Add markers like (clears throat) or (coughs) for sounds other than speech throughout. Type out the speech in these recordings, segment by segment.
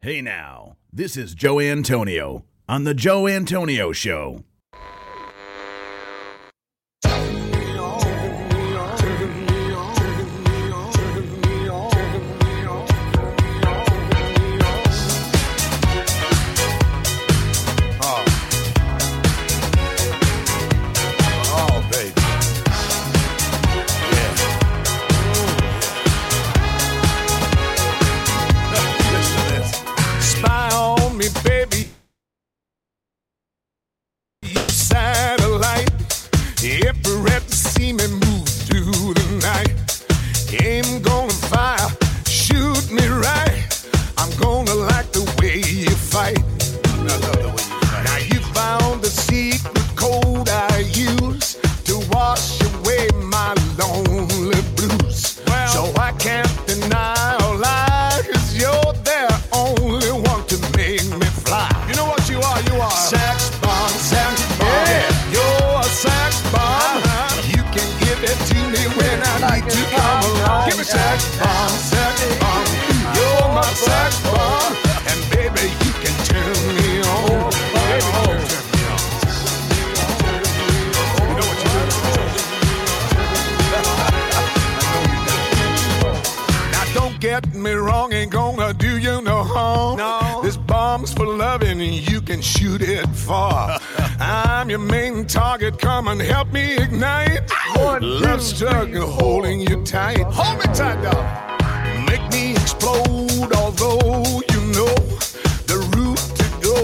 Hey now, this is Joe Antonio on The Joe Antonio Show. Oh, baby. Yeah. Listen to this. Spy on me, baby. Satellite. Every rep to see me move through the night. Aim gonna fire. Shoot me right. I'm gonna like the way you fight. Now you found the secret code I use to wash away my lonely blues. so I can't deny or lie, cause you're the only one to make me fly. You know what you are? You are sex bomb, sex bomb. Yeah. You're a sex bomb. You can give it to me when I need to come along. Give me sex bomb, sex bomb. You're my sex bomb, and baby, you can turn me on. Baby, you can turn me on. You know what you do? I know you do. Now don't get me wrong, ain't gonna do you no harm. No. This bomb's for loving, and you can shoot it far. I'm your main target, come and help me ignite. Love struggle holding you tight. Hold me tight, dog. Make me explode, although you know the route to go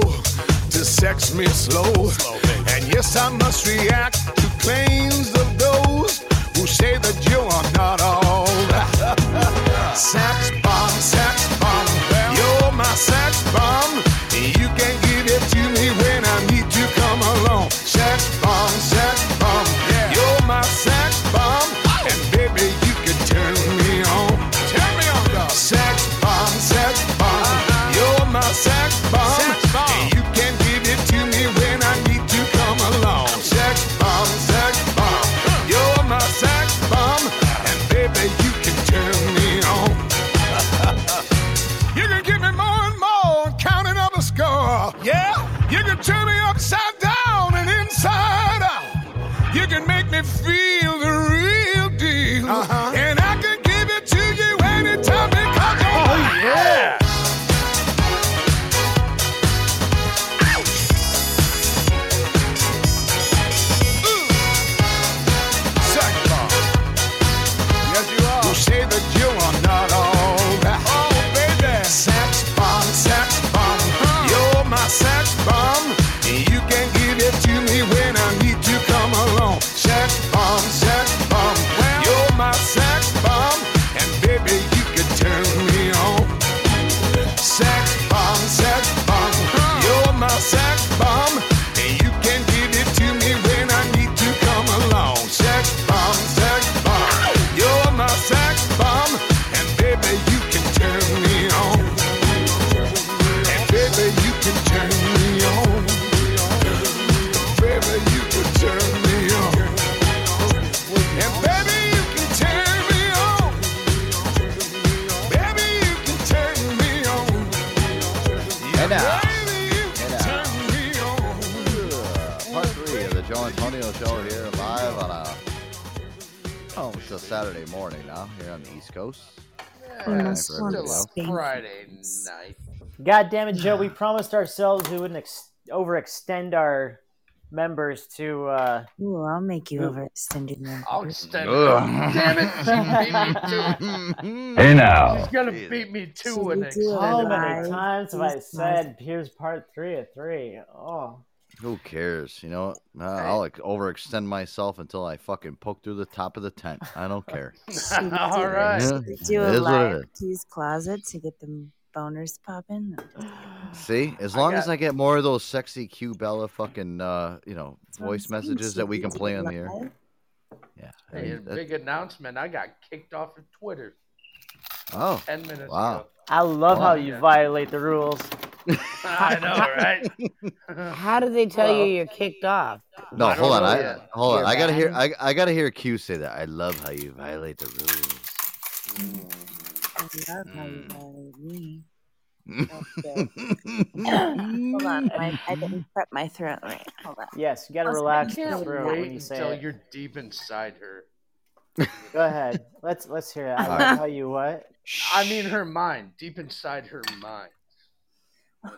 to sex me slow. And yes, I must react to claims of those who say that you are not all (laughs) that. Sex bomb, sex bomb. You're my sex bomb. You can give it to me when I need to come along. Sex bomb, sex bomb. You're my sex bomb. And baby, you can turn me on. Turn me on, dog. Sex bomb, sex bomb. You're my sex bomb. And you can give it to me when I need to come along. Sex bomb, sex bomb. You're my sex bomb. And baby, you can turn me on. You can give me more and more, counting up a score. Yeah. You can turn me upside down and inside out. You can make me feel the real deal. And I can give it to you anytime because you're mine. Sex bomb. Yes, you are. Who say that you are not all that? Oh, baby. Sex bomb, sex bomb. You're my sex bomb. You can give it to me when I need to come along. Sex bomb, sex bomb. You're my sex bomb. And baby, you can turn me on. Sex bomb, sex bomb. You're my sex bomb. And you can give it to me when I need to come along. Sex bomb, sex bomb. You're my sex bomb. And baby, you can turn me on. And baby, you can turn me on. Baby, you can turn me on. And baby, you can turn me on. Baby, you can turn me on. And now, Baby, you can turn me on. part three of the Joe Antonio Show here live on a oh, it's a Saturday morning now here on the East Coast. I must Friday, want hello. to spank you. Friday night. God damn it, Joe! We promised ourselves we wouldn't ex- overextend our members to. Uh... Ooh, I'll make you overextend your man. I'll extend. Ugh. Damn it, (laughs) she beat me to (laughs) it. Hey now, She's Mm. gonna Jesus. beat me So to an you do it. How extended many Lies, times have I these lies. said here's part three of three? Oh, Who cares? You know, what? Uh, I'll like, overextend myself until I fucking poke through the top of the tent. I don't (laughs) care. All right. Yeah, Should we it is do what a it live is. keys closet to get them boners popping? (gasps) See, as long as got- (laughs) I get more of those sexy Q Bella fucking uh, you know what voice I'm saying. messages Should that we we can do play on it the air. live? Yeah. I Hey, mean, a that- big announcement. I got kicked off of Twitter oh, 10 minutes Wow. ago. I love how Oh, you yeah. violate the rules. (laughs) I know, (laughs) right? How did they tell Well- you you're kicked off? no, I don't hold on, know I yet. hold on. You're I gotta hear. I, banned. I gotta hear Q say that. I love how you violate the rules. I love how you violate me. Okay. Hold on, my, (laughs) I didn't prep my throat right. Hold on. Yes, you gotta Awesome. relax Yeah, the throat Wait when you until say it. you're deep inside her. Go ahead. Let's let's hear it. All I'll right. tell you what. I mean, her mind, deep inside her mind.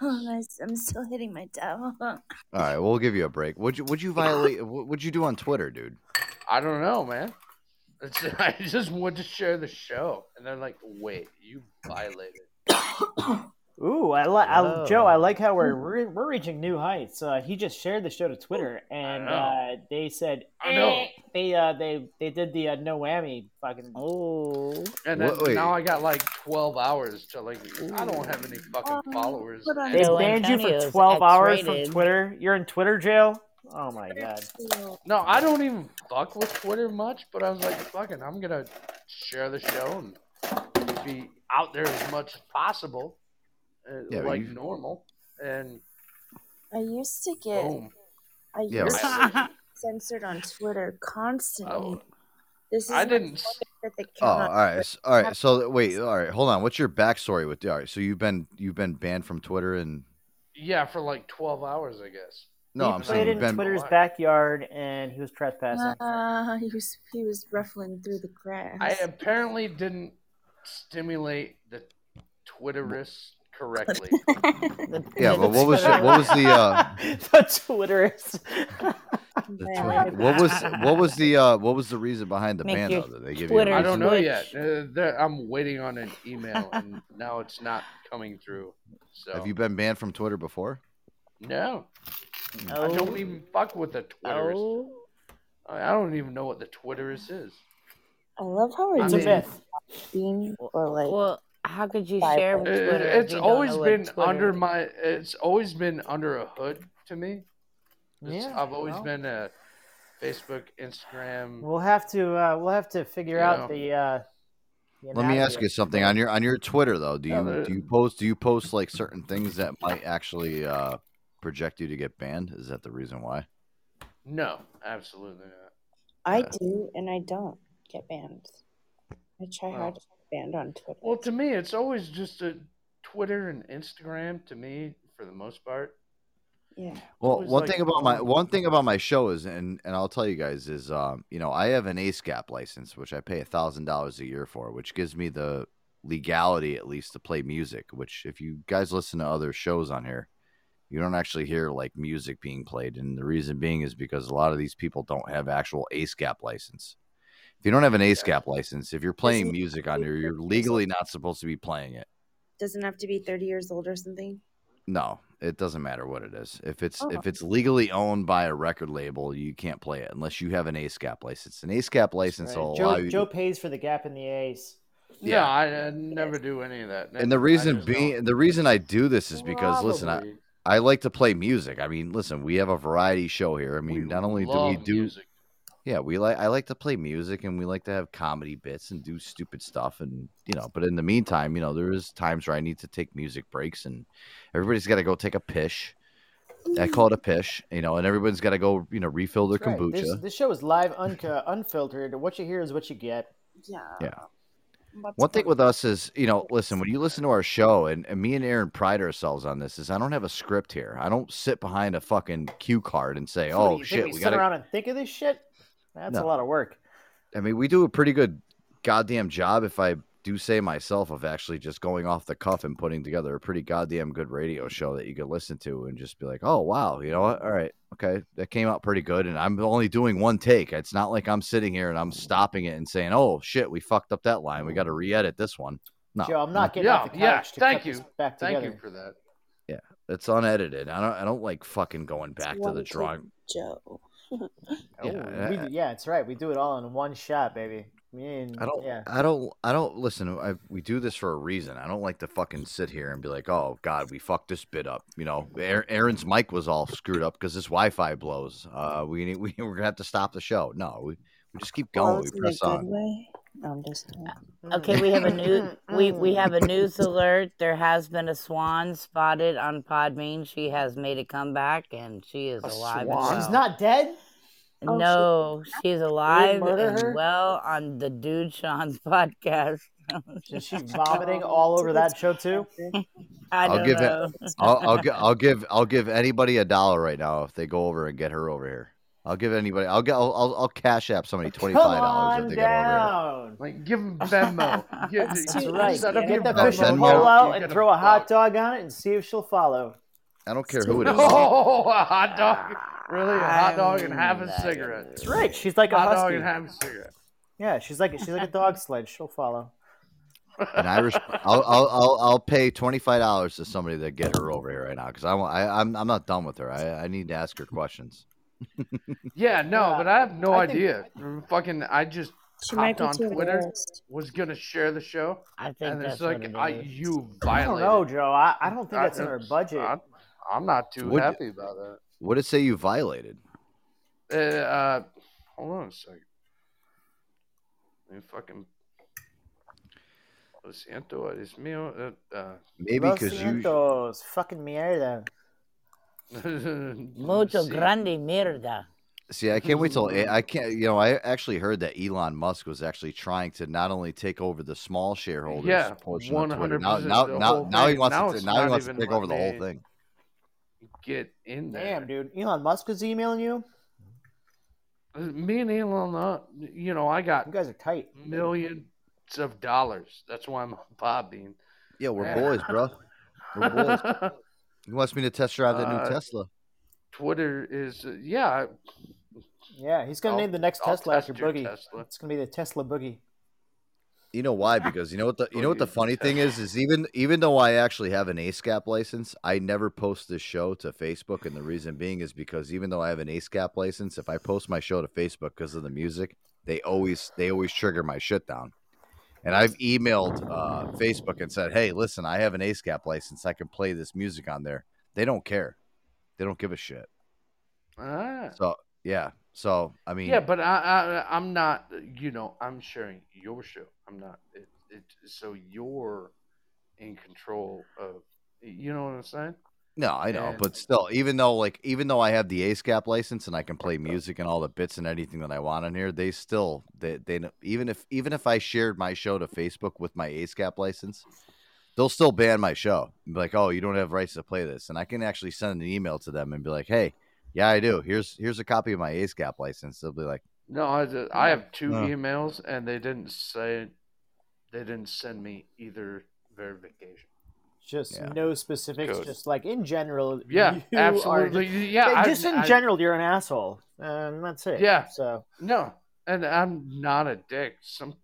Oh, my, (laughs) I'm still hitting my towel. All right, we'll give you a break. Would you would you violate? What would you do on Twitter, dude? I don't know, man. It's, (laughs) I just want to share the show, and they're like, "Wait, you violated." Ooh, I like I, Whoa. Joe. I like how we're we're, we're reaching new heights. Uh, he just shared the show to Twitter, and know. uh, they said I know. "Eh." they uh, they they did the uh, no whammy fucking. Oh, And then, Wha- wait. now I got like 12 hours to like. I don't have any fucking Oh, followers. put on They Joe banned you for Antonio's twelve hours from X-rated. Twitter. You're in Twitter jail. Oh my god. No, I don't even fuck with Twitter much, but I was like, fucking, I'm gonna share the show and be out there as much as possible, uh, Yeah, but like you- normal. And I used to get boom. I used Yeah, to right. (laughs) get censored on Twitter constantly. Oh. This is I my didn't s- fault that they Oh, cannot all right, s- all right. So wait, all right, hold on. What's your backstory with? All right, so you've been you've been banned from Twitter and Yeah, for like 12 hours, I guess. no, he I'm played saying in you've been. Twitter's backyard, and he was trespassing. Uh, he was he was ruffling through the grass. I apparently didn't stimulate the Twitterist correctly. (laughs) Yeah, but what was what was the uh, (laughs) the Twitterist. the Yeah, Twitter- what was what was the uh, what was the reason behind the Make ban? your Though? Did they give you? Twitter- a I don't know Switch. yet. Uh, there, I'm waiting on an (laughs) email, and now it's not coming through. So reason? Have you been banned from Twitter before? No, Hmm. I oh, don't even fuck with the Twitterist. oh. I I don't even know what the Twitterist is. I love how we're I It's a mean- doing myth. being or like Well, how could you Bible. share with It- Twitter? if Uh, it's you don't always know what been Twitter under is? my. It's always been under a hood to me. It's- Yeah, I've always well. been a Facebook, Instagram. We'll have to uh, we'll have to figure You out know. the. Uh, the Let me anatomy ask of you it. something on your on your Twitter though. Do Yeah, you (laughs) but- do you post do you post like certain things that might actually uh, project you to get banned? Is that the reason why? No, absolutely not. I do and I don't get banned. I try Well. hard to get banned on Twitter. Well, to me, it's always just a Twitter and Instagram. To me, for the most part. yeah. Well, Always, one like, thing about my um, one thing about my show is, and and I'll tell you guys is, um, you know, I have an ASCAP license, which I pay a thousand dollars a year for, which gives me the legality at least to play music. Which, if you guys listen to other shows on here, you don't actually hear like music being played, and the reason being is because a lot of these people don't have actual ASCAP license. If you don't have an ASCAP license, if you're playing Isn't- music on here, you're legally not supposed to be playing it. Doesn't have to be 30 years old or something. No, it doesn't matter what it is. If it's Oh. if it's legally owned by a record label, you can't play it unless you have an ASCAP license. An ASCAP license Right. will allow Joe, you. Joe pays for the gap in the ace. Yeah, Yeah. I, I never do any of that. and the reason being, the reason I do this is because listen, I, I like to play music. I mean, listen, we have a variety show here. I mean, not only do we do, yeah, we like I like to play music and we like to have comedy bits and do stupid stuff and you know. But in the meantime, you know, there is times where I need to take music breaks and everybody's got to go take a pish. I call it a pish, you know, and everyone's got to go, you know, refill their Right. kombucha. This, this show is live, unca- unfiltered. What you hear is what you get. Yeah. Yeah. What's One thing going- with us is, you know, listen, when you listen to our show, and, and me and Aaron pride ourselves on this, is I don't have a script here. I don't sit behind a fucking cue card and say, What do oh, you shit, think we, we sit got to. around and think of this shit. That's No. a lot of work. I mean, we do a pretty good goddamn job, if I do say myself, of actually just going off the cuff and putting together a pretty goddamn good radio show that you could listen to and just be like, oh, wow, you know what? All right. Okay. That came out pretty good. And I'm only doing one take. It's not like I'm sitting here and I'm stopping it and saying, oh, shit, we fucked up that line. We got to re edit this one. No. Joe, I'm not getting Yeah, off the couch yeah, to thank cut this you. back Thank together. you for that. It's unedited. I don't. I don't like fucking going back to one the take, drawing. Joe. (laughs) Yeah, uh, Oh, we- yeah, it's right. We do it all in one shot, baby. Me and, I don't. Yeah. I don't. I don't listen. I, we do this for a reason. I don't like to fucking sit here and be like, "Oh God, we fucked this bit up." You know, Aar- Aaron's mic was all screwed up because this Wi-Fi blows. Uh, we need. (laughs) We, we're gonna have to stop the show. No, we, we just keep going. Blows we in a press good on. way? No, I'm just kidding. Okay, we have a (laughs) new we we have a news alert. There has been a swan spotted on Podbean. She has made a comeback and she is A alive. and swan? She's well. not dead? Oh, she- No, she's alive murder and her? well on the Dude Sean's (laughs) podcast. (laughs) (laughs) Is she vomiting all over that show, too? I I'll don't give it- know. I'll, I'll, gi- I'll give I'll give anybody a dollar right now if they go over and get her over here. I'll give anybody. I'll get. I'll, I'll, I'll cash app somebody twenty Come five dollars on if they get over here. down. Like, give (laughs) them (laughs) Venmo. Give, That's That's Dude, right. set up Get your the Venmo fishing account. pole You out and get a throw a hot buck. dog on it and see if she'll follow. I don't care (laughs) who it is. Oh, a hot dog. Really? A hot dog and I'm half a not cigarette. That's right. She's like a Hot dog husky. and half a cigarette. yeah, she's like she's like a dog sled. She'll follow. An Irish. I'll I'll I'll, I'll pay twenty five dollars to somebody that get her over here right now because I want. I, I'm I'm not done with her. I, I need to ask her questions. Yeah, no, Yeah. but I have no I think- idea. Fucking, I just She might be Hopped on too Twitter. embarrassed. was gonna share the show, I think and that's it's what like, it I, is. you I don't violated. know, Joe. I, I don't think I- that's in her budget. I'm, I'm not too Would- happy about that. What did it say you violated? Uh, uh, hold on a second. Let me fucking. Lo siento, es mío. Uh, uh, Maybe Lo because (laughs) you. sientos, fucking mierda. Mucho sí. grande mierda. See, I can't wait till I can't. You know, I actually heard that Elon Musk was actually trying to not only take over the small shareholders Yeah, portion of Twitter. Now, 100% now, the now, whole now he thing. wants Now to. it's Now he not what's to even take over the whole like- thing. (laughs) Get in there. Damn, dude. Elon Musk is emailing you. Me and Elon, uh, you know, I got You guys are tight. millions of dollars. That's why I'm popping. Yeah, we're Yeah. boys, bro. We're boys. (laughs) He wants me to test drive that new Uh, Tesla. Twitter is uh, yeah. Yeah, he's gonna I'll- name the next I'll Tesla after test your Boogie. Tesla. It's gonna be the Tesla Boogie. You know why? Because you know what the you know what the Boogie funny thing is is even even though I actually have an ASCAP license, I never post this show to Facebook, and the reason being is because even though I have an ASCAP license, if I post my show to Facebook because of the music, they always they always trigger my shit down. And I've emailed uh, Facebook and said, "Hey, listen, I have an ASCAP license. I can play this music on there." They don't care. They don't give a shit. Ah. So yeah. So I mean, Yeah, but I, I I'm not. You know, I'm sharing your show. I'm not. It, it, so you're in control of. You know what I'm saying? No, I know, And- but still, even though like even though I have the ASCAP license and I can play music and all the bits and anything that I want on here, they still they they kn- even if even if I shared my show to Facebook with my ASCAP license, they'll still ban my show. Be like, oh, you don't have rights to play this, and I can actually send an email to them and be like, hey, yeah, I do. Here's here's a copy of my ASCAP license. They'll be like, No, I, ju- I have two No. emails, and they didn't say. They didn't send me either verification. Just Yeah. no specifics. Good. Just like in general. Yeah, you are- absolutely. yeah, I- just in I- general, you're an asshole, and that's it. Yeah. So No, and I'm not a dick. Some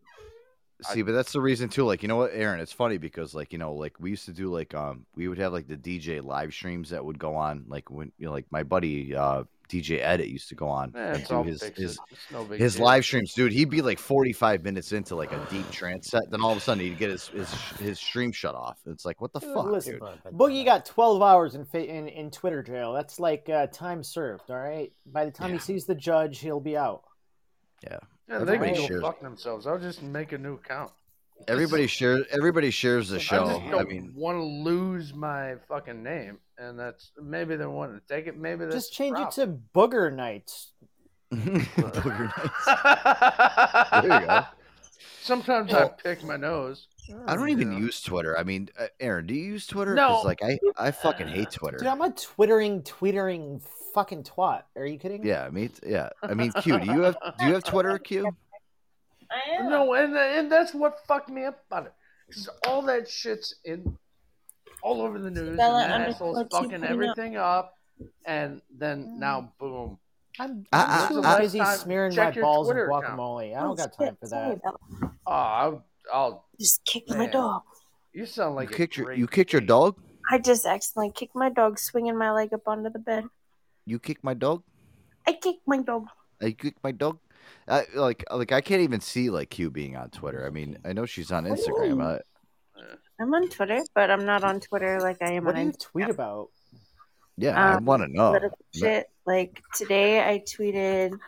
I- See, but that's the reason too. Like, you know what, Aaron? It's funny because, like, you know, like we used to do like um, we would have like the DJ live streams that would go on. Like when, you know, like my buddy uh DJ Edit used to go on eh, and it's do all his fixed. his it's no big his deal. live streams, dude. He'd be like forty five minutes into like a deep trance set, then all of a sudden he'd get his his, his stream shut off. It's like what the Dude, fuck, listen, dude? Boogie got 12 hours in, fa- in in Twitter jail. That's like uh, time served. All right. By the time he sees the judge, he'll be out. Yeah, they can Everybody go shares- fuck themselves. I'll just make a new account. Everybody shares everybody shares the show. I just I, don't mean, want to lose my fucking name, and that's maybe they want to take it. Maybe that's Just change it to Booger Nights. (laughs) Booger Nights. to. There you go. (laughs) (laughs) Sometimes I Well- pick my nose. I don't even Yeah. use Twitter. I mean, uh, Aaron, do you use Twitter? No. 'Cause, like I I fucking hate Twitter. Dude, I'm a twittering, twittering fucking twat. Are you kidding? Yeah, I mean, yeah. I mean, Q, do you have do you have Twitter, (laughs) Q? I am. No, and and that's what fucked me up about it. 'Cause all that shit's in all over the news. Bella, and I'm just- assholes let's keep fucking putting up- everything up, and then now boom. I'm, I- (laughs) I'm I- too I- lazy Last time, smearing my check your balls in Twitter account. guacamole. I don't got time for that. Oh, I'll, I'll Just kicked my Man. dog. you sound like you a kicked your great you kicked your date. dog. I just accidentally kicked my dog, swinging my leg up onto the bed. You kicked my (laughs) dog. I kicked my dog. I kicked my dog. I, like like I can't even see like Q being on Twitter. I mean, I know she's on Instagram. I, I'm on Twitter, but I'm not on Twitter like I am What do on you Instagram. tweet about? yeah, I Um, want to know. Political shit. Like today, I tweeted.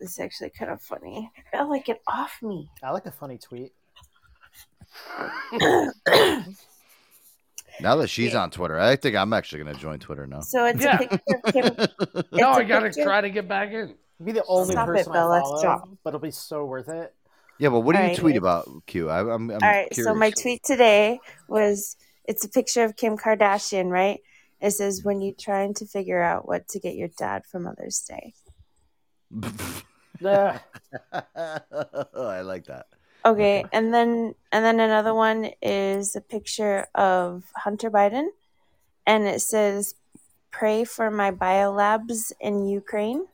This is actually kind of funny. Bella, get (coughs) off me. I like a (laughs) funny tweet. Now that she's on Twitter, I think I'm actually gonna join Twitter now. So it's Yeah. a picture of Kim. (laughs) No, it's a I gotta picture- try to get back in. Be the only Stop it, person I Bella, follow, stop. but it'll be so worth it. Yeah, but what do you Alright. tweet about Q? I, I'm, I'm All right, so my curious. tweet today was It's a picture of Kim Kardashian, right? It says, Mm-hmm. when you're trying to figure out what to get your dad for Mother's Day. Ugh. Uh, Oh, I like that. Okay, and then and then another one is a picture of Hunter Biden, and it says, "Pray for my biolabs in Ukraine."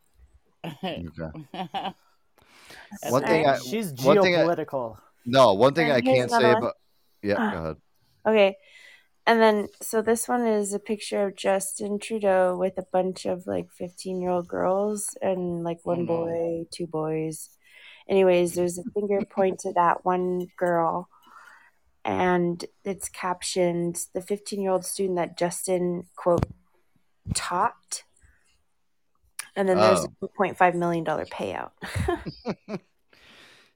Okay. That's One thing right. I- She's one thing I- geopolitical. No, one thing And I here's can't another say one. about. Yeah, (sighs) go ahead. Okay, and then so this one is a picture of Justin Trudeau with a bunch of like fifteen-year-old girls and like one Mm-hmm. Mhm. boy, two boys. Anyways, there's a finger pointed at one girl, and it's captioned the 15 year old student that Justin, quote, taught. And then there's Oh. a $2.5 million payout.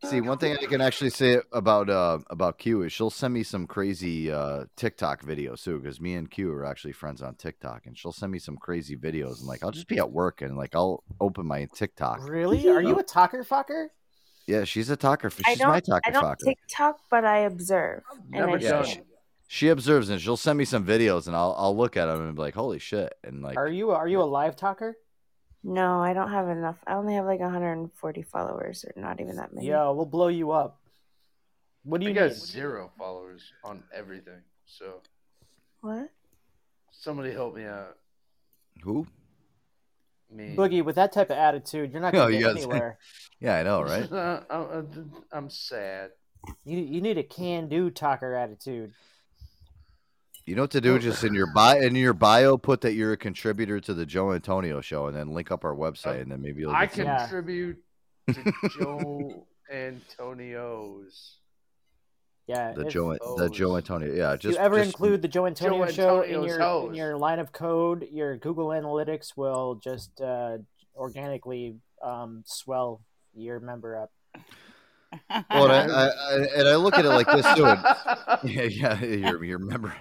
See, one thing I can actually say about uh, about Q is she'll send me some crazy uh, TikTok videos too, because me and Q are actually friends on TikTok, and she'll send me some crazy videos, and like I'll just be at work and like I'll open my TikTok. (laughs) Really? Are you a talker fucker? Yeah, she's a talker. f- I She's my don't, talker I don't fucker. TikTok, but I observe. And I Never done. share. it. she observes and she'll send me some videos, and I'll I'll look at them and be like, "Holy shit!" And like, Are you are you a live talker? No, I don't have enough. I only have like 140 followers, or not even that many. Yo, we'll blow you up. What do You you got need? zero followers on everything. So What? somebody help me out. who? Me. Boogie, with that type of attitude, you're (laughs) not No, going to Oh, you get guys- anywhere. Yeah, I know, right? (laughs) Uh, I'm, I'm sad. You, you need a can do talker attitude. You know what to do? Oh. Just in your bio, in your bio, put that you're a contributor to the Joe Antonio Show, and then link up our website, and then maybe you'll. Uh, I Get some- Yeah. contribute to (laughs) Joe Antonio's. Yeah. the if Joe, the Joe those. Antonio. Yeah, you just ever just- include the Joe Antonio Joe show in Antonio's your in house. your line of code, your Google Analytics will just uh, organically um, swell your member up. (laughs) Well, and I, I, I, and I look at it like this too. and- (laughs) yeah, (laughs) yeah, your your member.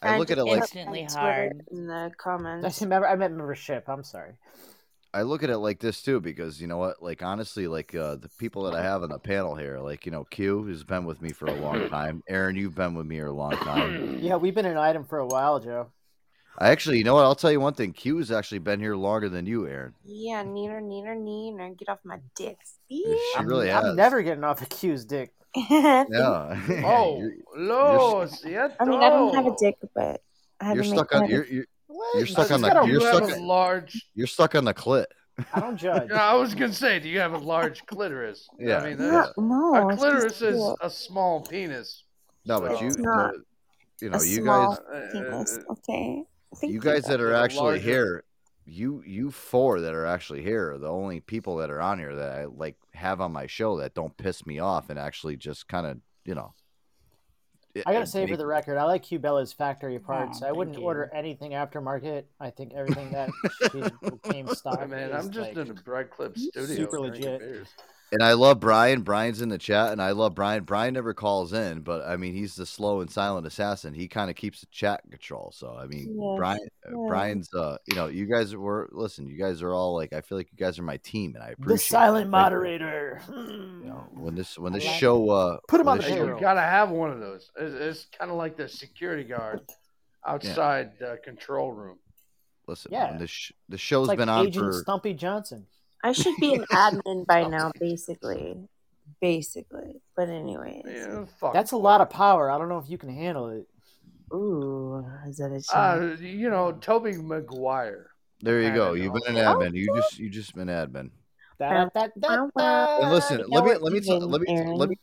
I And look at it like it's- just hit them on Instantly Twitter hard. In the That's comments. member. I meant membership. I'm sorry. I look at it like this too because you know what? Like honestly, like uh, the people that I have on the panel here, like you know Q who's been with me for a (coughs) long time. Aaron, you've been with me for a long time. Yeah, we've been an item for a while, Joe. I actually, you know what? I'll tell you one thing. Q's actually been here longer than you, Aaron. Yeah, neener, neener, neener. Get off my dick. She I'm, really I'm has. never getting off a Q's dick. Yeah. Oh, (laughs) You're- Lord, Seattle. I mean, I don't have a dick, but I had you're to make stuck fun on of it. you're, you're What? You're stuck She's on the- got a you you're real- stuck have a on- large. you're stuck on the clit. I don't judge. No, I was gonna say, do you have (laughs) a large clitoris? Yeah. I mean, No, that's, no. a it's clitoris just is cute. a small penis. No, but No. you It's not the- you know, a you small guys penis. Uh, Okay. Thank you guys that are The actually larger- here, you you four that are actually here are the only people that are on here that I like have on my show that don't piss me off and actually just kind of you know. it- I gotta it say for make- the record, I like Hugh Bella's factory parts. I thank wouldn't you. order anything aftermarket. I think (laughs) everything that she came stock. I mean, I'm is, just like, in a bright clip studio. super drinking legit. beers. And I love Brian. Brian's in the chat, and I love Brian. Brian never calls in, but I mean, he's the slow and silent assassin. He kind of keeps the chat control. So I mean, Yeah. Brian, Yeah. Brian's, uh, you know, you guys were listen. You guys are all like, I feel like you guys are my team, and I appreciate the silent it. Thank you. moderator. Hmm. You know, when this when I this like show uh, Put him when on this the Hey, show- you Sure. gotta have one of those. It's, it's kind of like the security guard outside the control room. Listen, Yeah. when this sh- the It's show's like been on Agent for Stumpy Johnson. I (laughs) should (laughs) be an admin by now, basically. Basically. But anyways. (laughs) Yeah, fuck. That's a lot of power. I don't know if you can handle it. Ooh, is that a chance? Uh, you know, Toby Maguire. there you go. Admin You've been an also. admin. You just you just been admin. Da- da- da- da- And listen, you know let me what let me you tell mean, let me Uh, Aaron. let me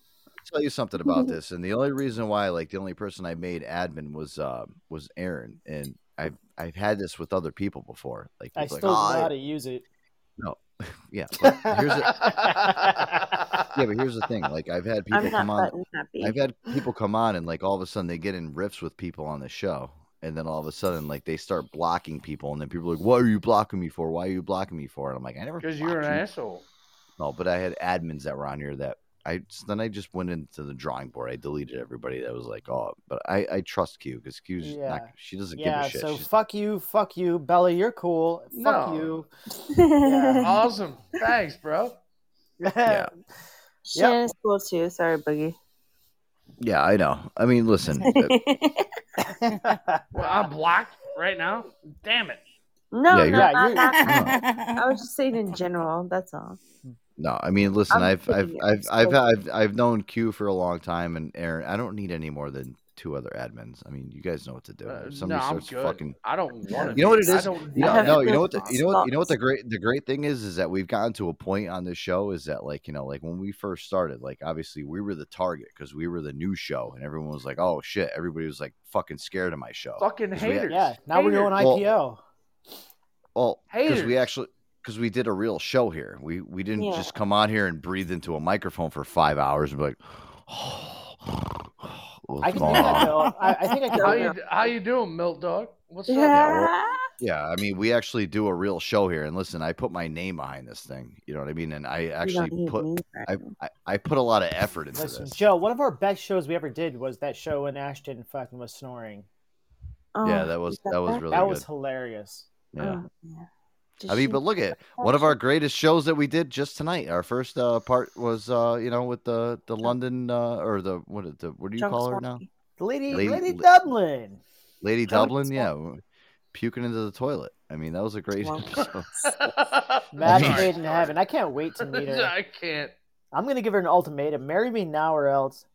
tell you something (laughs) about this. And the only reason why, like, the only person I made admin was uh, was Aaron. And I've I've had this with other people before. Like, I people still like, know "Oh, how I- to use it. (laughs) yeah. But here's a, (laughs) (laughs) yeah, but here's the thing. Like, I've had people I'm not come on. button happy. I've had people come on and like all of a sudden they get in riffs with people on the show, and then all of a sudden like they start blocking people, and then people are like, "What are you blocking me for? Why are you blocking me for?" And I'm like, "I never Because you're an blocked you." asshole. No, but I had admins that were on here that I so then I just went into the drawing board. I deleted everybody that was like, "Oh," but I I trust Q because Q's not Yeah. she doesn't Yeah, give a shit. so She's- fuck you, fuck you. Bella, you're cool. Fuck No. (laughs) you. (laughs) yeah. Awesome. Thanks, bro. Yeah. Shannon's cool too. Sorry, Boogie. Yeah, I know. I mean, (laughs) listen, uh, Well, I'm blocked right now. Damn it. No, Yeah, no, you're- not, not- I I was just saying in general. That's all. no, I mean, listen, I'm I've I've kidding, I'm I've, just I've joking. I've I've known Q for a long time, and Aaron, I don't need any more than two other admins. I mean, you guys know what to do. Uh, If no, somebody I'm starts good. fucking I don't want to. You know what it I is? don't You I know, have no, to you know go what the, to you know what you know what Xbox. the great the great thing is is that we've gotten to a point on this show is that like you know like when we first started like obviously we were the target because we were the new show and everyone was like oh shit everybody was like fucking scared of my show Fucking Is we- haters. yeah, now we're going Haters. Well- IPO. well because Haters. we actually because we did a real show here we we didn't Yeah. just come on here and breathe into a microphone for five hours and be like (sighs) what's I can do going that on? though. I, I think I How can. you how you doing, Milt Dog? What's up? Yeah. Yeah, I mean, we actually do a real show here, and listen, I put my name behind this thing. You know what I mean? And I actually put I, I, I put a lot of effort into Listen, this. Joe, one of our best shows we ever did was that show when Ashton fucking was snoring. Yeah, that was Oh, that was really that good. was hilarious. yeah. I mean, but look at one of Gotcha. our greatest shows that we did just tonight. Our first uh, part was uh, you know with the the London uh, or the what is the what do you Drunk call her now? Swanky. The lady, Lady- Lady, la- (laughs) Dublin. Lady Drunk Dublin, yeah, w- puking into the toilet. I mean, that was a great Drunk (laughs) episode. Match Sorry, made in heaven. I can't wait to (laughs) meet her. I can't. I'm gonna give her an ultimatum: marry me now or else.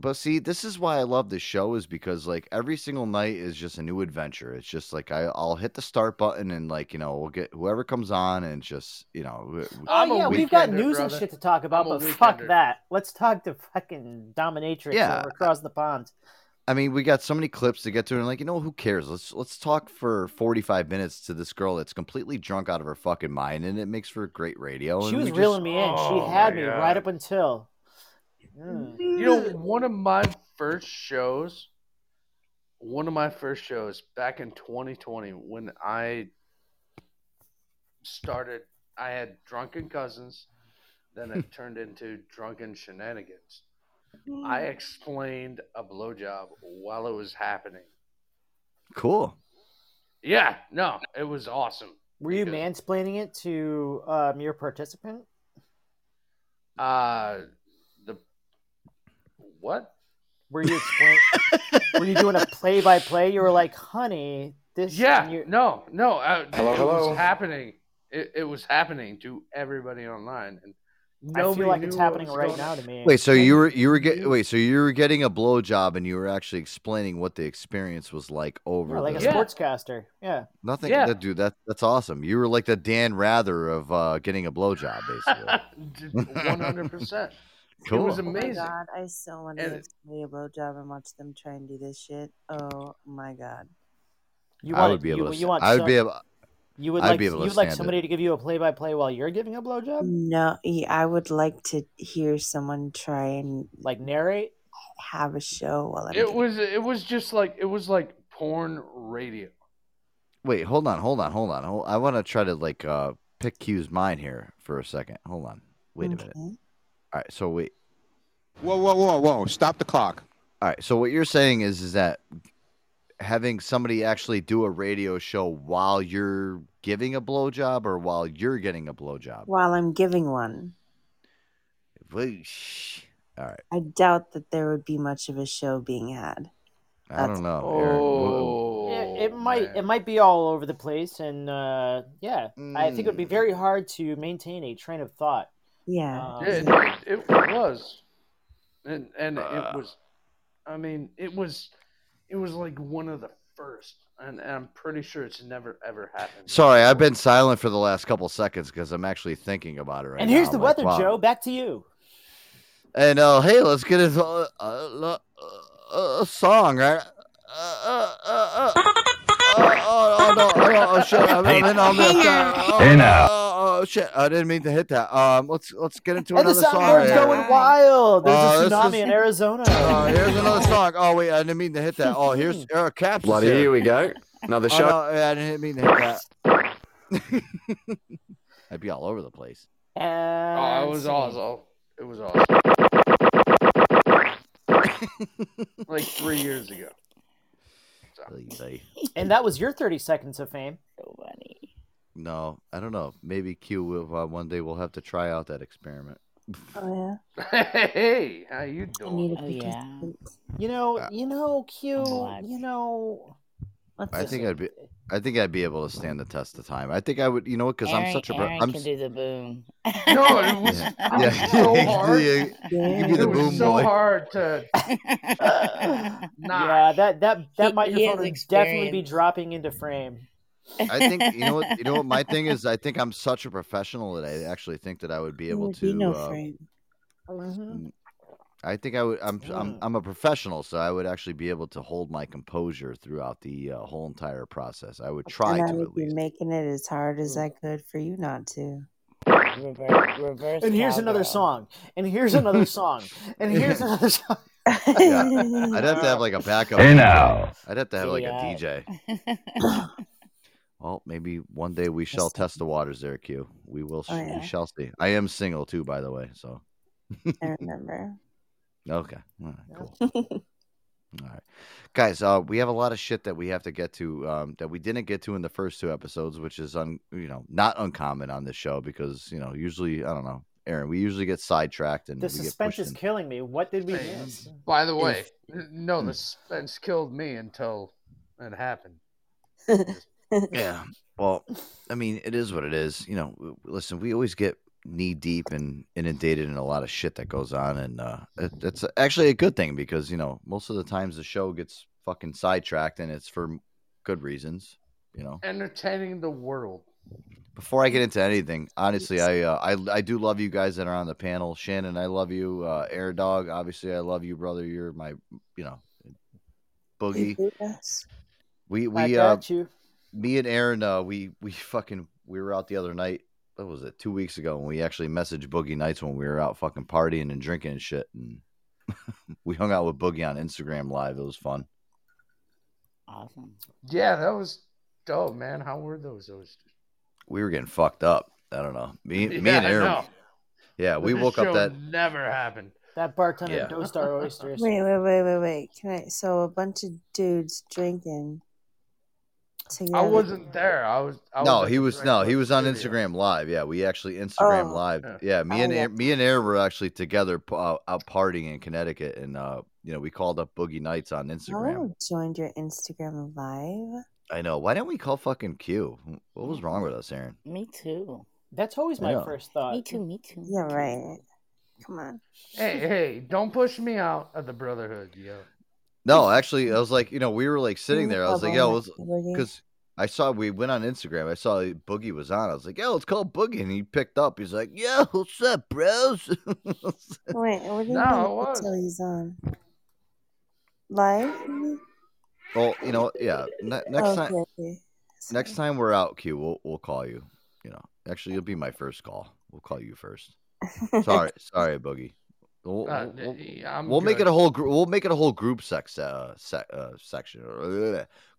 But see, this is why I love this show is because like every single night is just a new adventure. It's just like I, I'll hit the start button and like you know we'll get whoever comes on and just you know w- w- I'm oh a yeah, we've got weekender, news and brother. shit to talk about, I'm a but fuck weekender. that. Let's talk to fucking dominatrix Yeah. over across the pond. I mean, we got so many clips to get to, and like, you know, who cares? Let's let's talk for forty five minutes to this girl that's completely drunk out of her fucking mind, and it makes for great radio. She and was we reeling just- me in. Oh, She had my me God. right up until. Mm. You know, one of my first shows, one of my first shows back in 2020 when I started, I had drunken cousins, then (laughs) it turned into drunken shenanigans. Hmm. I explained a blowjob while it was happening. cool. Yeah, no, it was awesome. Were you Because- mansplaining it to um, your participant? Uh, the what? Were you explain- Were you doing a play by play? You were like, "Honey, this." and (laughs) Yeah, you- no, no. Uh, Hello, it hello. was happening. It, it was happening to everybody online, and I nobody feel like knew it's what happening was right going now on. to me. Wait, so you were you were getting wait, so you were getting a blowjob, and you were actually explaining what the experience was like over Yeah, like a the Yeah. sportscaster. Yeah. nothing. Yeah. That, dude, that that's awesome. You were like the Dan Rather of uh, getting a blowjob, (laughs) basically. One hundred percent. cool. It was Oh my amazing. god, I still want to And- give somebody a blowjob and watch them try and do this shit. Oh my god. You I want, would be able you, to. you want I would some- be able. You would I'd like be able to you'd like stand it. somebody to give you a play by play while you're giving a blowjob, No, yeah, I would like to hear someone try and like narrate. have a show while I'm. It doing- was. It was just like it was like porn radio. Wait, hold on, hold on, hold on. Hol- I want to try to like uh pick Q's mind here for a second. Hold on. Wait Mm. a minute. Okay. All right, so wait. Whoa, whoa, whoa, whoa! Stop the clock. All right, so what you're saying is is that having somebody actually do a radio show while you're giving a blowjob or while you're getting a blowjob. While I'm giving one, Whoosh. All right, I doubt that there would be much of a show being had. I That's- don't know. Aaron. Wh- Oh, it, it might man. it might be all over the place, and uh, yeah, I think it would be Mm. very hard to maintain a train of thought. Yeah. Um, Yeah, It, it was, and and Uh. it was. I mean, it was, it was like one of the first, and, and I'm pretty sure it's never ever happened. Sorry, I've been silent for the last couple seconds because I'm actually thinking about it right and now. here's I'm the like, weather, wow. Joe. Back to you. And uh, hey, let's get into a, a, a, a song, right? Uh, uh, uh, uh. Oh, oh, oh, no, oh, no, oh, shit! I'm, I'm in on this. Uh, oh, Hey now. Oh, oh, shit! I didn't mean to hit that. Um, let's let's get into And the another song. soundboard's here. going wild. There's Uh, a this tsunami is- (laughs) in Arizona. Uh, here's another song. Oh wait, I didn't mean to hit that. Oh, (laughs) here's Eric Caps. Bloody, is here here. we go. Another Oh, shot. no, yeah, I didn't mean to hit that. I'd be all over the place. Uh, Oh, it was awesome. It was awesome. like three years ago. And that was your 30 seconds of fame. so funny. No, I don't know. Maybe Q will uh, one day we'll have to try out that experiment. Oh Hey, how you yeah. I doing? need a Oh, yeah. participant. You know, Uh, you know, Q. Relax. You know, Let's I just- think I'd be. I think I'd be able to stand the test of time. I think I would, you know what? Because I'm Aaron- such a. bro- Aaron I'm can s- do the boom. No, (laughs) (laughs) it was- yeah, (laughs) I'm yeah. so hard. yeah. Yeah. You It be the was boom so boy. hard to not. yeah, that that He- he that has microphone would definitely be experience. dropping into frame. I think you know what you know what (laughs) (laughs) my thing is. I think I'm such a professional that I actually think that I would be There able would be to. no uh, frame. Mm-hmm. Mhm. I think I would. I'm, I'm Mm. I'm a professional, so I would actually be able to hold my composure throughout the uh, whole entire process. I would try and I to would at be least. Hmm. making it as hard as I could for you not to. Reverse, reverse And here's another cowgirl. song. And here's (laughs) another song. And here's another song. I'd have to have (laughs) like a backup. Hey DJ. now. I'd have to have like a Yeah. DJ. Well, maybe one day we shall test the waters there, Q. We will. Oh, We yeah. shall see. I am single too, by the way. So I (laughs) remember. okay, All right, cool. All right, guys. Uh, we have a lot of shit that we have to get to um, that we didn't get to in the first two episodes, which is un you know not uncommon on this show because you know usually I don't know, Aaron. We usually get sidetracked and The we get suspense pushed. is in. killing me. What did we Hey, miss? By the way, no, Hmm. the suspense killed me until it happened. (laughs) Yeah. Well, I mean, it is what it is. You know, w- listen, we always get knee deep and inundated in a lot of shit that goes on, and uh, it, it's actually a good thing because you know most of the times the show gets fucking sidetracked, and it's for good reasons. You know, Entertaining the world. before I get into anything, honestly, I uh, I I do love you guys that are on the panel. Shannon, I love you. Uh, Air Dog, obviously, I love you, brother. You're my, you know, boogie. We we I uh, got you. me and Aaron, uh, we we fucking we were out the other night. What was it? Two weeks ago, when we actually messaged Boogie Nights when we were out fucking partying and drinking and shit, and (laughs) we hung out with Boogie on Instagram Live. It was fun. awesome. Yeah, that was dope, man. How were those? Those. We were getting fucked up. I don't know. Me, (laughs) me Yeah, and I Aaron. know. Yeah, we This woke up show that. never happened. That bartender Yeah. dosed our oysters. Wait, wait, wait, wait, wait. Can I? So a bunch of dudes drinking. Together. I wasn't there. I was. I no, was at he the was Grand no, Ole he was on Studio. Instagram Live. Yeah, we actually Instagram Oh. Live. Yeah. Yeah, me Oh, and yeah. Aaron, me and Aaron were actually together uh, out partying in Connecticut, and uh, you know we called up Boogie Nights on I Instagram. would have joined your Instagram live. I know. Why didn't we call fucking Q? What was wrong with us, Aaron? Me too. That's always my Yeah. first thought. Me too. Me too. Yeah, right. Come on. (laughs) Hey, hey! Don't push me out of the brotherhood, yo. No, actually, I was like, you know, we were like sitting there. I was like, yo, because because I saw we went on Instagram. I saw Boogie was on. I was like, yo, let's call Boogie, and he picked up. He's like, yo, what's up, bros? (laughs) wait, what do No, it you mean you could was. tell he's on live? well, you know, yeah. Ne- next time, okay, okay. next time we're out, Q, we'll we'll call you. You know, actually, you'll be my first call. We'll call you first. Sorry, sorry, Boogie. We'll, Uh, we'll- I'm we'll make it (laughs) good. a whole. Gr- we'll make it a whole group sex uh, se- uh section.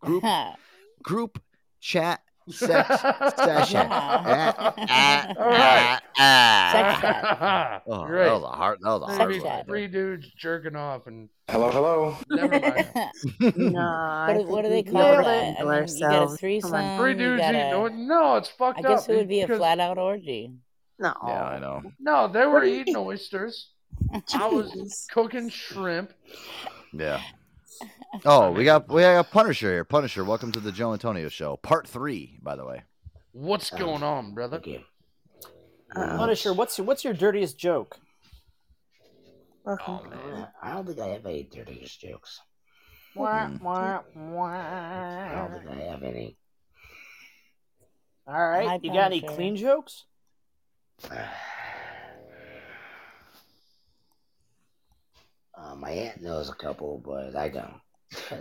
Group group chat (laughs) sex (laughs) session. Ah, ah, All ah, right. ah. Sex chat. Oh, Great. that was a hard. That was a hard Three dudes- Sex one. chat. Three dudes jerking off (laughs) and Hello, hello. never (laughs) mind. no, I What, do- think what do we they can call handle that? I mean, you got a ourselves. threesome. Come on. Three you dudes got eating. a- or- No, it's fucked I up. guess it would be a because- flat out orgy. No. Yeah, I know. No, they were do you eating (laughs) oysters. I was Jeez. cooking shrimp. Yeah. Oh, we got we got Punisher here. Punisher, welcome to the Joe Antonio Show, part three, by the way. What's going on, brother? Uh, Uh, Uh-oh. Punisher, what's your, what's your dirtiest joke? Welcome. Oh man. I don't think I have any dirtiest jokes. Wah, Mm. I wah, wah. don't think I have any. All right, Hi, you got any Punisher. (sighs) clean jokes? Uh, my aunt knows a couple, but I don't.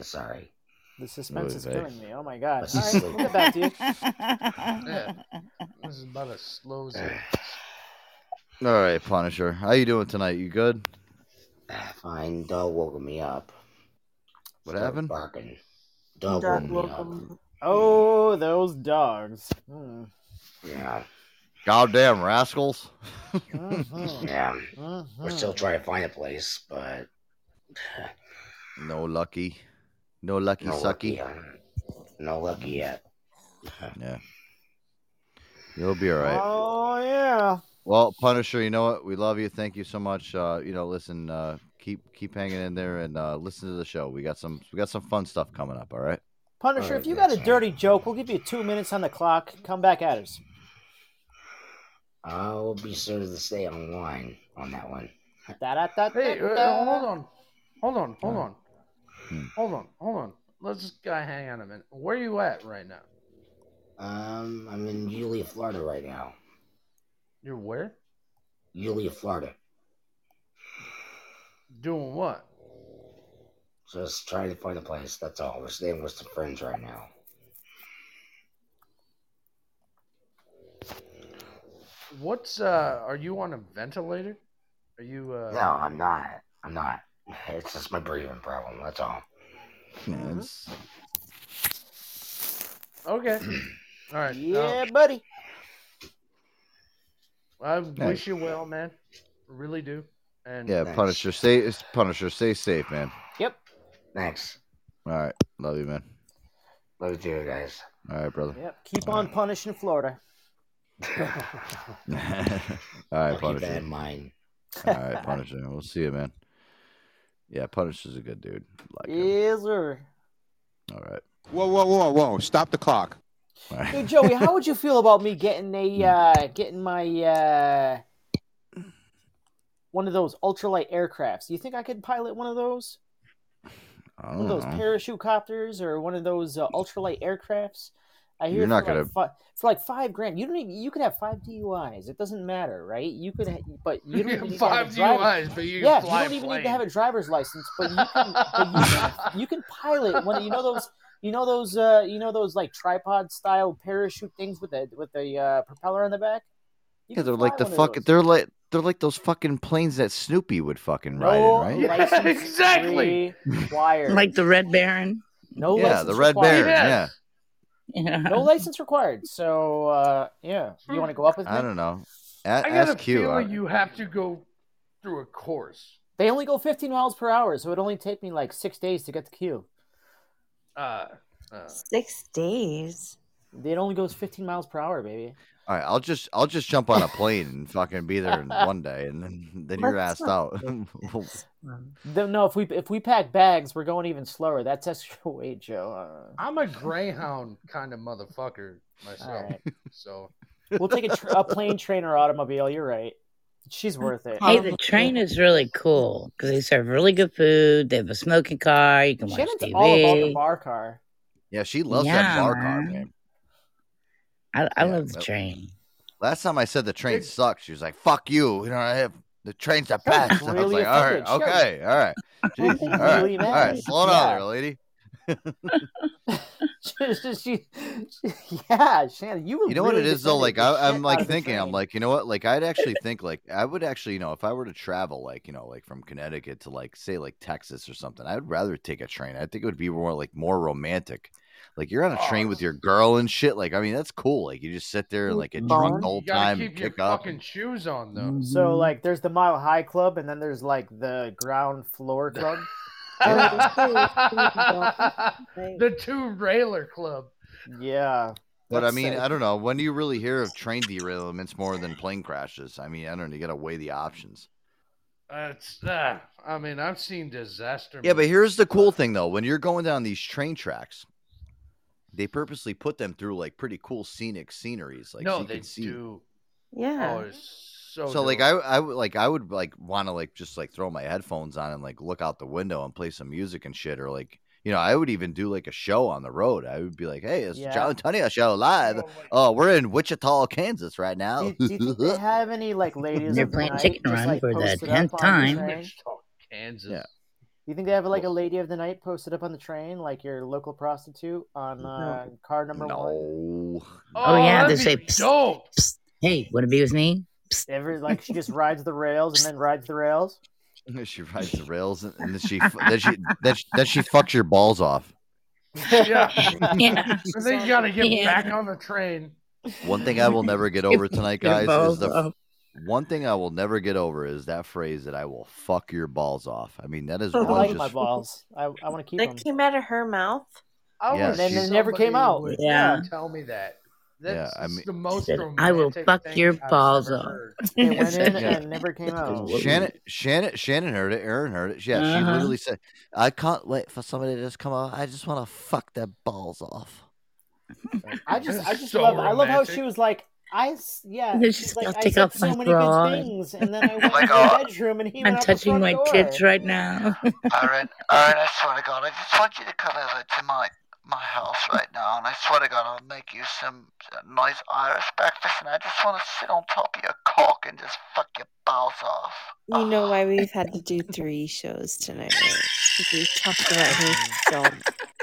(laughs) Sorry. The suspense Oy is vey. killing me. Oh my god! Let's All right, we'll get back to (laughs) you. This is about as slow (sighs) as it. (laughs) All right, Punisher, how you doing tonight? You good? Ah, Fine. Dog woke me up. What Started happened? Barking. Dog Doc, woke me up. welcome. Oh, those dogs. Hmm. Yeah. Goddamn rascals! (laughs) Mhm. Yeah. We're Mhm. still trying to find a place, but No lucky, no lucky no lucky. sucky. yet. No lucky yet. (laughs) Yeah, you'll be all right. Oh yeah. Well, Punisher, you know what? We love you. Thank you so much. Uh, you know, listen, uh, keep keep hanging in there and uh, listen to the show. We got some we got some fun stuff coming up. All right. Punisher, if you got a dirty joke, we'll give you two minutes on the clock. Come back at us. I will be sure to stay online on that one. Da-da-da-da-da. Hey, uh, uh, hold on, hold on, hold on, Hmm. hold on, hold on. Let's just guy hang on a minute. Where you at right now? Um, I'm in Yulee, Florida right now. You're where? Yulee, Florida. Doing what? Just trying to find a place. That's all. We're staying with some friends right now. What's uh? Are you on a ventilator? Are you uh? No, I'm not. I'm not. It's just my breathing problem. That's all. Yes. (clears throat) Okay. All right. Oh. Yeah, buddy. Uh, I wish you well, man. Really do. And Yeah, Nice. Punisher, stay Punisher, stay safe, man. Yep. Thanks. All right, love you, man. Love you too, guys. All right, brother. Yep. Keep on (laughs) punishing Florida. All right, I'll keep that Punisher. in mind. (laughs) All right, Punisher. We'll see you, man. Yeah, Punisher's a good dude. Like him. (laughs) Yes, sir. All right. Whoa, whoa, whoa, whoa! Stop the clock. All right. Hey Joey, how would you feel about me getting Hmm. a uh, getting my uh, one of those ultralight aircrafts? Do you think I could pilot one of those? I One don't of Oh. those know. parachute copters or one of those uh, ultralight aircrafts? I hear You're for not like gonna- fi- for like five grand. You don't even you could have five DUIs. It doesn't matter, right? You could, ha- but you (laughs) don't even need to have five a driver- DUIs, but you Yeah, you fly don't even need plane. to have a driver's license, but you (laughs) can, but you, can you can pilot one. of- You know those, (laughs) you know those, uh, you know those like tripod style parachute things with the with the uh, propeller on the back. You Yeah, can they're like the fly one of fuck. those. They're like they're like those fucking planes that Snoopy would fucking (laughs) ride Oh, no in, right? Yeah, license (laughs) exactly. Required. Like the Red Baron. no Oh, Yeah, license the Red required. Baron. Yes. Yeah. (laughs) Yeah. No license required. So uh, yeah, you want to go up with me? I don't know. A- I got a ask Q. uh, feeling I- you have to go through a course. They only go 15 miles per hour, so it only take me like six days to get to Q. Uh, uh, Six days. It only goes 15 miles per hour, baby. All right, I'll just I'll just jump on a plane and fucking be there in one day, and then then you're Let's asked out. (laughs) The- No, if we if we pack bags, we're going even slower. That's extra (laughs) weight, Joe. Uh, I'm a greyhound kind of motherfucker myself. all right. So We'll take a, tr- a plane, train, or automobile. You're right. She's worth it. Hey, the train is really cool because they serve really good food. They have a smoking car. You can watch Shannon's TV. all about the bar car. (laughs) yeah, she loves that Yeah, bar car, man. man. I, I Yeah, love the but- train. Last time I said the train It- sucked, she was like, "Fuck you," you know. I have the train's the best. And I was really like, "All right, offended. Sure. okay, all (laughs) right, Jeez, all think right, really all matters. right, slow down Yeah. there, lady." she, she, she- yeah, Shannon, you. were You know what it really is though? defending Like the I, I'm shit out like of the thinking, I'm train. like, you know what? Like I'd actually think, like I would actually, you know, if I were to travel, like you know, like from Connecticut to like say like Texas or something, I'd rather take a train. I think it would be more like more romantic. Like you're on a train with your girl and shit. Like I mean, that's cool. Like you just sit there and like get drunk Mhm. the whole you gotta time and keep your kick up. fucking shoes on though. So like, there's the Mile High Club, and then there's like the (laughs) Ground Floor Club. Right. the two railer club. yeah, But I that's mean, it. I don't know. When do you really hear of train derailments more than plane crashes? I mean, I don't know. You gotta weigh the options. Uh, it's, uh, I mean, I've seen disaster. Yeah, but movies. here's the cool thing though. When you're going down these train tracks, they purposely put them through like pretty cool scenic sceneries. Like so no, you they can see. do. Oh, Yeah. it's Oh, so. So like dope. I, I would like I would like want to like just like throw my headphones on and like look out the window and play some music and shit or like you know I would even do like a show on the road. I would be like, hey, it's Yeah. John Tunney show live. Oh, we're in Wichita, Kansas right now. Do, do you think they have any like ladies? They're of the playing night, Chicken just, Run like, for the posted up 10th on time. train? Wichita, Kansas. Yeah. You think they have like a lady of the night posted up on the train, like your local prostitute on uh, car number one? no, Oh, yeah, that'd they say, be "Psst." dope. Psst. Hey, want to be with me? Every like she just rides the rails and then rides the rails. she rides the rails and then she f- then she then she, then she fucks your balls off. Yeah, (laughs) Yeah. and then you gotta get Yeah. back on the train. One thing I will never get over tonight, Your guys, is balls the off. one thing I will never get over is that phrase that I will fuck your balls off. I mean, that is I I one like just my balls. I, I want to keep them. That came out of her mouth. I Yeah, wish And then it never somebody came out. would Yeah. Tell me that. That's (laughs) yeah, I just mean, the most Said, "I will romantic fuck thing your I've balls ever off." (laughs) heard. They went in Yeah. and never came out. Shannon, Shannon, Shannon heard it. Aaron heard it. Yeah, she Uh-huh. literally said, "I can't wait for somebody to just come out. I just want to fuck their balls off." I just, I just So love, I love how romantic. she was like, I, s- yeah, You she's just like, gotta I take said off so my many bra good and- things, and (laughs) then I went Oh my to the God. bedroom, and he went I'm out the touching front my (laughs) door. tits right (laughs) now. (laughs) Aaron, Aaron, I swear to God, I just want you to come over to my my house right now, and I swear to God, I'll make you some nice Irish breakfast, and I just want to sit on top of your cock and just fuck your balls off. You know why we've had to do three shows tonight? right? 'Cause We've talked about her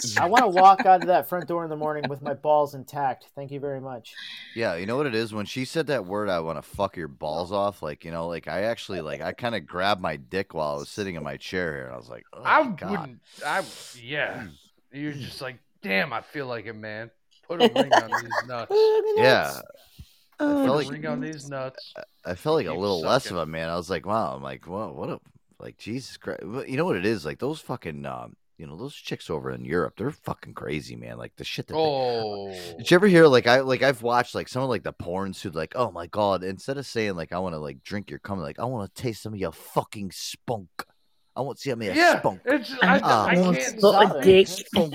so I want to walk out of that front door in the morning with my balls intact. Thank you very much. Yeah, you know what it is when she said that word. I want to fuck your balls off. Like you know, like I actually like I kind of grabbed my dick while I was sitting in my chair here, and I was like, oh, I God. Hmm. wouldn't. I yeah. You're just like, damn. I feel like a man. Put a ring on these nuts. (laughs) Yeah, I Put felt a like Uh, ring on these nuts. I felt like a Keep little less of sucking. a man. I was like, wow. I'm like, whoa, what a like Jesus Christ. But You know what it is? Like those fucking um, you know, those chicks over in Europe, they're fucking crazy, man. Like the shit that. they- Oh. Did you ever hear like I like I've watched like some of like the porns who like oh my god instead of saying like I want to like drink your cum like I want to taste some of your fucking spunk I want some of your Yeah. spunk It's. I, Ah. I can't. Well, stop Got stop uh, a it. dick.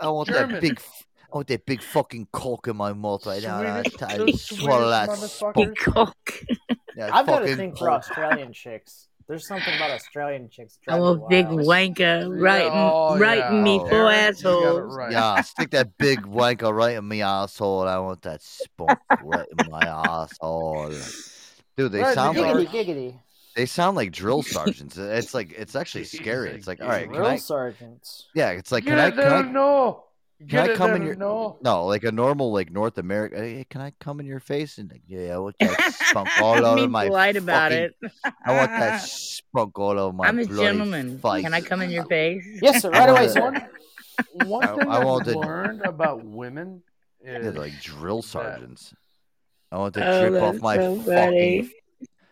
I want (laughs) German. that big f- I want that big fucking cock in my mouth right now and Swedish- I, I those swallow that Swedish spunk motherfuckers. cock. that I've got a fucking thing for cock. Australian chicks. There's something about Australian chicks. I'm drive a me big wild. wanker right, Oh, in right yeah. in me Oh. four Aaron, you got it assholes. (laughs) right. Yeah, stick that big wanker right in my asshole. I want that spunk right in my asshole. Dude, they Right, you sound got like Giggity, giggity. they sound like drill sergeants. It's like it's actually scary. Jesus, It's (laughs) like, all dude. right, can Drill I? sergeants. Yeah, it's like, Get can I? it there, Can I? no. Get I it come there, in your- no? No, like a normal like North America. Hey, can I come in your face and like, yeah, I want that (laughs) spunk all I'm over being my. polite about fucking- it. I want (laughs) that spunk all over my. Ah. I'm a bloody gentleman. Face. Can I come in your face? (laughs) Yes, sir. I Right away, wanna- (laughs) sir. One I- thing I I, have wanted- learned (laughs) about women Yeah, is like drill that- sergeants. I want to Oh, drip off that's my so fucking. funny.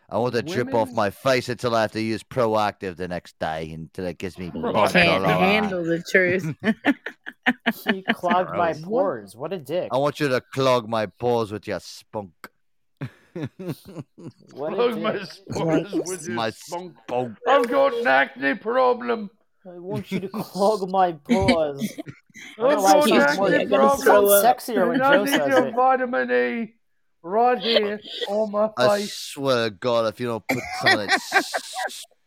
I want to drip off Women- my face until I have to use proactive the next day until it gives me. Proactive. bumps Can't all over. handle the (laughs) truth. He clogged my Gross. pores. What a dick. I want you to clog my pores with your spunk. What a Plug my dick. spores with your My Oh, spunk. spunk. I've got an acne problem. I want you to clog (laughs) my pores. I I've don't know why it sounds got an Jack, more- you're acne it gonna sounds throw problem. up. sexier when And I Joe need says your it. vitamin E (laughs) right here on my I face. swear to God, if you don't put some (laughs) (laughs) of that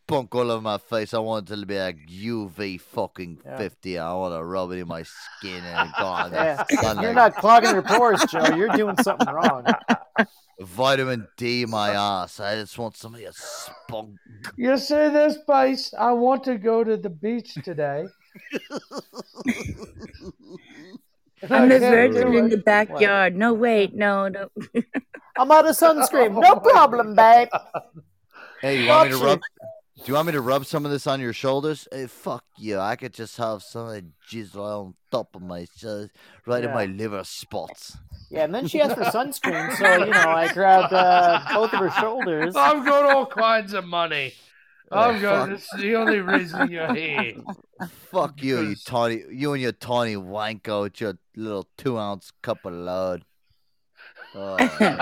spunk all over my face, I want it to be like UV fucking Yeah. 50. I want to rub it in my skin and God, Yeah. that sun You're like not clogging your pores, Joe. You're doing something wrong. (laughs) vitamin D my ass. I just want some of your spunk. You see this face? I want to go to the beach (laughs) today. And I I'm a can't virgin do in it. the backyard. No, wait, no, no. Oh I'm (laughs) out of sunscreen. No problem, babe. Hey, you want me to Option. rub? Do you want me to rub some of this on your shoulders? Hey, fuck you. I could just have some of the jizz right on top of my shoulders, right in my Yeah. liver spots. Yeah, and then she asked for sunscreen, so you (laughs) know I grabbed uh, both of her shoulders. I've got all kinds of money. (laughs) I've Oh, got. fuck. It's the only (laughs) reason you're here. Fuck you, you Because- tiny, you and your tiny wanko with your little two ounce cup of (laughs) load. Oh, man.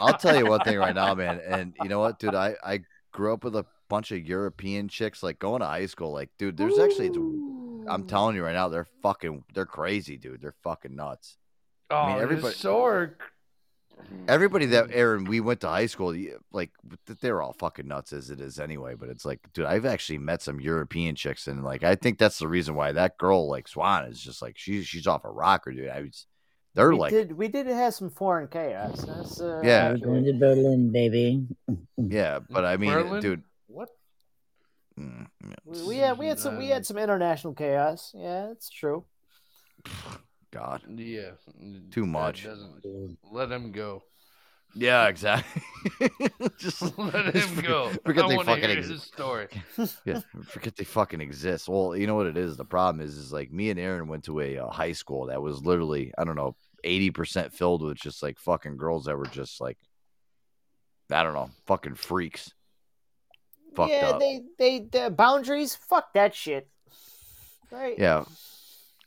I'll tell you one thing right now, (laughs) man. And you know what, dude? I, I grew up with a bunch of European chicks, like going to high school. Like, dude, there's actually, it's, I'm telling you right now, they're fucking, they're crazy, dude. They're fucking nuts. Oh, I mean, you're everybody- so are- Mm, Everybody that Aaron, we went to high school, you- like th- they're all fucking nuts as it is anyway. But it's like, dude, I've actually met some European chicks, and like I think that's the reason why that girl, like Swan, is just like she's she's off a rocker, dude. I was, they're we like, did we did have some foreign chaos. That's, uh, Yeah. We're going to Berlin, baby. yeah, but I mean, Berlin? dude, What? mm, yeah, We, we had we had some we had some international chaos. Yeah, it's true. God, Yeah. Too that much. doesn't- Let him go. yeah, exactly. (laughs) just (laughs) (laughs) Let just him forget- go. Forget I they want to fucking hear exist. his story. (laughs) (laughs) yeah, forget they fucking exist. Well, you know what it is. The problem is, is like me and Aaron went to a uh, high school that was literally, I don't know, eighty percent filled with just like fucking girls that were just like, I don't know, fucking freaks. Fucked yeah, up. they they the boundaries. Fuck that shit. Right. Yeah.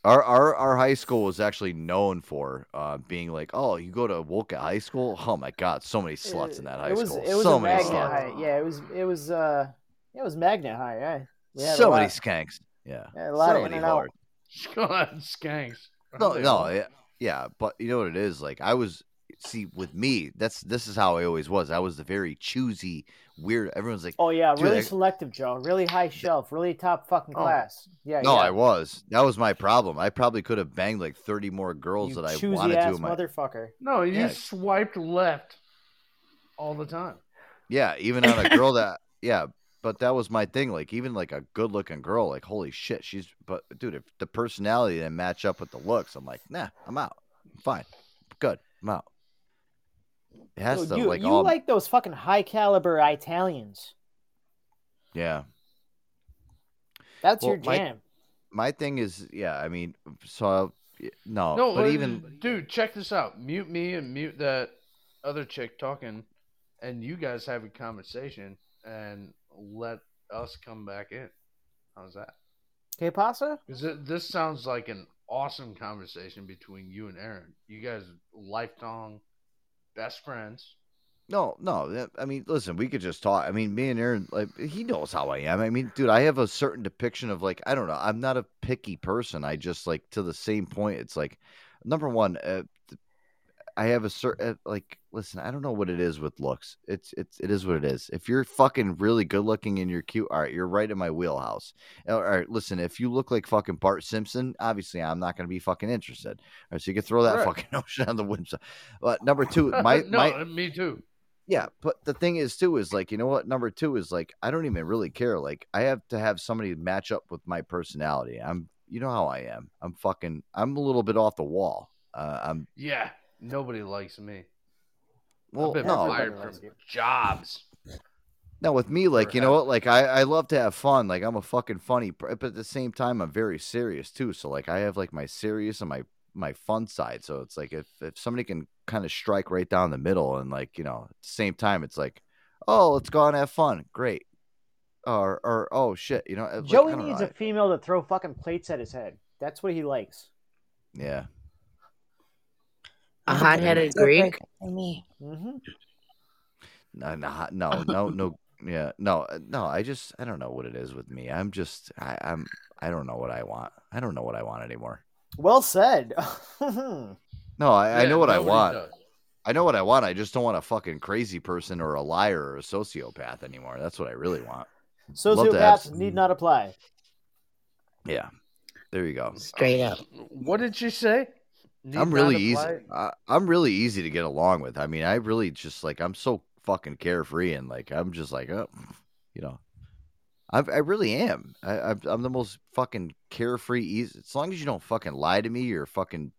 Our, our our high school was actually known for uh, being like, oh, you go to Wolcott High School. Oh my God, so many sluts in that high Uh, it was, school. It was so a many magnet sluts. high. Yeah, it was. It was. Uh, it was magnet high. Yeah. We had a So lot- many skanks. Yeah. Yeah, a lot so of in many and out. hard. (laughs) God, skanks. No, Oh, no, yeah, yeah, but you know what it is? Like I was see with me, that's this is how I always was. I was the very choosy, weird. Everyone's like, Oh yeah, Dude, really I- selective, Joe. Really high shelf. Really top fucking Oh. class. Yeah. no, yeah. I was. That was my problem. I probably could have banged like thirty more girls You that I choosy wanted ass to. in My, motherfucker. No, you Yeah. swiped left all the time. yeah, even on a girl that, (laughs) yeah. But that was my thing. Like even like a good looking girl, like holy shit, she's. But dude, if the personality didn't match up with the looks, I'm like, nah, I'm out. I'm fine, good, I'm out. It has Dude, to you like you all, like those fucking high caliber Italians. yeah. That's Well, your my- jam. my thing is, yeah, I mean, so no, no, Oh, but uh, even dude, check this out. Mute me and mute that other chick talking, and you guys have a conversation, and let us come back in. How's that? Okay, pasta. Because this sounds like an awesome conversation between you and Aaron. You guys, lifelong best friends. no, no, that- I mean, listen, we could just talk. I mean, me and Aaron, like, he knows how I am. I mean, dude, I have a certain depiction of like, I don't know, I'm not a picky person. I just like to the same point. It's like, number one, uh, th- I have a certain like, listen, I don't know what it is with looks. It's it's it is what it is. If you're fucking really good looking and you're cute, all right, you're right in my wheelhouse. All right, listen, if you look like fucking Bart Simpson, obviously I'm not gonna be fucking interested. All right, so you can throw that Correct. fucking (laughs) notion on the website. But number two, (laughs) my no, my uh, me too. yeah, but the thing is too is like, you know what? Number 2 is like I don't even really care. Like I have to have somebody match up with my personality. I'm you know how I am. I'm fucking I'm a little bit off the wall. Uh, I'm Yeah, nobody likes me. well I've been no, fired Everybody from likes you. jobs. no with me like, you know Perhaps. what? Like I I love to have fun. Like I'm a fucking funny, per- but at the same time I'm very serious too. So like I have like my serious and my my fun side. So it's like if if somebody can kind of strike right down the middle and like, you know, at the same time it's like, "Oh, let's go out and have fun." Great. Or, or oh shit, you know. like, I Joey don't know, needs I- a female to throw fucking plates at his head. That's what he likes. Yeah. A hot-headed Deal Greek. breaker for me. Mm-hmm. No, no, no, no, no. Yeah, no, uh, no. I just, I don't know what it is with me. I'm just, I, I'm, I don't know what I want. I don't know what I want anymore. Well said. (laughs) That's No, I, I Yeah, know what I nobody want. does. I know what I want. I just don't want a fucking crazy person or a liar or a sociopath anymore. That's what I really want. Love to have Sociopaths need not apply. Yeah. There you go. Straight up. What did you say? Need I'm not really easy. apply? I, I'm really easy to get along with. I mean, I really just like I'm so fucking carefree and like I'm just like, oh, you know, I I really am. I, I'm I'm the most fucking carefree. Easy. As long as you don't fucking lie to me, you're fucking.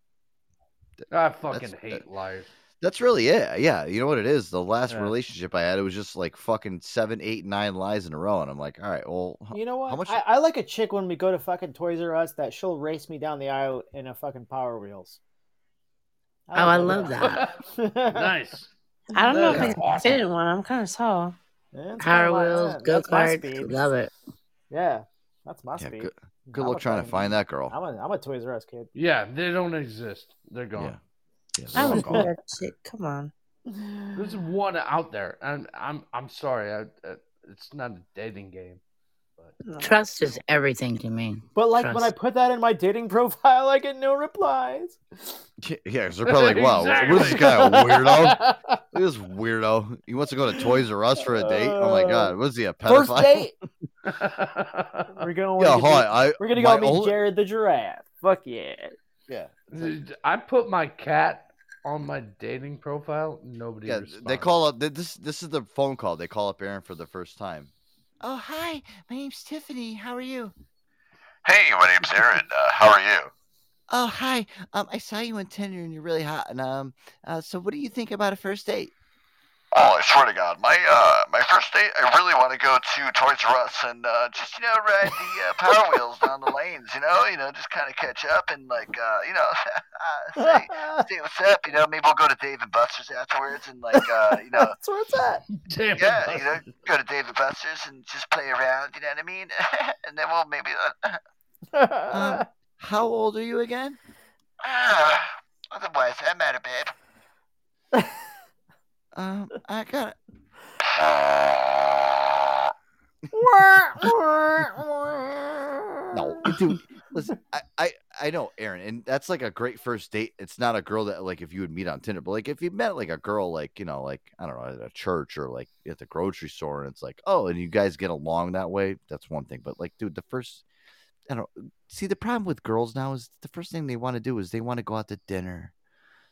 I fucking That's- hate life. That's really it. Yeah, you know what it is. The last Yeah. relationship I had, it was just like fucking seven, eight, nine lies in a row, and I'm like, all right, well, h- You know what? How much- I, I like a chick when we go to fucking Toys R Us that she'll race me down the aisle in a fucking Power Wheels. Oh, I like love that. (laughs) nice. I don't know if That I is awesome. did one. I'm kind of tall. Yeah, it's kinda Power like wheels, that. go That's my karts. speed. Love it. Yeah, that's my yeah, speed. good, good I'm luck a trying to fucking- find that girl. I'm a, I'm a Toys R Us kid. Yeah, they don't exist. They're gone. Yeah, I they're was all gone. that shit. Come on. There's one out there, and I'm I'm sorry. I, uh, it's not a dating game. (laughs) No. Trust is everything to me. But like when I Trust. put that in my dating (laughs) profile, I get no replies. Yeah, because they're probably like, wow, what is this Exactly. guy, a (laughs) weirdo? Look at this weirdo. He wants to go to Toys R Us for a date. Oh my Uh, god, was he a pedophile? First date, we're I going. Yeah, to hi. I, We're gonna my go meet only- Jared the giraffe. Fuck yeah. put my cat on my dating profile. Nobody. Yeah, responded. they call up. th- This this is the phone call. They call up Aaron for the first time. (laughs) Oh hi, my name's Tiffany. How are you? Hey, my name's Aaron. Uh, how are you? Oh hi. Um, I saw you on Tinder and you're really hot. And um, uh, so what do you think about a first date? Oh, I swear to God, my uh, my first date, I really want to go to Toys R Us and uh, just you know ride the uh, Power Wheels down the lanes, you know, you know, just kind of catch up and like uh, you know, (laughs) say, say what's up, you know, maybe we'll go to Dave and Buster's afterwards and like uh, (laughs) you know, That's where it's at. Damn it, yeah, Buster. you know, go to Dave and Buster's and just play around, you know what I mean? and then we'll maybe uh, Um, How old are you again? Ah, otherwise, I'm out of bed. (laughs) Um, I got (laughs) no, (laughs) dude. (laughs) Listen, I, I I know Aaron, and that's like a great first date. It's not a girl that like if you would meet on Tinder, but like if you met like a girl like you know like I don't know at a church or like at the grocery store, and it's like oh, and you guys get along that way. That's one thing, but like dude, the first I don't see the problem with girls now is the first thing they want to do is they want to go out to dinner,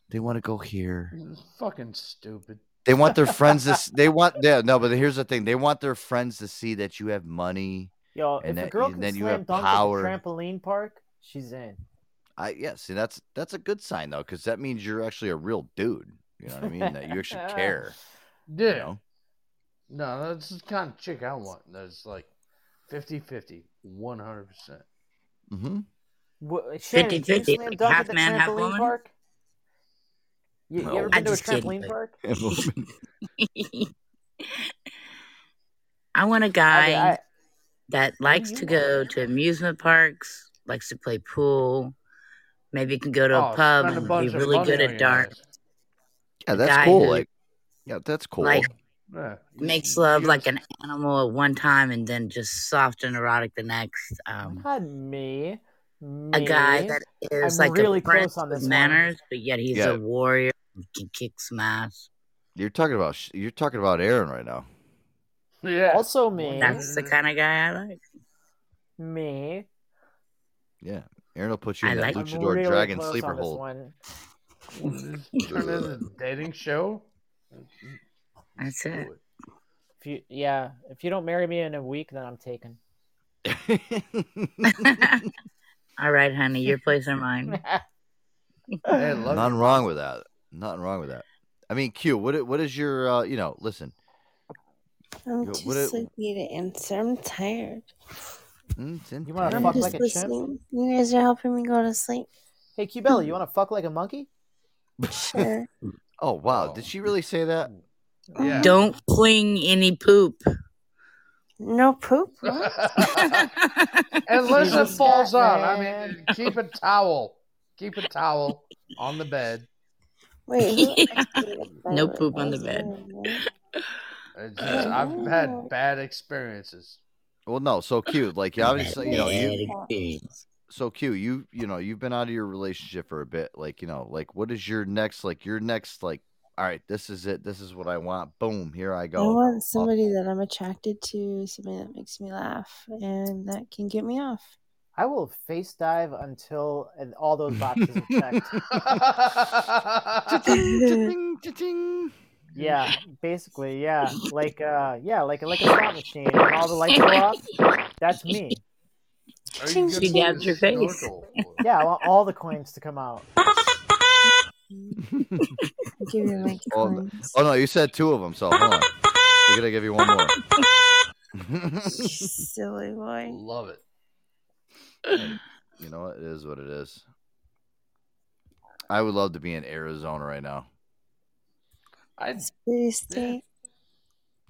they want to go here. Mm. Fucking stupid. They want their friends (laughs) to. s- (laughs) They want yeah no, but here's the thing: they want their friends to see that you have money. Yo, And if that- a girl and can then you slam have dunk power. at the trampoline park, she's in. I yeah, see that's that's a good sign though, because that means you're actually a real dude. You know what I mean? That you actually care. Yeah. You know? (laughs) No, that's the kind of chick I want. That's like 50 50, 100%. Mm-hmm. What, Shannon, did you 50-50, slam like dunk half at the man, half trampoline woman? park? You, you No. ever I been to a just kidding, trampoline but- park? (laughs) I want a I- guy I- that likes to go to amusement parks, likes to play pool, maybe can go to a Oh, pub spend a and be bunch of really money good on at your darts. Yeah, A that's guy cool. who- Like, yeah, that's cool. Like- Yeah. Makes love like an animal at one time and then just soft and erotic the next. Um, Not me. me. a guy that is I'm like really a prince close on with this one. manners, but yet he's Yeah. a warrior and can kick some ass. you're talking about sh- you're talking about Aaron right now. Yeah. Also me. That's the kind of guy I like. Me. Yeah, Aaron will put you in I that like- I'm luchador really dragon close sleeper on this hole. one. (laughs) Turn this into a dating show? That's Do it. it. If you, yeah, if you don't marry me in a week, then I'm taken. All right, honey, your place or (laughs) mine. Hey, love Nothing wrong with that. Nothing wrong with that. I mean, Q. What i- what is your uh, you know? Listen, I'm Yo, too what it- sleepy to answer. I'm tired. mm, it's in- You wanna yeah, (laughs) fuck I'm just like a chimp? listening. You guys are helping me go to sleep. hey, Cubella, you want to fuck like a monkey? Sure. Oh wow, did she really say that? Yeah. Don't fling any poop. No (laughs) poop. what? Unless it Jesus, falls out. I man. mean, (laughs) keep a towel. Keep a towel on the bed. Wait. who (laughs) Yeah. actually did that? No Wait, poop on was the bed. there- It's just- I've had bad experiences. Well, no. So Q, like you obviously you know you you, so Q, you you know you've been out of your relationship for a bit. Like you know, like what is your next? Like your next? Like all right, this is it. This is what I want. Boom, here I I go. want somebody that I'm attracted to, somebody that makes me laugh, and that can get (laughs) me off. I will face dive until and all those (laughs) boxes are checked. Cha-ching, cha-ching. (laughs) Yeah, basically, yeah, like uh, yeah, like like a slot machine, and all the lights go off. That's me. Are you She gonna dabs your face. snorkel? Yeah, I want all the coins to (laughs) come out. Give me my Oh, no. coins. Oh no, you said two of them. So hold on, we're gonna give you one more. Silly boy. Love it. (laughs) you know what? It is what it is. I would love to be in Arizona right now I Free state.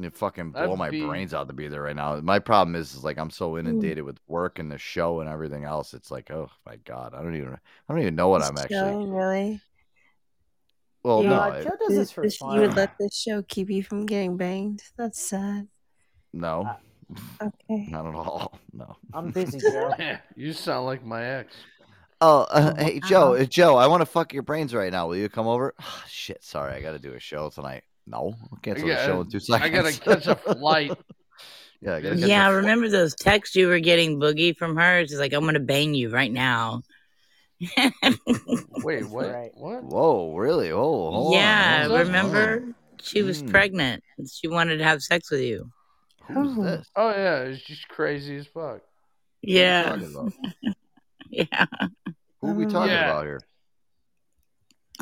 and fucking That'd blow my be- brains out to be there right now. My problem is, is like I'm so inundated with work and the show and everything else. It's like, oh my god, I don't even, I don't even know what I'm This actually. show, really? Well, Yeah. no, Uh, it- Joe does this for This- fun. you would let this show keep you from getting banged? That's sad. no, Uh, Okay. not at all. No. I'm busy, (laughs) Joe. Man, you sound like my ex. Oh, uh, hey Joe, wow. uh, Joe, I want to fuck your brains right now. Will you come over? (sighs) shit, sorry, I got to do a show tonight. No, I'll cancel the show in two I seconds. gotta (laughs) catch a flight. yeah, I gotta catch Yeah, a- remember those texts you were getting, Boogie, from her? She's like, I'm going to bang you right now. (laughs) Wait, what? right. What? Whoa, really? Oh, hold on, yeah, hold on, remember? She was Mm. pregnant. and She wanted to have sex with you. (laughs) hold on. Who's this? Oh yeah, it's just crazy as fuck. Yeah. Talking about- Yeah. Who are we talking Yeah. about here?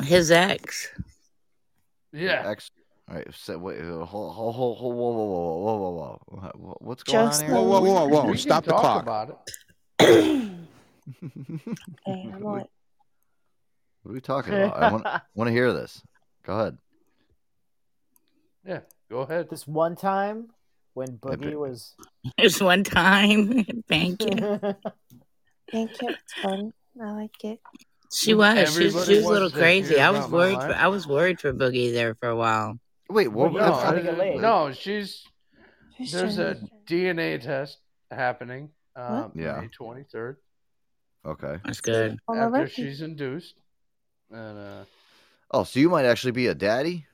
His ex. (laughs) Yeah. Ex- All right, so wait, uh, hold, hold, hold, hold, whoa, whoa, whoa, whoa, whoa, whoa, whoa, wha- wha- what's going Just on Whoa, here? whoa, whoa, whoa! We can Stop the talk clock. About it. Okay, I'm what on. are we talking about? I want, (laughs) want to hear this. Go ahead. Yeah. Go ahead. this one time when but- Boogie was (laughs) There's one time. (laughs) Thank you. Thank you. It's fun. I like it. She was. She, was- she was Everybody a little wants to crazy. hear I was about my worried. life. For, I was worried for Boogie there for a while. Wait, Well, no, I- no, she's She's there's trying a DNA test happening. Um, Yeah. May twenty third. Okay. That's good. Well, after already. she's induced, and uh, Oh, so you might actually be a daddy?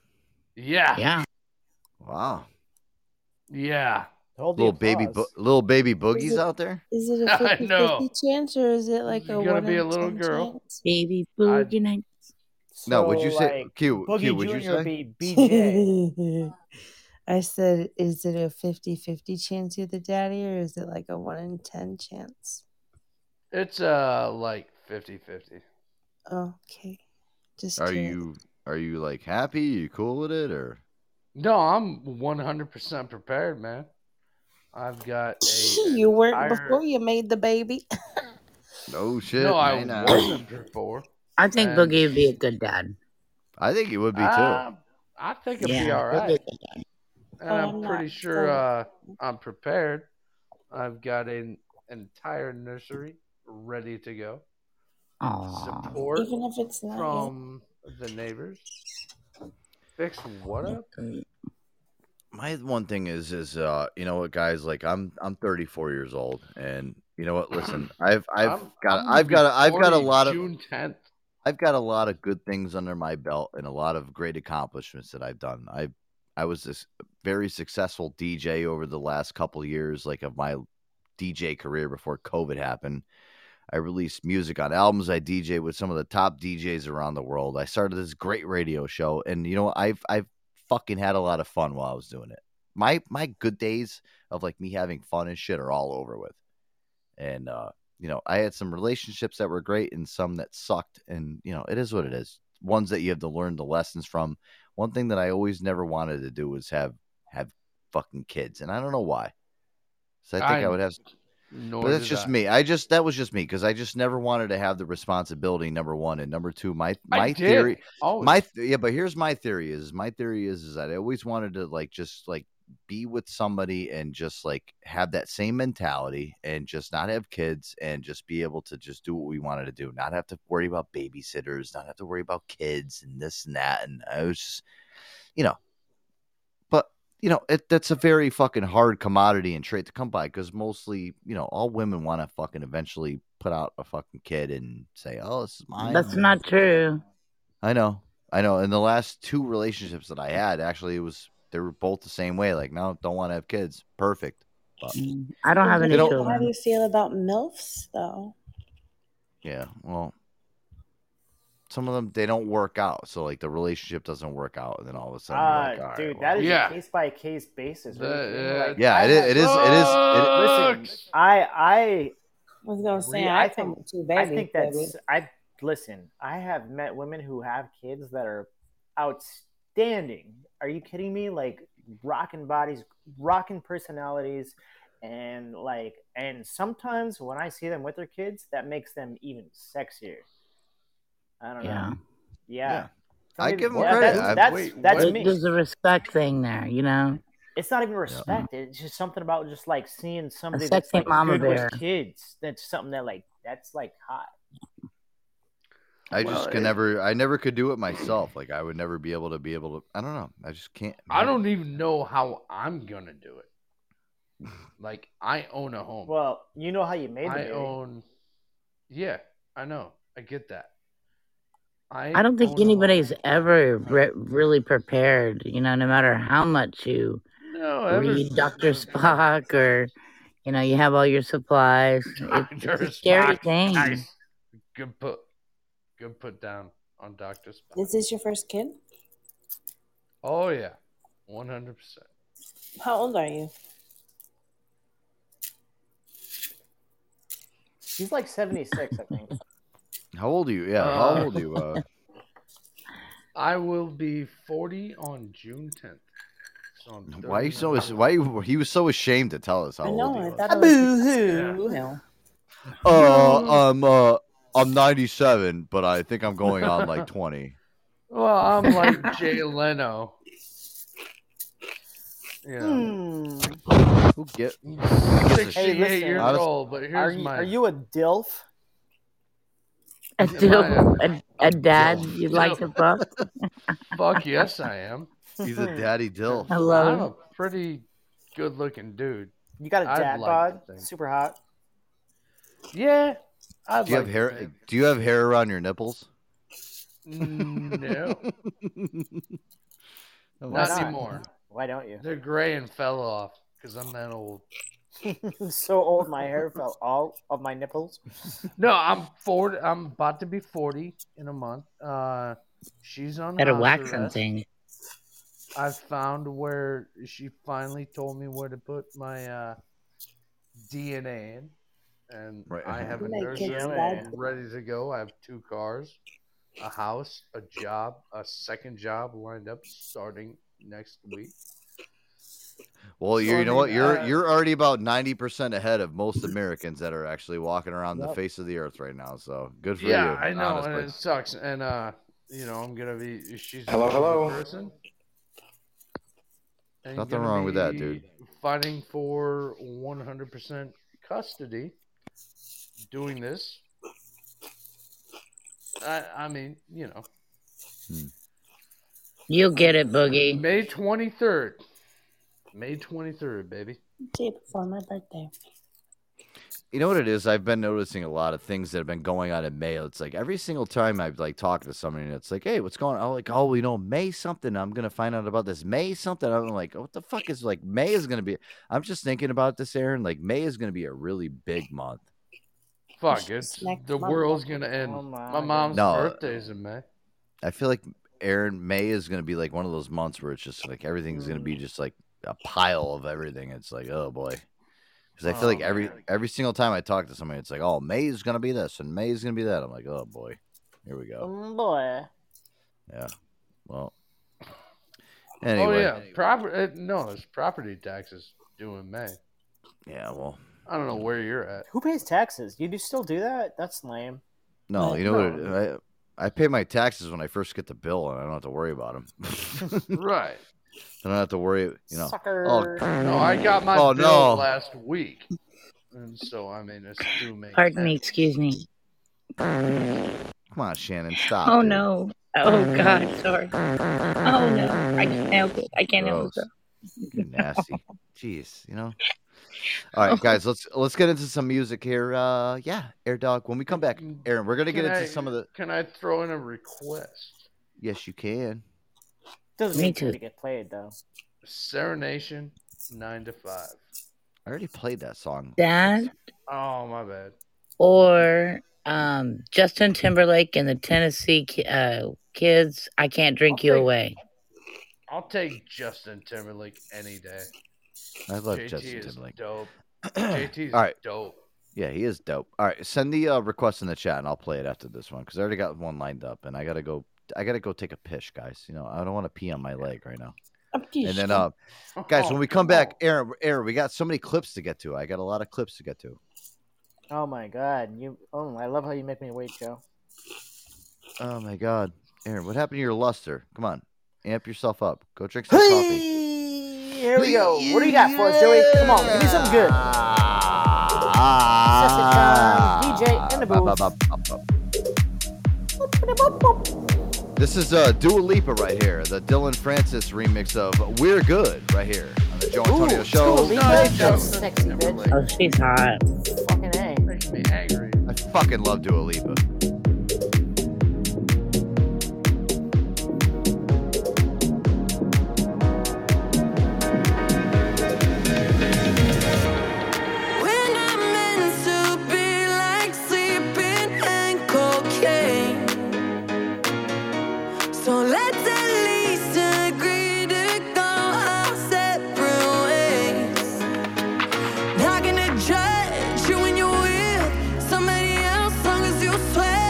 yeah, Yeah. Wow. yeah. Little baby, bo- little baby boogies it- out there. Is (laughs) it I a 50 know. chance or is it like a You're gonna one be in a little 10 girl. chance? Baby Boogie night. no, would you So, say like, Q? Boogie Q, would you Junior say? would be BJ. (laughs) I said, is it a 50 50 chance you're the daddy or is it like a 1 in 10 chance? It's uh like 50-50. Oh, Okay. Just Are curious. you are you like happy? You cool with it or? No, I'm one hundred percent prepared, man. I've got a (laughs) you weren't entire- before you made the baby. No shit. No, I man, wasn't before. I think And- Boogie would be a good dad. I think it would be too. Ah. I, (laughs) I think it'd be Yeah, all Boogie's right, a good dad. and Oh, I'm I'm pretty not sure uh, excited. I'm prepared. I've got an entire nursery ready to go. Aw. Support Even if it's not. yet. from the neighbors. Fix what up? my one thing is is uh you know what guys like i'm i'm 34 years old and you know what (clears throat) listen i've i've I'm- got I'm i've got a, gonna be i've got a 40 lot of June tenth. i've got a lot of good things under my belt and a lot of great accomplishments that i've done i i was this very successful dj over the last couple years like of my dj career before covid happened I released music on albums. I DJ with some of the top DJs around the world. I started this great radio show, and you know I've I've fucking had a lot of fun while I was doing it. My my good days of like me having fun and shit are all over with, and uh, you know I had some relationships that were great and some that sucked, and you know it is what it is. Ones that you have to learn the lessons from. One thing that I always never wanted to do was have have fucking kids, and I don't know why. So I think I- I would have Nor but that's did just I. me. I just that was just me because I just never wanted to have the responsibility. Number one and number two, my I my did, Oh, theory, always. my th- yeah. But here's my theory: is my theory is is that I always wanted to like just like be with somebody and just like have that same mentality and just not have kids and just be able to just do what we wanted to do, not have to worry about babysitters, not have to worry about kids and this and that. And I was just, you know, but you know, it, that's a very fucking hard commodity and trait to come by because mostly, you know, all women want to fucking eventually put out a fucking kid and say, "Oh, this is mine." That's not true. I know, I know. In the last two relationships that I had, actually, it was they were both the same way. Like, no, don't want to have kids. Perfect. But Mm, I don't have any They don't- How do children. you feel about MILFs though? yeah, well, some of them they don't work out. So like the relationship doesn't work out, and then all of a sudden, you're Ah, like, "All right, dude, well." that is Yeah. a case by case basis. Are you That- kidding? yeah. Like, yeah, I it is. had- It is. It is. It, Listen, I I I was gonna say Re- I, I come think- with two babies. I think that's baby. I listen. I have met women who have kids that are outstanding. Are you kidding me? Like rocking bodies, rocking personalities, and like and sometimes when I see them with their kids, that makes them even sexier. I don't Yeah. know. Yeah. Yeah. Some I people- give 'em yeah, credit. That's I've- that's, Wait, that's what? me. There's a respect thing there, you know. It's not even respect. It's just something about just like seeing somebody that's sexy like mama good bear. with kids. That's something that like that's like hot. I Well, just can it- never. I never could do it myself. Like I would never be able to be able to. I don't know. I just can't. I don't even know how I'm gonna do it. Like I own a home. Well, you know how you made the I baby. own. Yeah, I know. I get that. I I don't think own a home. anybody's ever re- really prepared, you know, no matter how much you No, ever read since Dr. the- Spock or, you know, you have all your (laughs) supplies. It- Dr. it's a scary Spock. thing. Nice. Good put. Good put down on Dr. Spock. Is this your first kid? Oh yeah, one hundred percent. How old are you? She's like seventy six, I think. (laughs) How old are you? Yeah. How Uh, old are you? Uh, I will be forty on June tenth. So I'm why are you so? 39. Why you, he was so ashamed to tell us how I old know. he I was. thought I was hoo. No. Uh, I'm uh, I'm 97, but I think I'm going on (laughs) like 20. Well, (laughs) I'm like Jay Leno. Yeah. Hmm. Who get? I'm Hey, 68 years listen. old, but here's Are you, my. are you a DILF? A, (laughs) Yeah, dil- I a, a dad Dilf. you'd like (laughs) to fuck? Fuck yes, I am. He's a daddy (laughs) dill. I love I'm him. a pretty good looking dude. You got a I'd dad like bod, to think. super hot. (laughs) Yeah. I'd Do you have like to hair? think. Do you have hair around your nipples? Mm, No. Why Not not? anymore. Why don't you? They're gray and fell off because I'm that old. (laughs) (laughs) so old, my hair fell all of my nipples. No, I'm 40. I'm about to be 40 in a month. Uh, she's on At a house waxing arrest. thing. I found where she finally told me where to put my uh, DNA in, and Right. I have a Like nursery it's I'm like- ready to go. I have two cars, a house, a job, a second job lined up starting next week. Well, you I you know what? mean, You're uh, you're already about ninety percent ahead of most Americans that are actually walking around the Yep. face of the earth right now. So good for you. yeah, I know, honestly. and it sucks. And uh, you know, I'm gonna be. She's a Hello, normal hello. Person. And Nothing gonna wrong with that, be dude. Fighting for 100% custody, doing this. I, I mean, you know, Hmm. You'll get it, Boogie. May 23rd. May 23rd, baby. Day before my birthday. You know what it is? I've been noticing a lot of things that have been going on in May. It's like every single time I've like talked to somebody and it's like, hey, what's going on? I'm like, oh, you know, May something. I'm gonna find out about this. May something. I'm like, what the fuck is like May is gonna be I'm just thinking about this, Aaron. Like May is gonna be a really big month. Fuck, It's it's, next the month. world's going to end. Oh my my, mom's God. No. birthday's in May. I feel like Aaron May is gonna be like one of those months where it's just like everything's gonna be just like a pile of everything. It's like, oh boy. Because I feel Oh, like every man. every single time I talk to somebody, it's like, oh, May is gonna be this and May is gonna be that. I'm like, oh boy, here we go. Mm, boy, Yeah. Well. Anyway. Oh, yeah. yeah. Proper, uh, no, it's property taxes due in May. Well. I don't know where you're at. who pays taxes? You do still do that? That's lame. No. Well, You know what? it- I I pay my taxes when I first get the bill, and I don't have to worry about them. (laughs) I Right. don't have to worry. You know. Sucker. No, I got my Oh, bill no. last week, and so I mean it's due me. Pardon me, excuse me. Come on, Shannon. Stop. Oh dude. no. Oh God, sorry. Oh no. I can't help it. I can't help Gross. it. You're (laughs) nasty. Jeez. You know. All right, guys. Let's let's get into some music here. Uh, yeah, Air Dog. When we come back, Mm. Aaron, we're gonna get Can into I- some of the. Can I throw in a request? Yes, you can. Doesn't Me mean to too. get played though. Serenation, nine to five. I already played that song. That Oh my bad. or um, Justin Timberlake and the Tennessee Ki- uh, Kids. I can't drink you Okay. away. I'll take Justin Timberlake any day. I love JT Justin is Timberlake. (clears throat) dope. JT's All right. dope. Yeah, he is dope. All right, send the uh, request in the chat, and I'll play it after this one because I already got one lined up, and I gotta go. I gotta go take a piss, guys. You know, I don't want to pee on my leg right now. And then, uh, guys, when we come back, Aaron, Aaron, we got so many clips to get to. I got a lot of clips to get to. Oh my god, you. Oh, I love how you make me wait, Joe. Oh my God, Aaron, what happened to your luster? Come on, amp yourself up. Go drink some coffee. Hey, here we go. What do you got for us, Joey? Come on, give me something good. Ah. Sausage time, DJ in the booth. This is uh, Dua Lipa right here, the Dylan Francis remix of "We're Good" right here on the Joe Antonio Ooh, Show. Dua Lipa, Nice, that's Justin sexy, bitch. Timberlake. Oh, she's hot. Fucking A. Makes me angry. I fucking love Dua Lipa. So let's at least agree to go our separate ways. Not gonna judge you when you're with somebody else, long as you swear.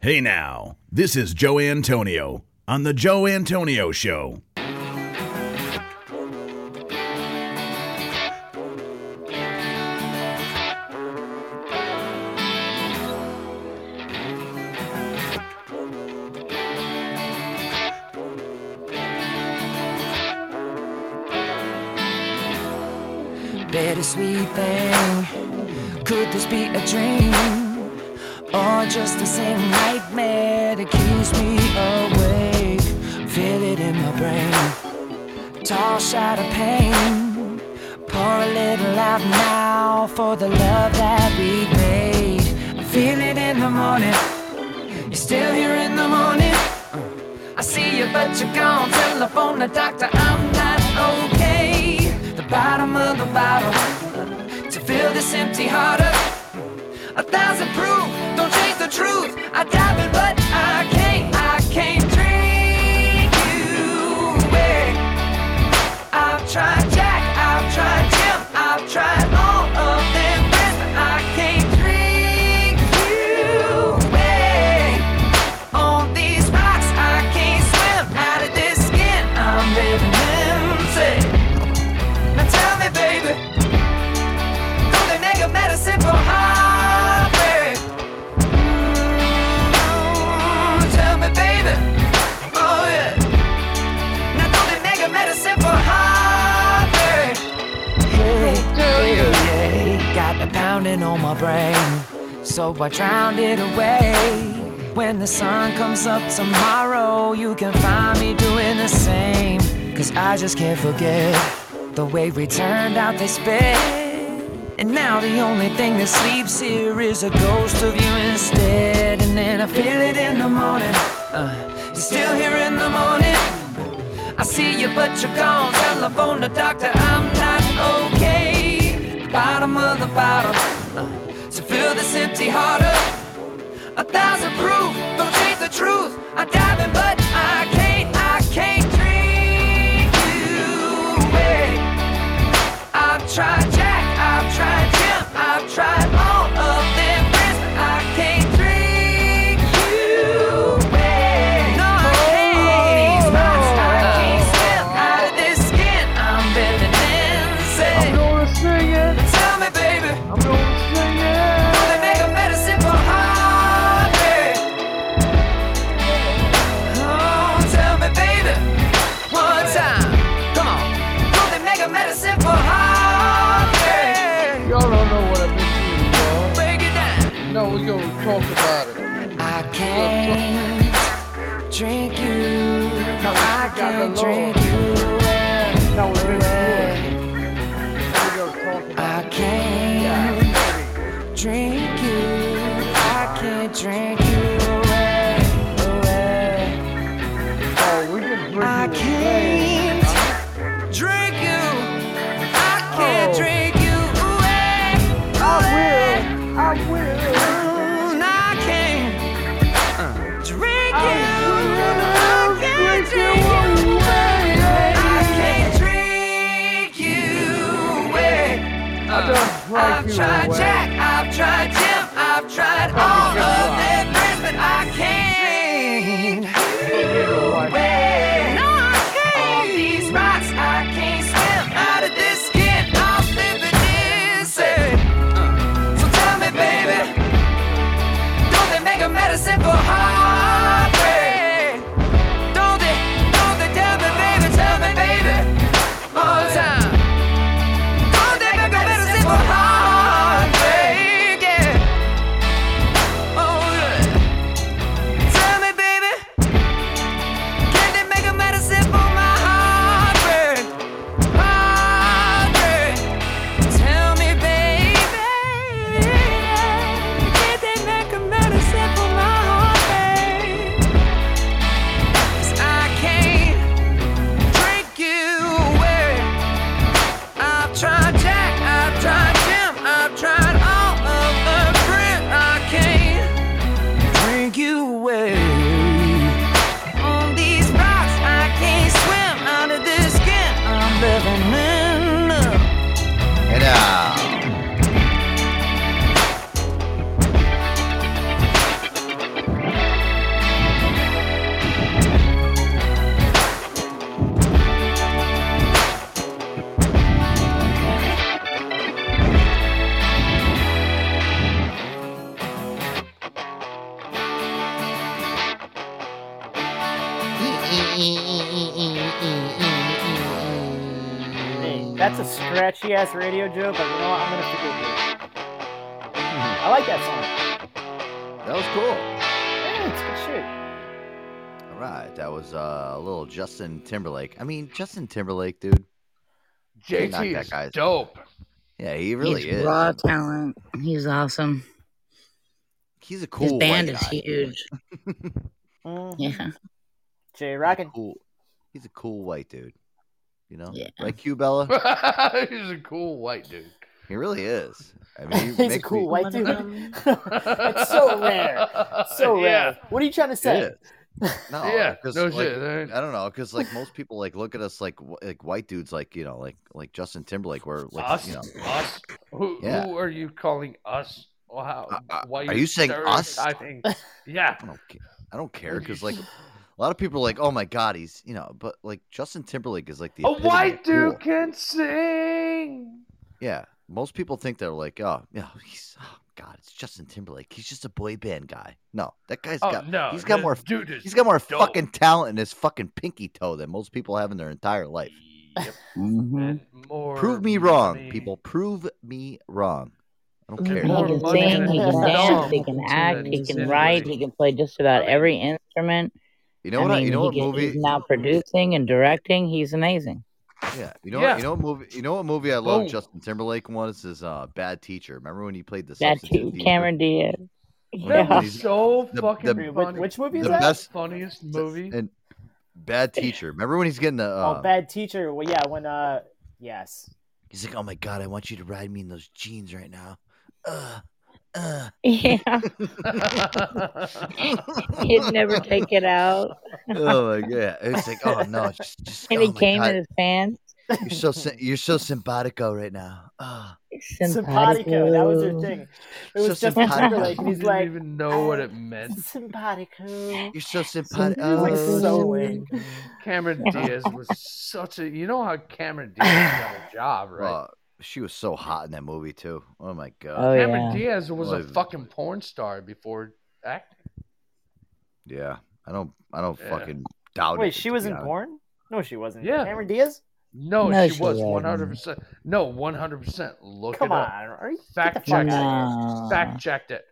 Hey now, this is Joe Antonio on the Joe Antonio Show. Bittersweet thing. Could this be a dream? Or just the same nightmare that keeps me awake? Feel it in my brain. Tall shot of pain. Pour a little out now for the love that we made. I feel it in the morning. You're still here in the morning. I see you, but you're gone. Telephone the doctor, I'm not okay. The bottom of the bottle to fill this empty heart up. A thousand proof, don't change the truth. I dive in, but I can't, I can't drink you away. I've tried Jack, I've tried Jim, I've tried all of them friends, but I can't drink you away. On these rocks, I can't swim. Out of this skin, I'm living empty. Now tell me, baby, do they make a medicine for heartbreak? Mm, tell me, baby, oh yeah. Now do they make a medicine for heartbreak? Hey, hey, hey, got the pounding on my brain, so I drowned it away. When the sun comes up tomorrow, you can find me doing the same. Cause I just can't forget the way we turned out this bed. And now the only thing that sleeps here is a ghost of you instead. And then I feel it in the morning. Uh, you're still here in the morning. I see you, but you're gone. Telephone the doctor, I'm not okay. Bottom of the bottle. Uh, so fill this empty heart up. A thousand proof, don't change the truth. I dive in, but I can't, I can't drink you away. I've tried Jack, I've tried Jim, I've tried all of them friends, but I can't drink you away. No, I can't. These rocks, I can't swim out of this skin. I'm living insane. I'm gonna sing it. Tell me, baby. I'm gonna sing it. Will they make a medicine for heartbreak? Oh, tell me, baby. One time. Come on. Will they make a medicine for heartbreak? Y'all don't know what a bitch Break it down. is, No, we gonna talk about it. I can't drink you. No, I can't drink you. away. I can't drink you. I can't drink you away. away. I can't drink you. I can't drink you away. away. I will. I will. I can't drink you. I can't drink you away. I can't drink you away. I've tried Jack, I've tried Jim, I've tried all of them friends, but I can't. Wait, no, I can't. On these rocks, I can't swim out of this skin. I'm living insane. So tell me, baby, don't they make a medicine for heartbreak? Don't they? Don't they tell me, baby? Tell me, baby, one time. Don't they make a medicine for heartbreak? Yeah. Oh yeah. Tell me, baby, can uh, That's a scratchy ass radio joke, but you know what? I'm gonna forgive you. I like that song. That was cool. Yeah, it's good shit. All right, that was uh, a little Justin Timberlake. I mean, Justin Timberlake, dude. He knocked JT that is guy's- dope. Yeah, he really He's is. raw talent. He's awesome. He's a cool His white band is guy. huge. (laughs) Mm. (laughs) yeah. J Rockin. Cool. He's a cool white dude. You know, Yeah. like Q Bella. (laughs) He's a cool white dude. He really is. I mean, you (laughs) He's a make cool me- white dude. (laughs) That's so rare. So (laughs) Yeah. rare. What are you trying to say? It is. No, (laughs) Yeah, 'cause, no like, shit, there ain't- I don't know, because like most people like look at us like w- like white dudes, like you know, like like Justin Timberlake, where like us, you know, us. Who, Yeah. Uh, who are you calling us? Wow. Why are you saying us? I think. Yeah. I don't, ca- I don't care, because (laughs) like a lot of people are like, oh my god, he's you know, but like Justin Timberlake is like (laughs) the A epitome of white dude cool. can sing. Yeah, most people think they're like, oh, yeah, he's oh god, it's Justin Timberlake. He's just a boy band guy. No, that guy's Oh, got no, he's got the more dude is he's got more dope. fucking talent in his fucking pinky toe than most people have in their entire life. Yep. Mhm. And more Prove me wrong, money- people. Prove me wrong. I don't He care. More can money sing, than he can his dance, he dog can to act, that he can industry. write, he can play just about every instrument. You know what? I I- mean, you know he what can- movie? He's now producing and directing. He's amazing. Yeah. You know. Yeah. What, you know what movie? You know what movie I love? Boom. Justin Timberlake was is uh, Bad Teacher. Remember when he played the That substitute teacher? Cameron Diaz. (laughs) That Yeah. was so The- fucking the- Wait, funny. Which movie is The that? best funniest movie? And Bad Teacher. Remember when he's getting the? Uh, Oh, bad teacher. Well, yeah, when uh, yes. He's like, oh my god, I want you to ride me in those jeans right now. Uh, uh. (laughs) Yeah. He'd never take it out. oh my god! (laughs) It's like, oh no, just, just And oh he my came in God, his pants. You're so sim- you're so simpatico right now. Ah. Simpatico. That was her thing. It was So Justin simpatico. (laughs) Timberlake, and He he's didn't like, even know what it (laughs) meant. Simpatico. You're so Oh, simpatico. Like so weird. Cameron Diaz was such a. You know (laughs) how Cameron Diaz got a job, right? Uh, she was so hot in that movie too. Oh my god. Oh, Cameron yeah. Diaz was a Was- fucking porn star before acting. Yeah, I don't, I don't Yeah. fucking doubt it. Wait, she to was be in honest. porn? No, she wasn't. Yeah. Cameron Diaz. No, No, she, she was wasn't. one hundred percent. No, one hundred percent. Look Come it on, up. are you Fact fuck checked outta it. here. Fact checked it.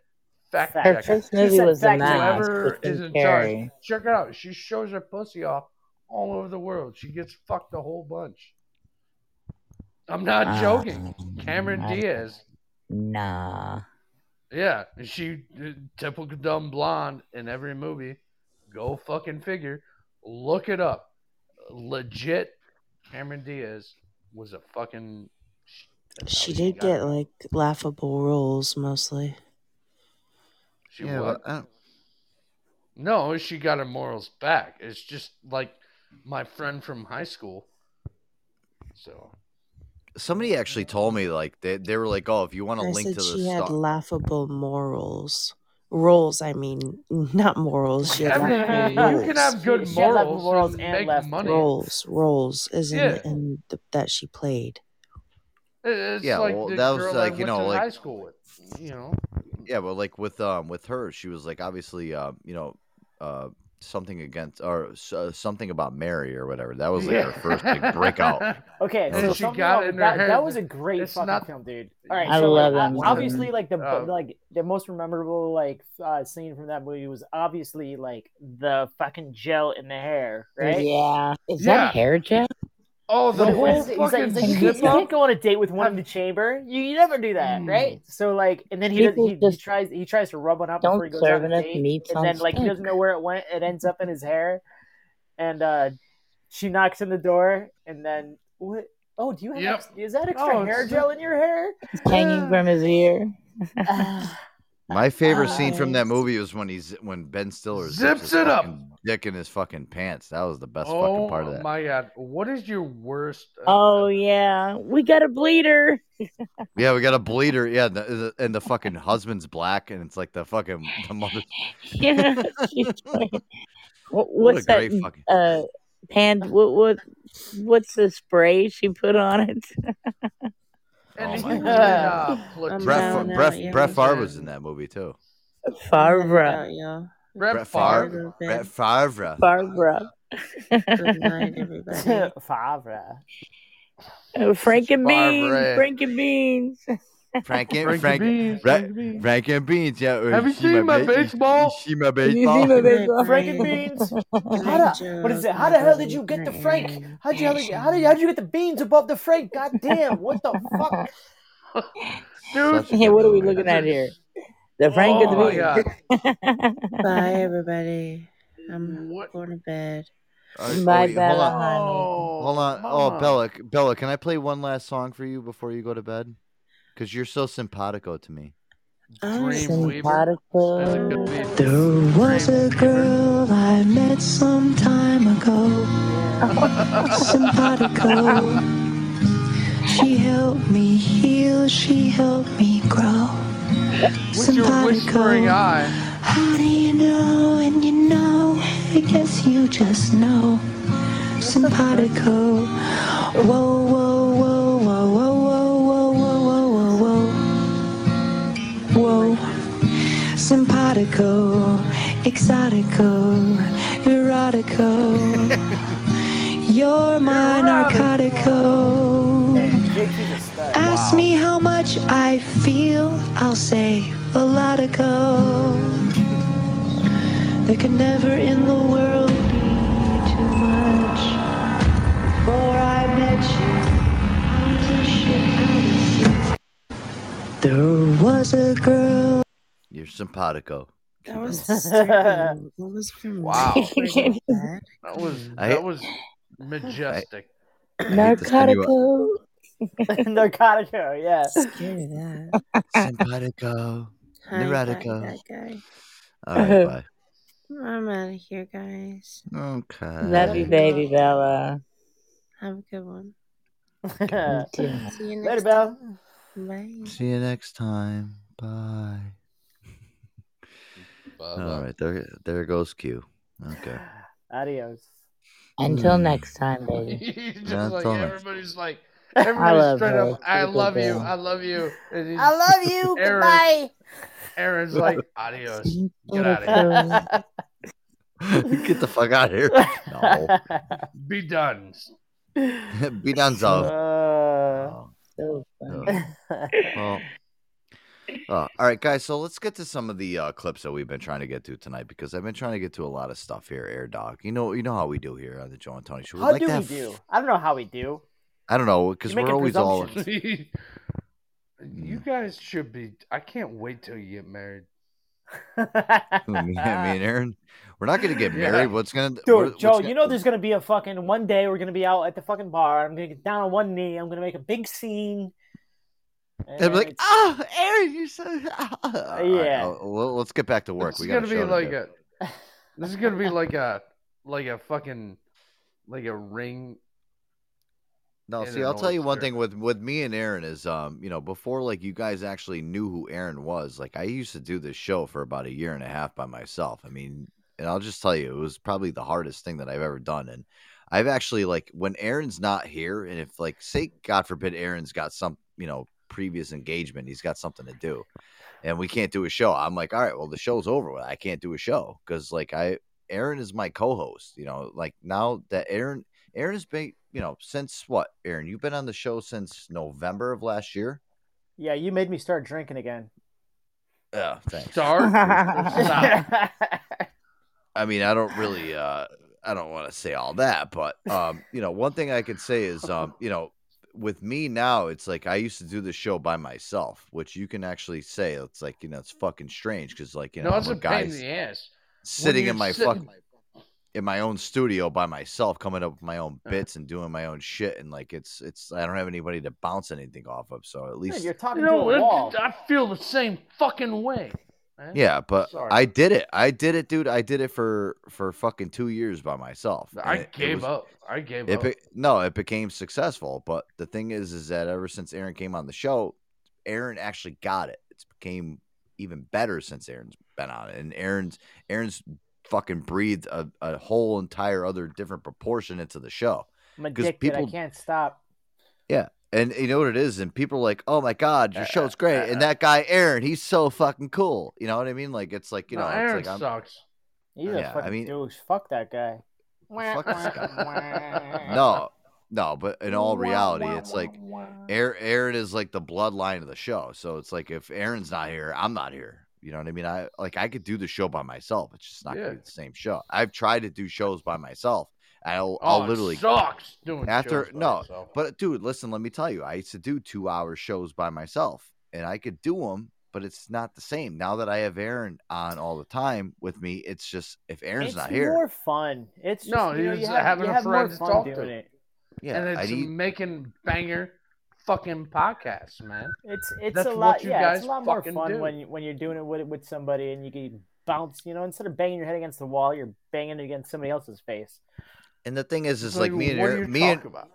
Fact Fact Her checked it. first movie said was The fact check. Mask. Whoever with is Jim in Carrey. charge, check it out. She shows her pussy off all over the world. She gets fucked a whole bunch. I'm not joking. Cameron Uh, I- Diaz. Nah. Yeah, she uh, typical dumb blonde in every movie. Go fucking figure. Look it up. Legit. Cameron Diaz was a fucking. that's how She did got get it. like laughable roles mostly. She Yeah, was. but uh, I don't- No, she got her morals back. It's just like my friend from high school. So somebody actually told me like they, they were like, oh, if you want to I link said to she the had star, laughable morals. Roles, I mean, (laughs) not morals. She had I mean, laughable (laughs) you can roles. have good She had left morals, morals and and make left money. roles, roles, isn't Yeah. in the, that she played. It's Yeah, like well, the that was girl like, I you went know, to like- high school with. You know, yeah, but like with um with her, she was like obviously um you know uh something against or so, something about Mary or whatever. That was like Yeah. her first like (laughs) breakout. Okay, And so she something about- got it in her that, head that that was a great it's fucking not- film, (laughs) dude. All right, I so love like, that ob- movie. obviously, like the Oh. like the most memorable like uh, scene from that movie was obviously like the fucking gel in the hair, right? Yeah. Is Yeah. that hair gel? oh the What- what whole is it? He's like, fucking Um, he's like, you, zip you can't up. go on a date with one in the chamber. You, you never do that, Mm. right? So like, and then he, does, People he, he just tries he tries to rub one up don't before he goes serve on a enough date, meats and on then like he doesn't know where it went. It ends up in his hair, and uh, she knocks on the door, and then what? Oh, do you have? Yep. ex- Is that extra Oh, hair it's- gel in your hair? It's hanging from his ear. My favorite scene from that movie was when he's when Ben Stiller Zips his it up. fucking dick in his fucking pants. That was the best fucking Oh part of that. my god, what is your worst? uh, Oh yeah, we got a bleeder. (laughs) Yeah, we got a bleeder. Yeah, the, the, and the fucking husband's black, and it's like the fucking the mother. Yeah. she's playing- What, What what's a great that? fucking. Uh, pand. What? What? What's the spray she put on it? and Oh you my did, God. uh, Platoon. Brett, No, Fa- no, Brett, yeah, Brett we Favre did. was in that movie too. Barbara. y'all. Brett Brett Favre. Favre. Ben. Brett Favre. Barbara. (laughs) (laughs) Good night, everybody. Favre. Oh, Frank and Barbara Beans. Ann. Frank and (laughs) Beans. (laughs) Frank and Frank Frank, and Beans, Ra- Frank and Beans. Frank and Beans. Yeah, uh, Have you she seen my ba- you- baseball? you See my Have you baseball. seen my baseball? Frank and Beans. How the, what is it? How the hell did you get the Frank? How did you, how did you, how did you, how did you get the beans above the Frank? God damn! What the (laughs) fuck? Dude. Hey, (laughs) what are we looking at here? The Frank and Oh, the Beans. (laughs) Bye, everybody. I'm going to bed. Uh, My wait, bad, hold on. honey. Hold on. Mama. Oh, Bella, Bella, can I play one last song for you before you go to bed? Because you're so simpatico to me. There was a girl I met some time (laughs) ago. Simpatico. She helped me heal, she helped me grow. With your whispering eye. How do you know? And you know, I guess you just know. Simpatico. Whoa, whoa, whoa, whoa, whoa, whoa, whoa, whoa, whoa, whoa, whoa. Whoa. Simpatico, exotico, erotico. You're my narcotico. Ask me how much I feel, I'll say a lot of go. There can never in the world be too much. Before I met you, I was a shit out of sea. There was a girl. You're simpatico. That was disturbing. What was from Wow. Frank and Bad? That was I- that was majestic. hate to send you (laughs) Narcotico, yeah. Scared of that. (laughs) Simpatico. Hi, bye, Neurotico. that guy. All right, bye. I'm out of here, guys. Okay. (laughs) Love you, baby (laughs) Bella. Have a good one. See Later, you next Belle. time. Bye. See you next time. Bye. All right, there, there goes Q. Okay. Adios. Until next time, baby. (laughs) Just Yeah, like tell me. (laughs) everybody's like everybody's love straight her. up. I She's a love you. girl." I love you. And he's- I love you, (laughs) Aaron- goodbye. (laughs) Aaron's like adios. Get out of (laughs) here. (laughs) Get the fuck out of (laughs) here. No. Be done. (laughs) Be done, so. Uh, so (laughs) Well, uh, all right, guys. So let's get to some of the uh, clips that we've been trying to get to tonight because I've been trying to get to a lot of stuff here, Air Dog. You know, you know how we do here on the Joe and Tony Show. We How like do to we have- do? I don't know how we do. I don't know because You're making we're always all. Mm. presumptions. (laughs) you guys should be. I can't wait till you get married. (laughs) me, me and Aaron, we're not going to (laughs) get Yeah. married. What's going to? Dude, Joe, you know there's gonna be a fucking one day we're gonna be out at the fucking bar. I'm gonna get down on one knee. I'm gonna make a big scene. They'd be like, And- oh, Aaron, you're so. All right, yeah. uh, well, let's get back to work. This we is got gonna to be show like to do. a. This is gonna be like a like a fucking like a ring. No, in see, an I'll tell old you one shirt. thing with with me and Aaron is, um, you know, before like you guys actually knew who Aaron was, like I used to do this show for about a year and a half by myself. I mean, and I'll just tell you, it was probably the hardest thing that I've ever done. And I've actually like when Aaron's not here, and if like say God forbid Aaron's got some, you know, previous engagement, he's got something to do, and we can't do a show. I'm like, all right, well, the show's over. with. I can't do a show because like I Aaron is my co-host. You know, like now that Aaron Aaron has been, you know, since what? Aaron, you've been on the show since November of last year. (laughs) yeah, you made me start drinking again. (laughs) Yeah, thanks. Start. I mean, I don't (sighs) really, uh, I don't want to say all that, but um, you know, one thing I could say is, (laughs) um, you know, with me now, it's like I used to do the show by myself, which you can actually say it's like you know it's fucking strange because like you know no, it's I'm a a pain in guy's the ass. sitting you're in my sitting- fucking in my own studio by myself, coming up with my own Uh-huh. bits and doing my own shit, and like it's it's I don't have anybody to bounce anything off of, so at Dude, least you're talking You know, to a it- wall. I feel the same fucking way. man. Yeah, but Sorry. I did it. I did it, dude. I did it for for fucking two years by myself. I and it- it gave was- up. I gave It up. be- no, it became successful. But the thing is, is that ever since Aaron came on the show, Aaron actually got it. It's became even better since Aaron's been on it, and Aaron's Aaron's fucking breathed a, a whole entire other different proportion into the show. I'm 'cause addicted. people- I can't stop. Yeah. And you know what it is? And people are like, oh my God, Uh, your show's great. And that guy, Aaron, he's so fucking cool. You know what I mean? Like, it's like, you No, know, Aaron it's like, I'm, sucks. He's Yeah, a I fucking mean- douche. Fuck that guy. (laughs) Fuck this guy. no, No, but in all reality, it's like Aaron, Aaron is like the bloodline of the show. So it's like if Aaron's not here, I'm not here. You know what I mean? I like I could do the show by myself. It's just not Yeah. gonna be the same show. I've tried to do shows by myself. I'll, Oh, I'll it literally sucks doing after shows by no, yourself. but dude, listen, let me tell you, I used to do two hour shows by myself, and I could do them, but it's not the same now that I have Aaron on all the time with me. It's just if Aaron's it's not here, more fun. It's just, No, you know, it's you have, having you a have more friend to fun talk doing to. It. yeah, and I it's need- making banger fucking podcasts, man. It's it's That's a what lot you yeah, it's guys a lot more fucking fun do. when when you're doing it with with somebody and you can bounce, you know, instead of banging your head against the wall, you're banging it against somebody else's face. And the thing is, is So like you- me and what do you Aaron, me and talk about?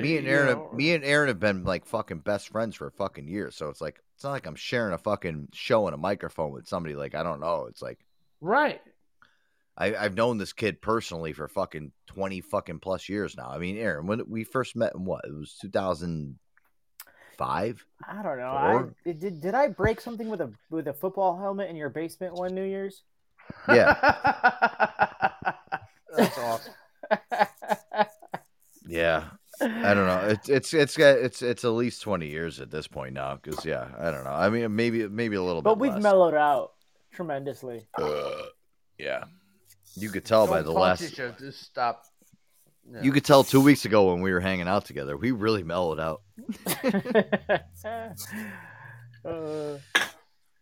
me and You Aaron, know? me and Aaron have been like fucking best friends for fucking years. So it's like it's not like I'm sharing a fucking show and a microphone with somebody. Like I don't know. It's like Right. I, I've known this kid personally for fucking twenty fucking plus years now. I mean, Aaron, when we first met, in what it was two thousand five. I don't know. I, Four? did did I break something with a with a football helmet in your basement one New Year's? (laughs) Yeah, That's awesome. yeah. I don't know. It's it's it's got it's it's at least twenty years at this point now. Because yeah, I don't know. I mean, maybe maybe a little But bit. we've less. mellowed out tremendously. Uh, yeah, you could tell by Don't the talk last. to each other, Just stop. (laughs) Yeah. You could tell two weeks ago when we were hanging out together, we really mellowed out. Uh,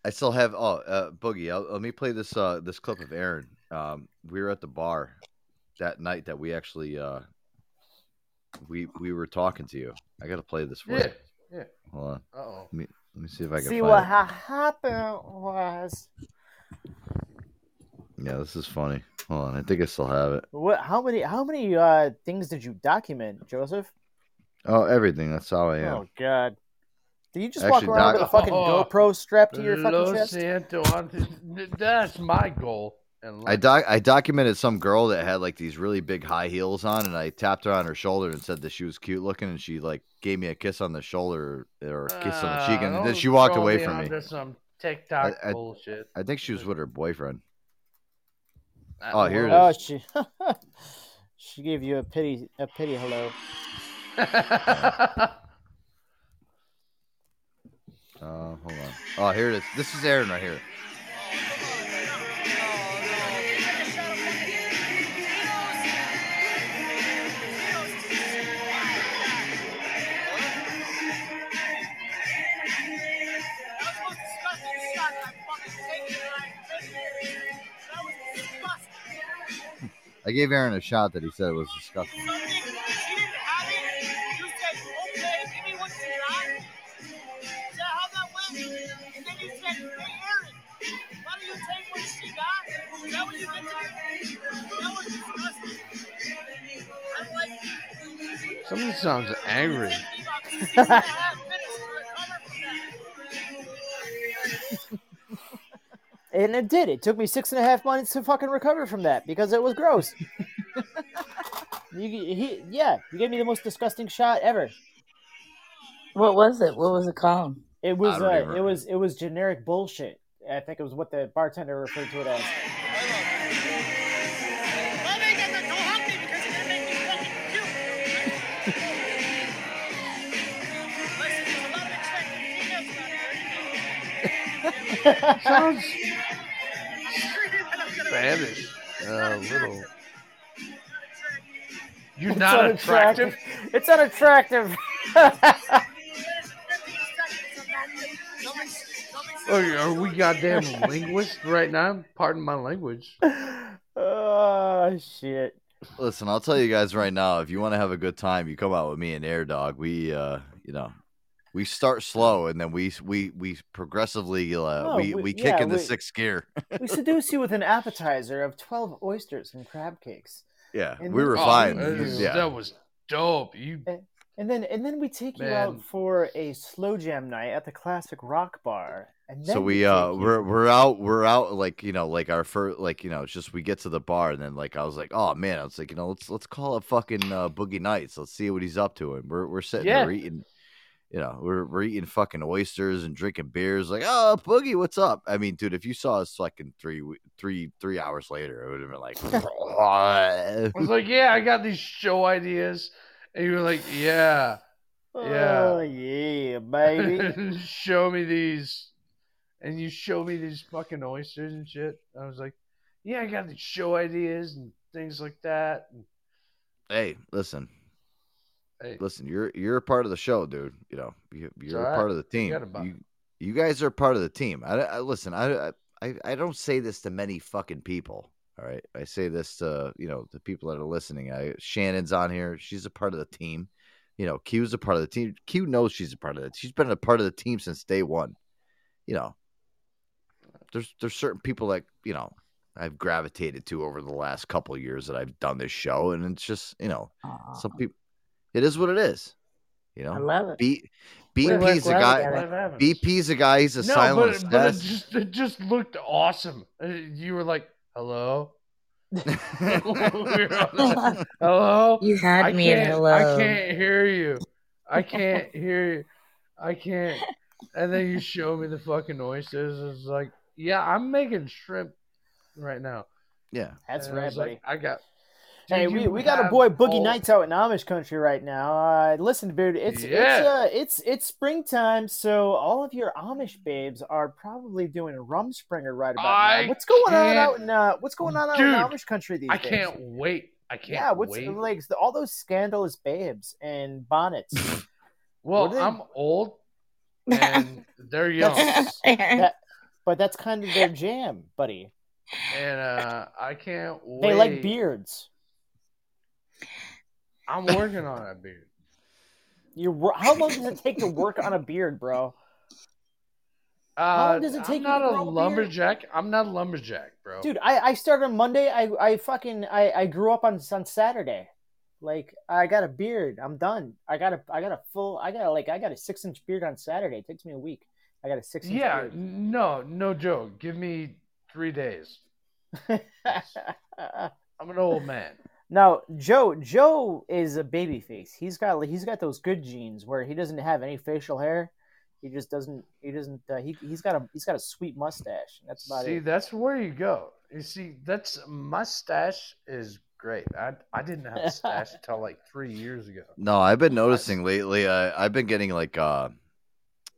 I still have oh uh, boogie. i let me play this uh, this clip of Aaron. Um, we were at the bar that night that we actually uh, we we were talking to you. I got to play this for Yeah, you. yeah. Hold on. Uh-oh. Let me, let me see if I can see find what it. ha- happened was Yeah, this is funny. Hold on. I think I still have it. what? How many how many uh things did you document, Joseph? Oh, everything. That's how I am. Oh God! Did you just Actually, walk around doc- with a fucking Oh. GoPro strapped to your fucking Los chest? Santos. That's my goal. in life. I doc- I documented some girl that had like these really big high heels on, and I tapped her on her shoulder and said that she was cute looking, and she like gave me a kiss on the shoulder or a kiss on the cheek, Ah, and then don't she walked throw away from me. onto some TikTok I- I- bullshit. I think she was with her boyfriend. I- Oh, here Oh, it is. she (laughs) she gave you a pity a pity hello. Uh, hold on. Oh, here it is. This is Aaron right here. I gave Aaron a shot that he said was disgusting. Somebody sounds (laughs) angry. And it did. It took me six and a half months to fucking recover from that because it was gross. you, he, yeah, you gave me the most disgusting shot ever. What was it? What was it called? It was don't uh, even- it was it was generic bullshit. I think it was what the bartender referred to it as. Sounds Spanish. A little. You're It's not attractive. It's unattractive. Are, Oh, are we goddamn linguists right now? Pardon (laughs) my language. oh shit. Listen, I'll tell you guys right now. If you want to have a good time, you come out with me and Air Dog. We, uh, you know, we start slow and then we we we progressively uh, Oh, we, we- we kick yeah, in the we- sixth gear. (laughs) We seduce you with an appetizer of twelve oysters and crab cakes. yeah, And we then- were Oh, fine. that is- Yeah, That was dope. You And then and then we take you Man. out for a slow jam night at the classic rock bar. And then so we take uh you- we're we're out we're out like you know like our first like you know it's just we get to the bar and then like I was like oh man I was like you know let's let's call it fucking uh, Boogie Nights let's see what he's up to and we're we're sitting there Yeah. eating you know we're we're eating fucking oysters and drinking beers like oh Boogie what's up I mean dude if you saw us fucking three w- three three (laughs) hours later it would have been like I was like, yeah, I got these show ideas, And you were like, yeah, yeah. Oh, yeah, (laughs) baby. show me these. And you show me these fucking oysters and shit. I was like, yeah, I got these show ideas and things like that. And Hey, listen. Hey. Listen, you're you're a part of the show, dude. You know, you, you're a alright. part of the team. Forget about You, you guys are a part of the team. I, I listen. I, I I don't say this to many fucking people. All right, I say this to you know the people that are listening. I Shannon's on here. She's a part of the team. You know, Q's a part of the team. Q knows she's a part of it. She's been a part of the team since day one. You know, there's there's certain people that you know I've gravitated to over the last couple of years that I've done this show, and it's just you know some people. It is what it is. You know, I love it. B, We work BP's a well guy. together. BP's a guy. He's a no, silent but, but it, assassin. just, it just looked awesome. Uh, You were like, hello? (laughs) We were on (laughs) the- hello? You had I me at can't- hello. I can't hear you. (laughs) I can't hear you. I can't. And then you show me the fucking oysters. It's like, (laughs) yeah, I'm making shrimp right now. Yeah. That's And I right, was like, I got. Hey, Dude, we, you we got a have boy Boogie all- Nights out in Amish country right now. Uh, listen, dude, it's it's Yeah. uh, it's it's springtime, so all of your Amish babes are probably doing a rumspringer right about I now. What's going on can't- out in uh, What's going on out Dude, in Amish country these I days? can't wait. I can't yeah, what's wait. like all those scandalous babes and bonnets? (laughs) what well, are they- I'm old and they're young. That's- that- but that's kind of their jam, buddy. and uh, I can't wait. They like beards. I'm working on a beard. You wor- how long does it take to work on a beard, bro? Uh, How long does it take I'm you not to grow a a beard? lumberjack. I'm not a lumberjack, bro. Dude, I, I started on Monday. I, I fucking I, I grew up on on Saturday. Like I got a beard. I'm done. I got a I got a full I got like I got a six inch beard on Saturday. It takes me a week. I got a six inch yeah, beard. no, no joke. Give me (laughs) three days. I'm an old man. Now Joe Joe is a baby face. He's got he's got those good genes where he doesn't have any facial hair. He just doesn't he doesn't uh, he he's got a he's got a sweet mustache. That's about see, it. that's where you go. You see, that's mustache is great. I I didn't have a (laughs) stash until like three years ago. No, I've been noticing lately. I I've been getting like uh,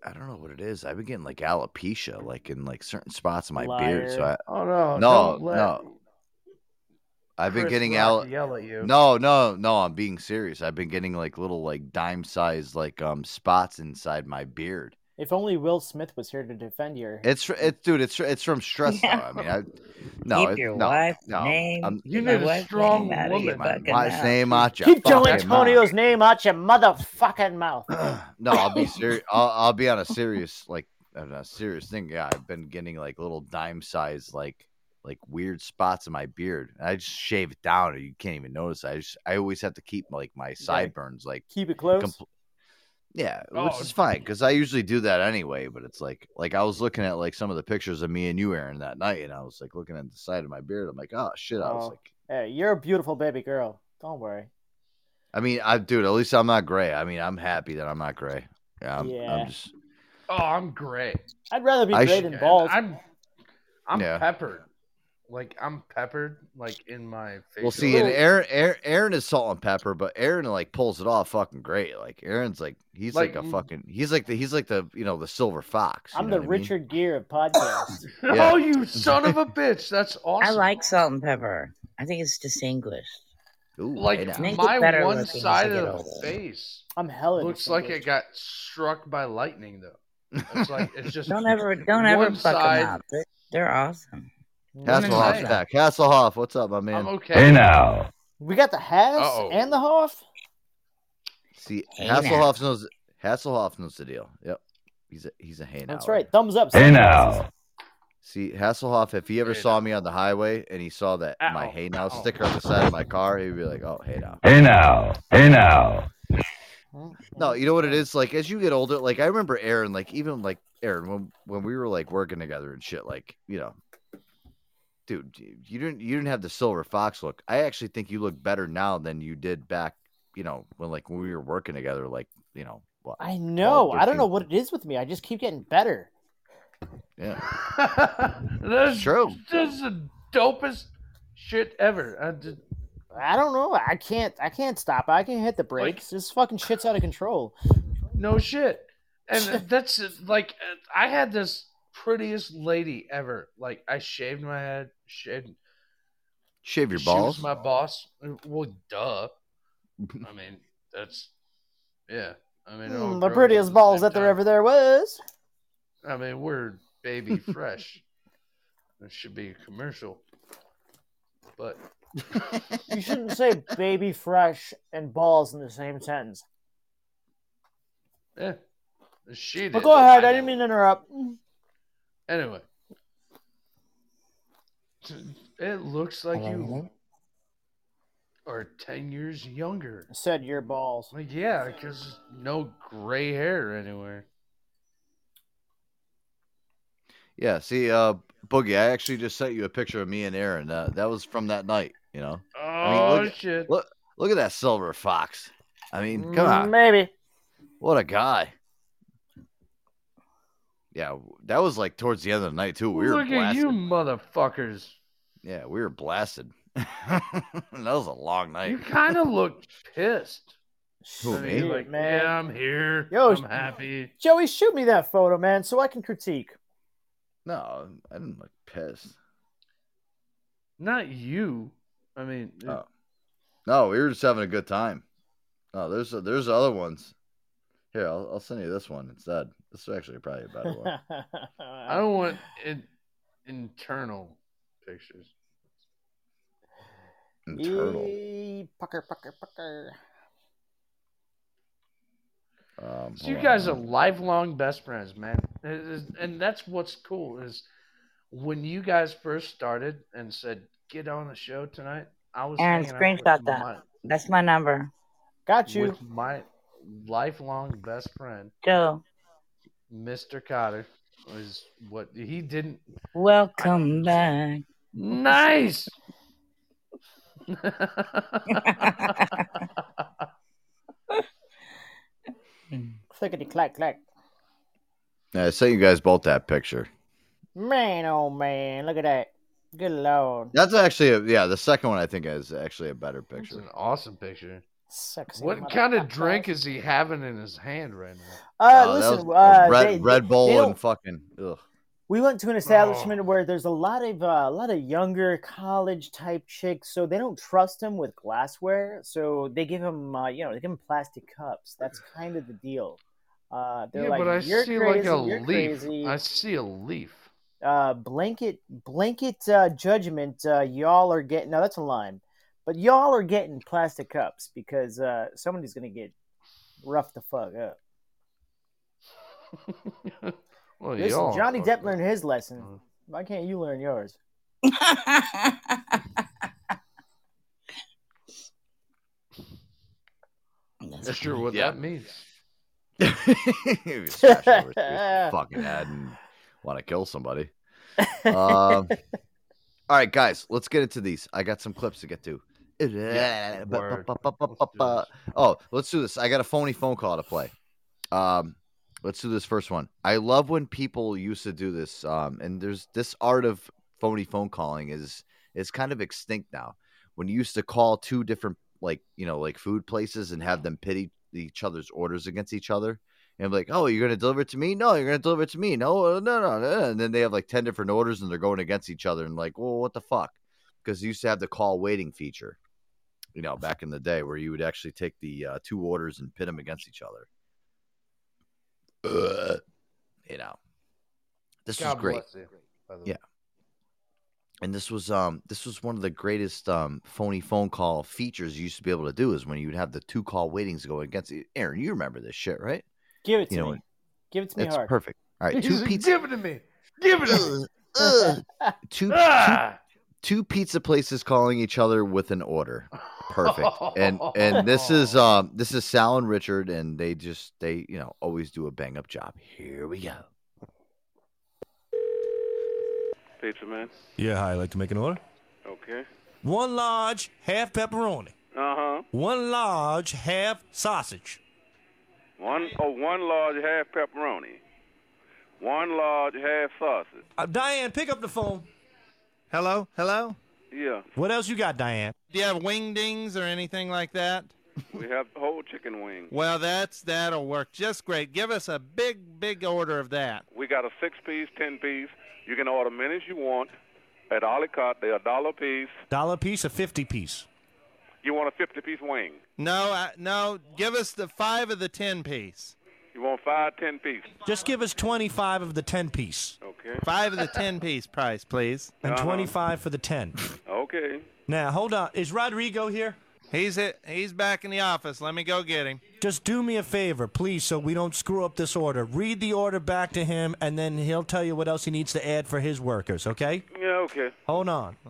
I don't know what it is. I've been getting like alopecia, like in like certain spots of my beard. So I Liar. Oh no, no don't let no. I've been Chris getting Rock al- yell at you. No no no. I'm being serious. I've been getting like little like dime sized like um spots inside my beard. If only Will Smith was here to defend your It's fr- it's dude. It's fr- it's from stress. though. I mean, I no. (laughs) Keep it- your no, wife's no, name- I'm- You my need a wife's strong name out of your woman. My fucking wife's mouth. name out your Keep Joe fucking mouth. Antonio's name out your motherfucking mouth. (clears throat) No, I'll (laughs) be serious. I'll, I'll be on a serious like on a serious thing. Yeah, I've been getting like little dime size like like weird spots in my beard. And I just shave it down, and you can't even notice. I just I always have to keep like my sideburns like Keep it close. compl- yeah, Oh. which is fine because I usually do that anyway. But it's like, like I was looking at like some of the pictures of me and you, Aaron, that night, and I was like looking at the side of my beard. I'm like, oh shit! I was Oh. like, Hey, you're a beautiful baby girl. Don't worry. I mean, I dude, at least I'm not gray. I mean, I'm happy that I'm not gray. Yeah, I'm, Yeah. I'm just Oh, I'm great. I'd rather be I great sh- than bald. I'm I'm Yeah. peppered. Like I'm peppered, like in my Oh, face. well, see, and Aaron, Aaron, Aaron is salt and pepper, but Aaron like pulls it off fucking great. Like Aaron's like he's like, Like- mm. a fucking he's like the he's like the you know the silver fox. you I'm know the what I mean? Richard Gere of podcasts. yeah. Oh, you son of a bitch! That's awesome. I like salt and pepper. I think it's distinguished. Ooh, hey like now. Make it my better one looking as side I get of the older. face I'm hella. looks like it distinguished. got struck by lightning, though. It's like (laughs) it's just Don't ever, don't ever one fuck side- them up. They're, they're awesome. Hasselhoff's Nice. back. Hasselhoff, what's up, my man? I'm okay. We got the Haas Uh-oh. and the Hoff. See, Hey now. Hasselhoff knows. Hasselhoff knows the deal. Yep, he's a he's a hey now. That's right. Thumbs up. See, Hasselhoff, if he ever Hey saw me on the highway and he saw that my Ow. hey now Ow. sticker on the side of my car, he'd be like, "Oh, hey now." Hey now, hey now. No, you know what it is like as you get older. Like I remember Aaron, like even like Aaron when when we were like working together and shit. Like you know, dude, you didn't you didn't have the silver fox look. I actually think you look better now than you did back. You know when like when we were working together. Like you know what? I know. 12, I don't know 13. what it is with me. I just keep getting better. Yeah, That's True. This is the dopest shit ever. I, did, I don't know. I can't. I can't stop. I can't hit the brakes. This fucking shit's out of control. No shit. And that's like I had this prettiest lady ever. Like I shaved my head, shaved Shave your she balls. was my boss. Well, (laughs) duh. I mean, that's yeah. I mean, all Mm, the girls- prettiest balls that there ever there was. I mean, we're (laughs) baby fresh. There should be a commercial, but You shouldn't say baby fresh and balls in the same sentence. yeah, she Eh, did. But go ahead. I didn't mean to interrupt. Anyway, it looks like you are ten years younger. Said your balls. Like yeah, because no gray hair anywhere. Yeah, see, uh, Boogie, I actually just sent you a picture of me and Aaron. Uh, that was from that night, you know. Oh I mean, look, shit! Look, look at that silver fox. I mean, come on, Maybe. what a guy. Yeah, that was like towards the end of the night too. We were Look at blasted. you, motherfuckers. Yeah, we were blasted. (laughs) that was a long night. (laughs) You kind of look pissed. Who, I me? mean, like, man. yeah, I'm here. Yo, I'm happy. Joey, shoot me that photo, man, so I can critique. No, I didn't look pissed. Not you. I mean, Oh. No, we were just having a good time. No, there's there's other ones. Here, I'll, I'll send you this one instead. This is actually probably a better (laughs) (laughs) one. I don't want in, internal pictures. Internal. Eee, pucker, pucker, (laughs) pucker. Um, So you hold on. guys are lifelong best friends, man, It is- and that's what's cool is when you guys first started and said, "Get on the show tonight." I was Aaron, hanging out screenshot with that. my- That's my number. Got you. with my lifelong best friend, Joe, Mr. Cotter, is what he didn't. welcome back. Nice. Clickety clack clack. Yeah, I sent you guys both that picture. Man, oh man, look at that. Good lord. That's actually a, yeah. The second one I think is actually a better It's picture. an awesome picture. Sexy. What kind of drink is he having in his hand right now? No, Uh, Oh, that listen, was- uh, Red, they- Red they Bull don't- and fucking ugh. we went to an Oh. establishment where there's a lot of uh, a lot of younger college type chicks, so they don't trust him with glassware. So they give him, uh, you know, they give him plastic cups. That's kind of the deal. Uh, they're yeah, like, but I you're see crazy, like a you're leaf. crazy. I see a leaf. uh, blanket blanket uh, judgment. Uh, y'all are getting no, that's a line, but y'all are getting plastic cups because uh, somebody's gonna get rough the fuck up. (laughs) Well, Listen, y'all Johnny are- Mm-hmm. Depp learned his lesson. Why can't you learn yours? Not sure what Yeah. that means. (laughs) Smash over his fucking head and want to kill somebody. Um, all right, guys, let's get into these. I got some clips to get to. Yeah, word. Oh, let's do this. I got a phony phone call to play. Um, let's do this first one. I love when people used to do this. Um, and there's this art of phony phone calling is is kind of extinct now. When you used to call two different like you know like food places and have them pit e- each other's orders against each other and be like, oh, you're gonna deliver it to me? No, you're gonna deliver it to me? No, uh, no, no, no. And then they have like ten different orders and they're going against each other and like, well, what the fuck? Because you used to have the call waiting feature, you know, back in the day where you would actually take the uh, two orders and pit them against each other. Uh, you know, this God was great. bless you, by the way. Yeah. And this was um this was one of the greatest um phony phone call features you used to be able to do is when you'd have the two call waitings going against it. Aaron, you remember this shit, right? Give it to You know me. what? Give it to me That's hard. perfect. All right, He two (laughs) said, pizza Give it to me. Give it to me. Ugh. two, two Ah! two pizza places calling each other with an order. (laughs) Perfect. and and this is um this is Sal and Richard and they just they you know always do a bang up job. Here we go. Pizza man. Yeah, hi. I'd like to make an order. Okay. One large half pepperoni. Uh huh. One large half sausage. One oh one large half pepperoni. One large half sausage. Uh, Diane, pick up the phone. Hello, hello. Yeah, What else you got, Diane? Do you have wingdings or anything like that? (laughs) we have whole chicken wings. Well, that's that'll work just great. Give us a big, big order of that. We got a six piece, ten piece. You can order many as you want. At Olicot, they're a dollar piece. Dollar piece or fifty piece? You want a fifty piece wing? No, I, no, give us the five of the ten piece. You want five, ten piece? Just give us twenty-five of the ten piece Okay. Five of the ten piece price, please. and twenty-five for the ten. Okay. now hold on. Is Rodrigo here? He's it. He's back in the office. Let me go get him. Just do me a favor, please, so we don't screw up this order. Read the order back to him, and then he'll tell you what else he needs to add for his workers. Okay? Yeah, okay. Hold on. (laughs)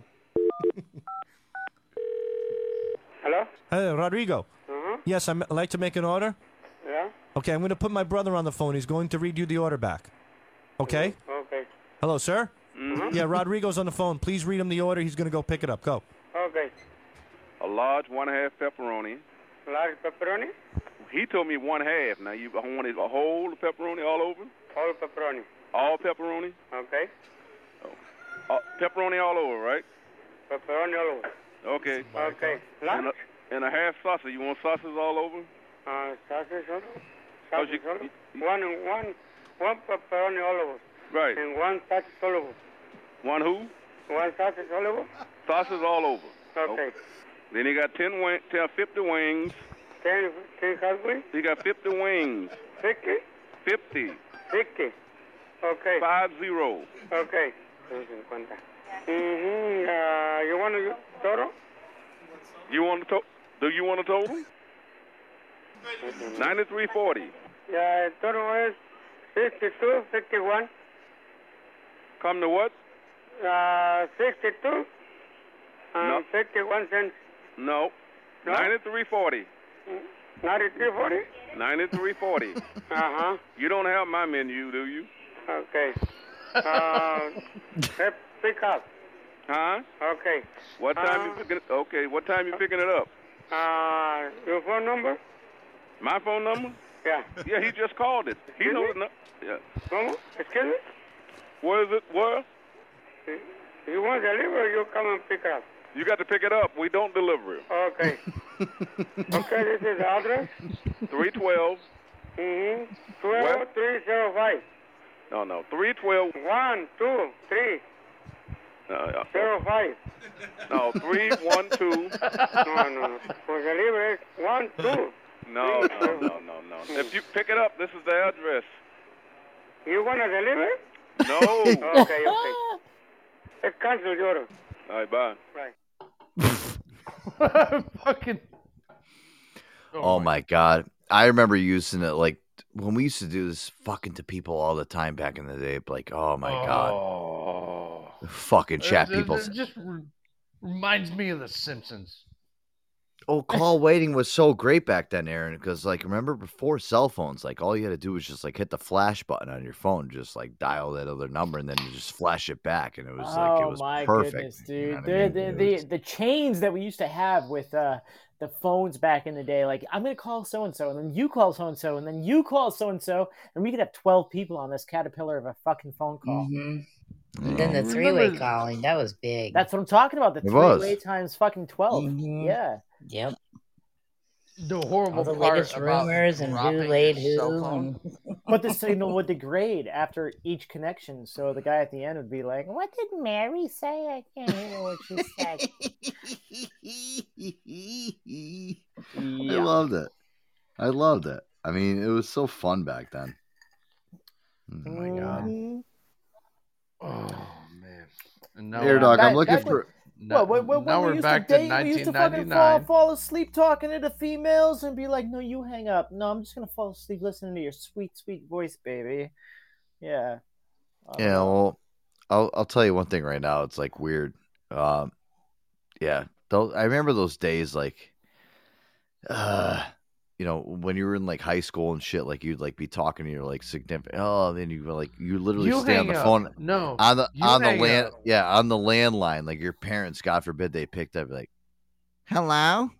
Hello? Hey, Rodrigo. Mhm. Yes, I'm- I'd like to make an order. Yeah? Okay, I'm going to put my brother on the phone. He's going to read you the order back. Okay? Mm-hmm. Oh. (laughs) Okay. Hello, sir? Mhm. Yeah, Rodrigo's on the phone. Please read him the order. He's going to go pick it up. Go. Okay. A large one half pepperoni. Large pepperoni? He told me one half. Now you want a whole pepperoni all over? Whole pepperoni. All pepperoni? Okay. Uh, pepperoni all over, right? Pepperoni all over. Okay. Okay. And a, Lunch? and a half sausage. You want sausage all over? Uh, sausage all over. Oh, Sausage all over. One, one, one pepperoni all over. Right. And one sausage all over. One (laughs) who? One sausage all over? Sausage all over. Okay. Then he got 10, wing, 10 50 wings. Ten, ten hungry? He got 50 wings. Fifty? 50. Fifty. Okay. Five zero. Okay. Mm-hmm. Uh, you want to total? You want to? Do you want a total? Ninety-three forty. Yeah, total is 62, 51. Come to what? Uh, 62 and No. 51 cents. No. Uh-huh. No? Ninety-three forty. 9340? Ninety-three forty. Uh-huh. You don't have my menu, do you? Okay. Uh, Um, hey, pick up. Huh? Okay. What time you picking? Okay. What time you picking it up? Uh, your phone number? My phone number? Yeah. Yeah, he just called it. He Did knows. he? No, yeah. Mama, excuse me? Where is it? Where? You want to deliver, you come and pick up. You got to pick it up. We don't deliver it. Okay. okay, this is the address. Three twelve. Mm-hmm. 12305. No, no. Three twelve. 1, 2, 3, No, 0, 5. no. Three one two. (laughs) No, no, no. For delivery, it's 1, 2. No, no, no, no, no. If you pick it up, this is the address. You want to deliver? No. (laughs) Okay, okay. Let's cancel the order. All right, bye. Right. Fucking. Oh, my god. I remember using it like when we used to do this fucking to people all the time back in the day. Like, oh my god. Fucking chat It- it- people. It just re- reminds me of The Simpsons. Oh, call waiting was so great back then, Aaron, because like remember before cell phones, like all you had to do was just like hit the flash button on your phone, just like dial that other number and then you just flash it back and it was like it oh was my perfect. goodness, you know dude! what I mean? the, It the, was- the the chains that we used to have with uh, the phones back in the day. Like I'm gonna call so and so, and then you call so and so, and then you call so and so, and we could have twelve people on this caterpillar of a fucking phone call. Mm-hmm. And then the three way calling, that was big. That's what I'm talking about. The It was. three-way times fucking 12 Yeah. Yep. Mm-hmm. The horrible All the part latest about rumors and who dropping laid your cell who phone. and- but the signal would degrade after each connection, so the guy at the end would be like, "What did Mary say? I can't hear what she said." I loved it. I loved it. I mean, it was so fun back then. Oh my god. Oh. And now Here, we're- dog, I'm Back- looking back for- No- Well, well, well, when now we we're used back to date, to we used to fucking fall, 1999. fall asleep talking to the females and be like, "No, you hang up. No, I'm just gonna fall asleep listening to your sweet, sweet voice, baby." Yeah. Yeah, well, I'll I'll tell you one thing right now. It's like weird. Um, yeah, those, I remember those days, like, uh, you know, when you were in like high school and shit. Like you'd like be talking to your like significant. Oh, then you were like you literally You stay on hang the up. phone. No, on the you on the hang land. up. Yeah, on the landline. Like your parents, God forbid, they picked up. Like, hello.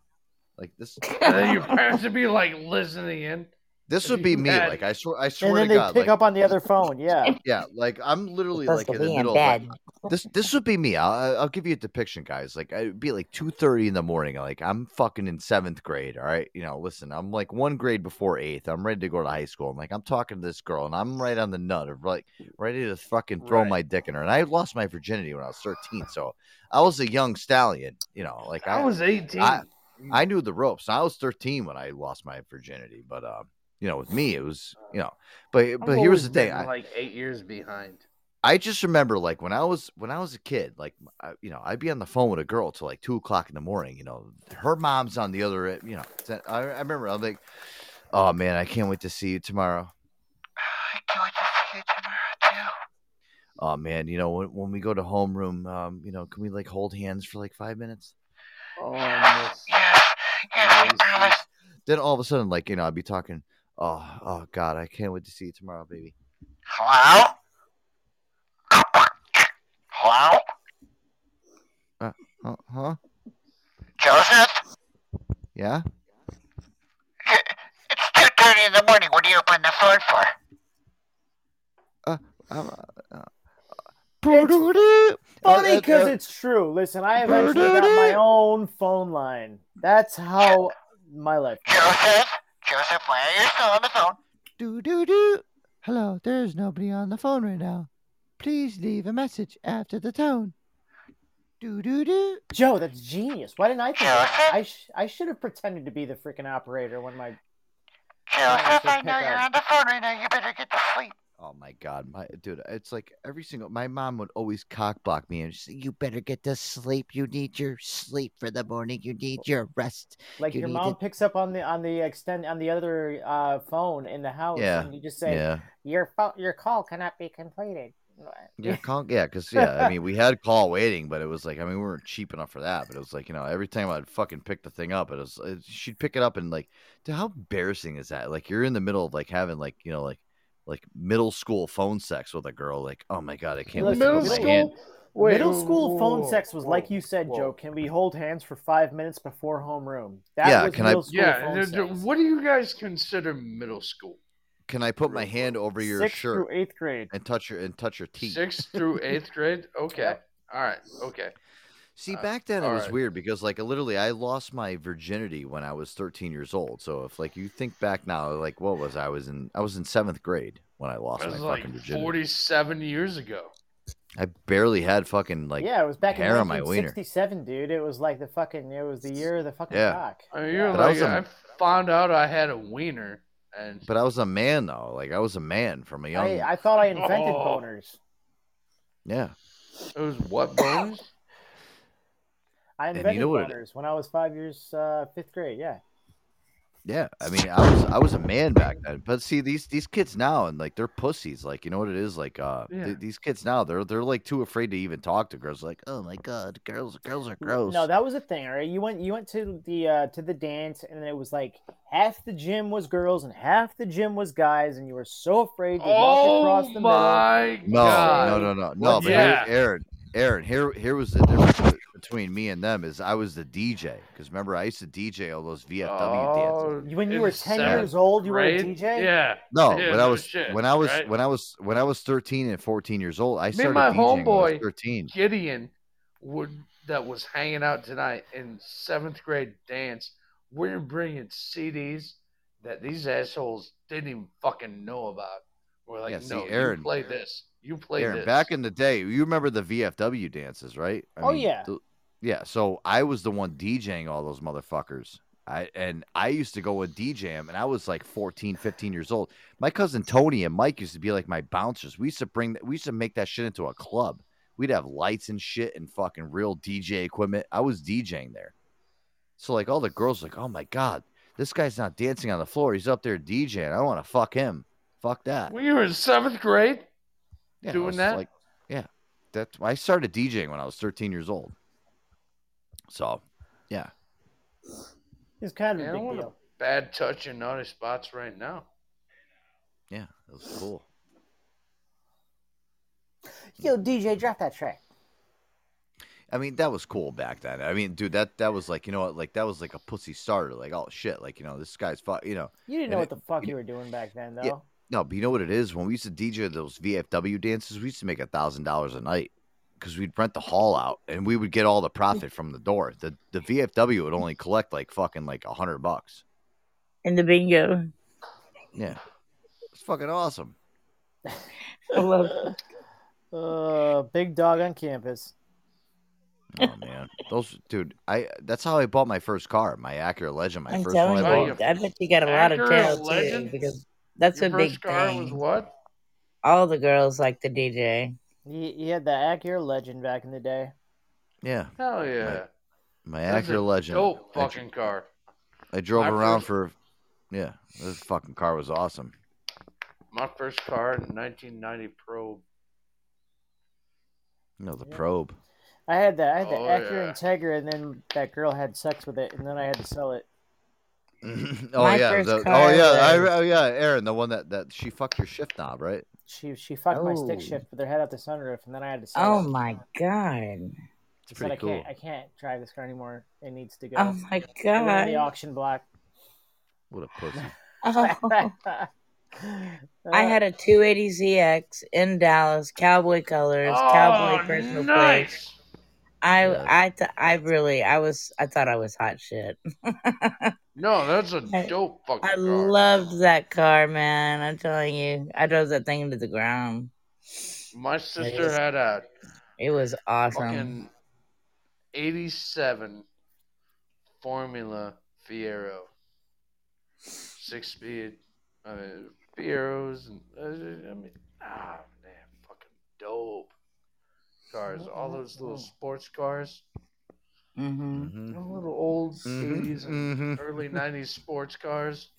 Like this. (laughs) And then your parents would be like listening in. This would be me. And- Like I swear, I swear And then to they God, pick like, up on the other (laughs) phone. Yeah. yeah, like I'm literally Supposed like to in the be in middle. of, like, uh, this this would be me. I'll, I'll give you a depiction, guys. Like it'd be like two thirty in the morning. Like I'm fucking in seventh grade. All right, you know, listen, I'm like one grade before eighth. I'm ready to go to high school. I'm like I'm talking to this girl, and I'm right on the nut of like ready to fucking throw my dick in her. And I lost my virginity when I was thirteen, so I was a young stallion. You know, like I, I was 18. I, I knew the ropes. I was 13 when I lost my virginity, but uh, you know, with me it was, you know, but but here's the thing. I, like eight years behind. I just remember like when I was when I was a kid, like I, you know, I'd be on the phone with a girl till like two o'clock in the morning. You know, her mom's on the other. end, You know, so I, I remember I'm like, oh man, I can't wait to see you tomorrow. Oh man, you know when, when we go to homeroom, um, you know, can we like hold hands for like five minutes? Oh, I miss. Then all of a sudden, like you know, I'd be talking. Oh, oh God, I can't wait to see you tomorrow, baby. Hello? Hello? Uh, uh, huh? Joseph? Yeah. It's 2.30 in the morning. What are you up on the phone for? Uh, um, uh, It's funny Uh, because uh, it's true. Listen, I have actually got my own phone line. That's how my life. Joseph? Joseph, why are you still on the phone? Do do do. Hello, there is nobody on the phone right now. Please leave a message after the tone. Do do do. Joe, that's genius. Why didn't I think? Of that? I sh- I should have pretended to be the freaking operator when my. Joseph, I know you're on the phone right now. You better get to sleep. Oh my god, my dude, it's like every single my mom would always cock block me and she'd say, You better get to sleep. You need your sleep for the morning. You need your rest. Like You your need mom to-" picks up on the on the extend on the other uh, phone in the house, Yeah, and you just say, yeah. "Your phone, your call cannot be completed." Yeah, call, yeah, because yeah, I mean we had call waiting, but it was like I mean we weren't cheap enough for that, but it was like, you know, every time I'd fucking pick the thing up, it was it, she'd pick it up and like dude, how embarrassing is that? Like you're in the middle of like having like, you know, like like middle school phone sex with a girl, like, oh my god, I can't wait to Middle put my school? hand. Wait, Middle whoa, school whoa, phone whoa, sex was like you said, Joe. Can we hold hands for five minutes before homeroom? That Yeah, was can I- middle school Yeah, phone they're- sex. they're- what do you guys consider middle school? Can I put my hand over your Sixth shirt through eighth grade and touch your and touch your teeth? Sixth (laughs) through eighth grade? Okay. All right. Okay. See, Uh, back then it all was right. weird because, like, literally, I lost my virginity when I was 13 years old. So, if like you think back now, like, what was I? I was in I was in seventh grade when I lost That my was fucking like virginity. 47 years ago. I barely had fucking like yeah, it was back in hair on my wiener. 1967, dude. It was like the fucking. It was the year of the fucking Yeah. cock. I mean, you're But I like, was I a- found out I had a wiener. And But I was a man though. Like I was a man from a young. I, I thought (laughs) I invented Oh. boners. Yeah. it was what bones? I And you invented know what it- boners when I was five years, uh, fifth grade. Yeah. Yeah, I mean, I was I was a man back then, but see these these kids now and like they're pussies. Like you know what it is. Like uh, Yeah. th- these kids now they're they're like too afraid to even talk to girls. Like oh my god, girls girls are gross. No, that was a thing. All right, you went you went to the uh, to the dance, and it was like half the gym was girls and half the gym was guys, and you were so afraid to walk across the Oh my middle. No, no, God. no, no, no. What- But Yeah. here, Aaron, Aaron, here, here was the difference between me and them is I was the DJ because remember I used to DJ all those VFW dances. Oh, When you in were 10 seventh years old, you were a grade? DJ? Yeah. No, Yeah, when I was shit, when I was right? when I was when I was thirteen and fourteen years old, I Me started and my DJing when I was homeboy thirteen. Gideon would that was hanging out tonight in seventh grade dance. We're bringing CDs that these assholes didn't even fucking know about. We're like, Yeah, see, no, Aaron- you play this. You play Aaron, this. back in the day, you remember the VFW dances, right? Oh, yeah. th- yeah. So I was the one DJing all those motherfuckers. I and I used to go and DJ 'em, and I was like 14, 15 years old. My cousin Tony and Mike used to be like my bouncers. We used to bring, we used to make that shit into a club. We'd have lights and shit and fucking real DJ equipment. I was DJing there. So like all the girls like, oh my god, this guy's not dancing on the floor. He's up there DJing. I want to fuck him. Fuck that. when you were in seventh grade Yeah, I doing was that. Like, yeah, that I started DJing when I was 13 years old. So, yeah, It's kind of Man, a I big want a deal. bad touch in naughty spots right now. yeah, that was cool. Yo, DJ, drop that track. I mean, that was cool back then. I mean, dude, that that was like, you know what, like that was like a pussy starter. Like, oh shit, like you know, this guy's fuck, you know. You didn't know And what it- the fuck you were doing back then, though. yeah, no, but you know what it is? When we used to DJ those VFW dances, we used to make a thousand dollars a night because we'd rent the hall out and we would get all the profit from the door. The the VFW would only collect like fucking like a hundred bucks. (laughs) In the bingo. Yeah, it's fucking awesome. (laughs) I love Uh, big dog on campus. Oh man, those dude, I that's how I bought my first car, my Acura Legend, my I'm first one. telling I you, bought. I bet you got a lot of Acura tail too Legend? because that's Your a big first car thing. was what? All the girls like the DJ. You, you had the Acura Legend back in the day. Yeah, Hell yeah. my That's a Acura Legend. Dope I, fucking car. I drove my around first- for, yeah, this fucking car was awesome. My first car in 1990 Probe. You know the Probe. (laughs) I had the I had the Oh, Acura yeah. Integra, and then that girl had sex with it, and then I had to sell it. Oh My yeah, first the, car oh yeah, I, was- oh yeah, Aaron, the one that that she fucked your shift knob, right? She she fucked my stick Oh. shift with her head out the sunroof, and then I had to sell Oh it. my god. I said, pretty I can't cool. I can't drive this car anymore. It needs to go. Oh my And then the God. auction block. What a pussy. Oh. (laughs) I had a 280ZX in Dallas, cowboy colors, Oh, cowboy personal plate. I I th- I really I was I thought I was hot shit. (laughs) No, that's a dope fucking I car. loved that car, man. I'm telling you, I drove that thing to the ground. My sister is. had a It was awesome. fucking 87 Formula Fiero. Six speed. I mean, Fieros. And, I mean, ah, man, fucking dope cars. Mm-hmm. All those little sports cars. Mm-hmm. The little old Mhm, 80s and mhm. early 90s sports cars.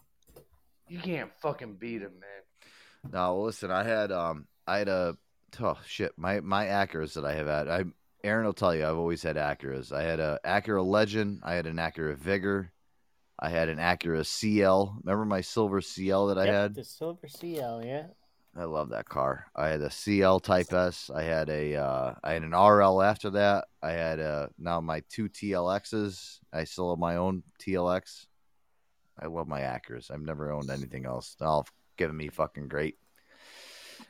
You can't fucking beat them, man. No, well, listen, I had um, I had a oh shit, my my Acuras that I have had. I Aaron will tell you, I've always had Acuras. I had a Acura Legend. I had an Acura Vigor. I had an Acura CL. Remember my silver CL that I Yep, had? the silver CL. Yeah. I love that car. I had a CL Type S. I had a uh, I had an RL after that. I had uh now my two TLXs. I still have my own TLX. I love my Acuras. I've never owned anything else. They're All given me fucking great,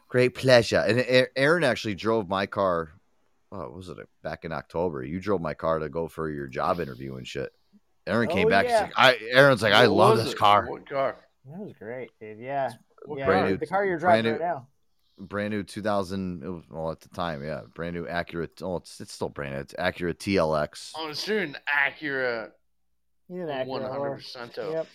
great pleasure. And A- Aaron actually drove my car. Oh, what was it back in October? You drove my car to go for your job interview and shit. Aaron came Oh, back. he's yeah. like, I Aaron's like, I What love was this it? car. What car? That was great, dude. Yeah. What yeah. brand the- new- the car you're brand driving right new- now. brand new 2000 it was, well at the time yeah brand new accurate oh it's, it's still brand new it's accurate tlx Oh, it's an Acura You're an Acura. 100%. whore. Yep.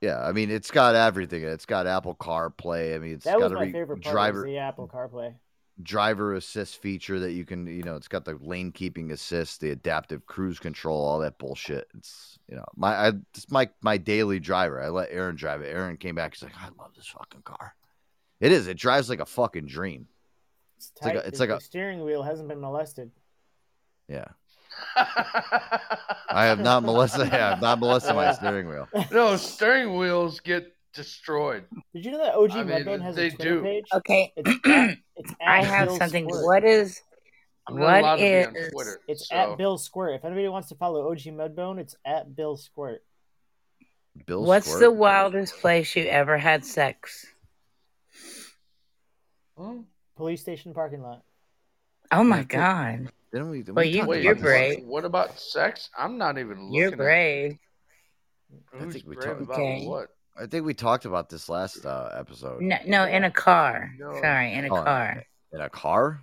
yeah i mean it's got everything it's got apple carplay i mean it's That got was a my re- favorite part. driver Was the Apple CarPlay. driver assist feature that you can you know it's got the lane keeping assist the adaptive cruise control all that bullshit it's you know my i it's my my daily driver i let aaron drive it aaron came back he's like i love this fucking car it is it drives like a fucking dream It's, It's like tight, a- it's dude. like a- the steering wheel hasn't been molested. (laughs) yeah i have not (laughs) molested i have not molested my steering wheel (laughs) No, steering wheels get destroyed. Did you know that OG I mean, Mudbone has they a Twitter do. page? Okay, It's at, it's at I have Bill something. Squirt. What is? I'm not allowed What to be on is? Twitter. It's so. at Bill Squirt. If anybody wants to follow OG Mudbone, it's at Bill Squirt. bill What's Squirt. the wildest place you ever had sex? Hmm? Police station parking lot. Oh my Yeah, but- god, Didn't we? Well, we you- talked Wait, you're about this. brave. What about sex? (clears throat) I'm not even looking. you're brave. At who's think we brave talked- about Okay. what? I think we talked about this last uh, episode. No, no, in a car. No. Sorry, in a Oh, in- car. In a car?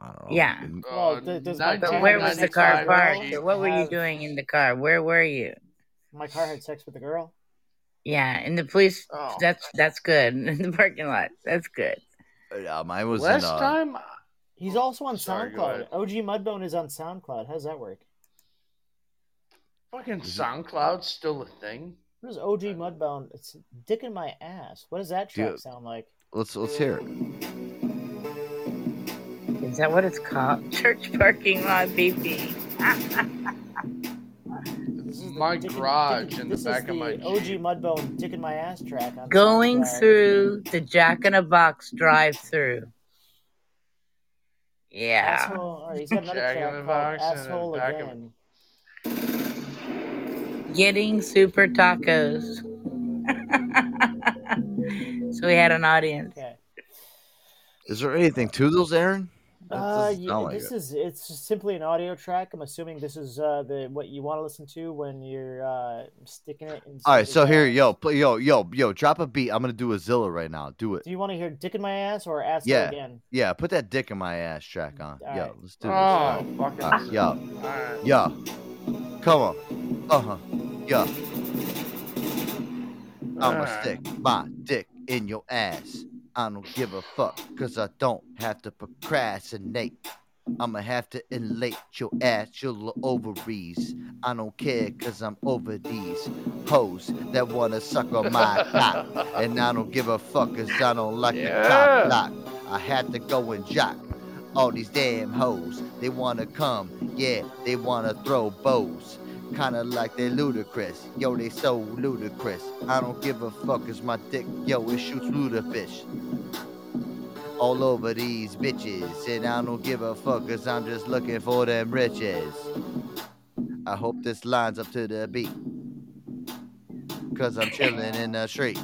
I don't know. Yeah. In- Well, Uh, th- does my nineteen dad- But where was the car 95 parked? Jeep. Or What were you Have- doing in the car? Where were you? My car had sex with a girl. Yeah, in the police. Oh. That's that's good. (laughs) In the parking lot. That's good. Yeah, mine was Last in. Uh, time, He's also on Oh, Sorry, go SoundCloud. OG Mudbone is on SoundCloud. How does that work? fucking SoundCloud's still a thing. What is OG Mudbone? It's dick in my ass. What does that track Dude. sound like? let's let's hear it. Is that what it's called? (laughs) Church parking lot BP. This is the My dick in- garage dick in the this back is of my the OG Jeep. Mudbone dick in my ass track. On Going SoundCloud. through the Jack in a Box drive-through. Yeah. Asshole, or oh, he's got another Jack in track the called Box and Asshole then Back in- Again. Getting super tacos. (laughs) so we had an audience. Is there anything to those, Aaron? That Uh, doesn't yeah, sound like this it. is it's just simply an audio track. I'm assuming this is uh the what you want to listen to when you're uh sticking it. In All right, somebody's so here, ass. yo, play, yo, yo, yo, drop a beat. I'm gonna do a Zilla right now. Do it. Do you want to hear "Dick in My Ass" or "Asshole yeah, Again"? yeah. Put that dick in my ass track on. All yeah, right. let's do Oh, this. fucking All right, Zilla. yeah, All right. yeah. Come on. Uh huh. Yeah. I'ma Alright. stick my dick in your ass. I don't give a fuck, cause I don't have to procrastinate. I'ma have to elate your ass, your little ovaries. I don't care, cause I'm over these hoes that wanna suck on my cock. And I don't give a fuck, cause I don't like Yeah. the cock block. I had to go and jock. All these damn hoes, they wanna come, yeah, they wanna throw bows. Kinda like they ludicrous, yo, they so ludicrous. I don't give a fuck, cause my dick, yo, it shoots ludicrous all over these bitches. And I don't give a fuck, cause I'm just looking for them riches. I hope this lines up to the beat. Cause I'm chilling in the street.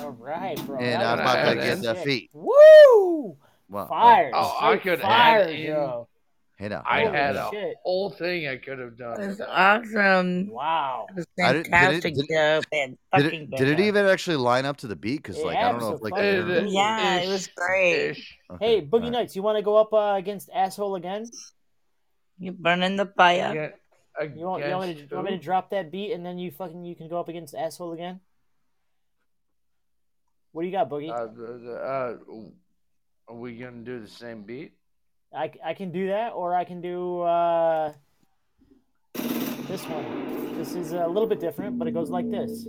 All right, bro. And that I'm was about to fucking get the sick. feet. Woo! Well, Fire. Oh, I straight could fire, add in- yo. Hey now, I hey now, hey had now. a whole thing I could have done. That's awesome. Wow. I didn't- did it- Fantastic did dope and Did fucking it, did it dope. even actually line up to the beat? Cause It like I don't know if like absolutely the- did. Yeah, it was great. Hey, Boogie alright. Nights, you want to go up uh, against asshole again? You burning the fire. You want, you want, me to, Against you want me who? to drop that beat and then you fucking you can go up against asshole again? What do you got, Boogie? Uh, the- the- uh, are we gonna do the same beat? I, I can do that, or I can do uh, this one. This is a little bit different, but it goes like this.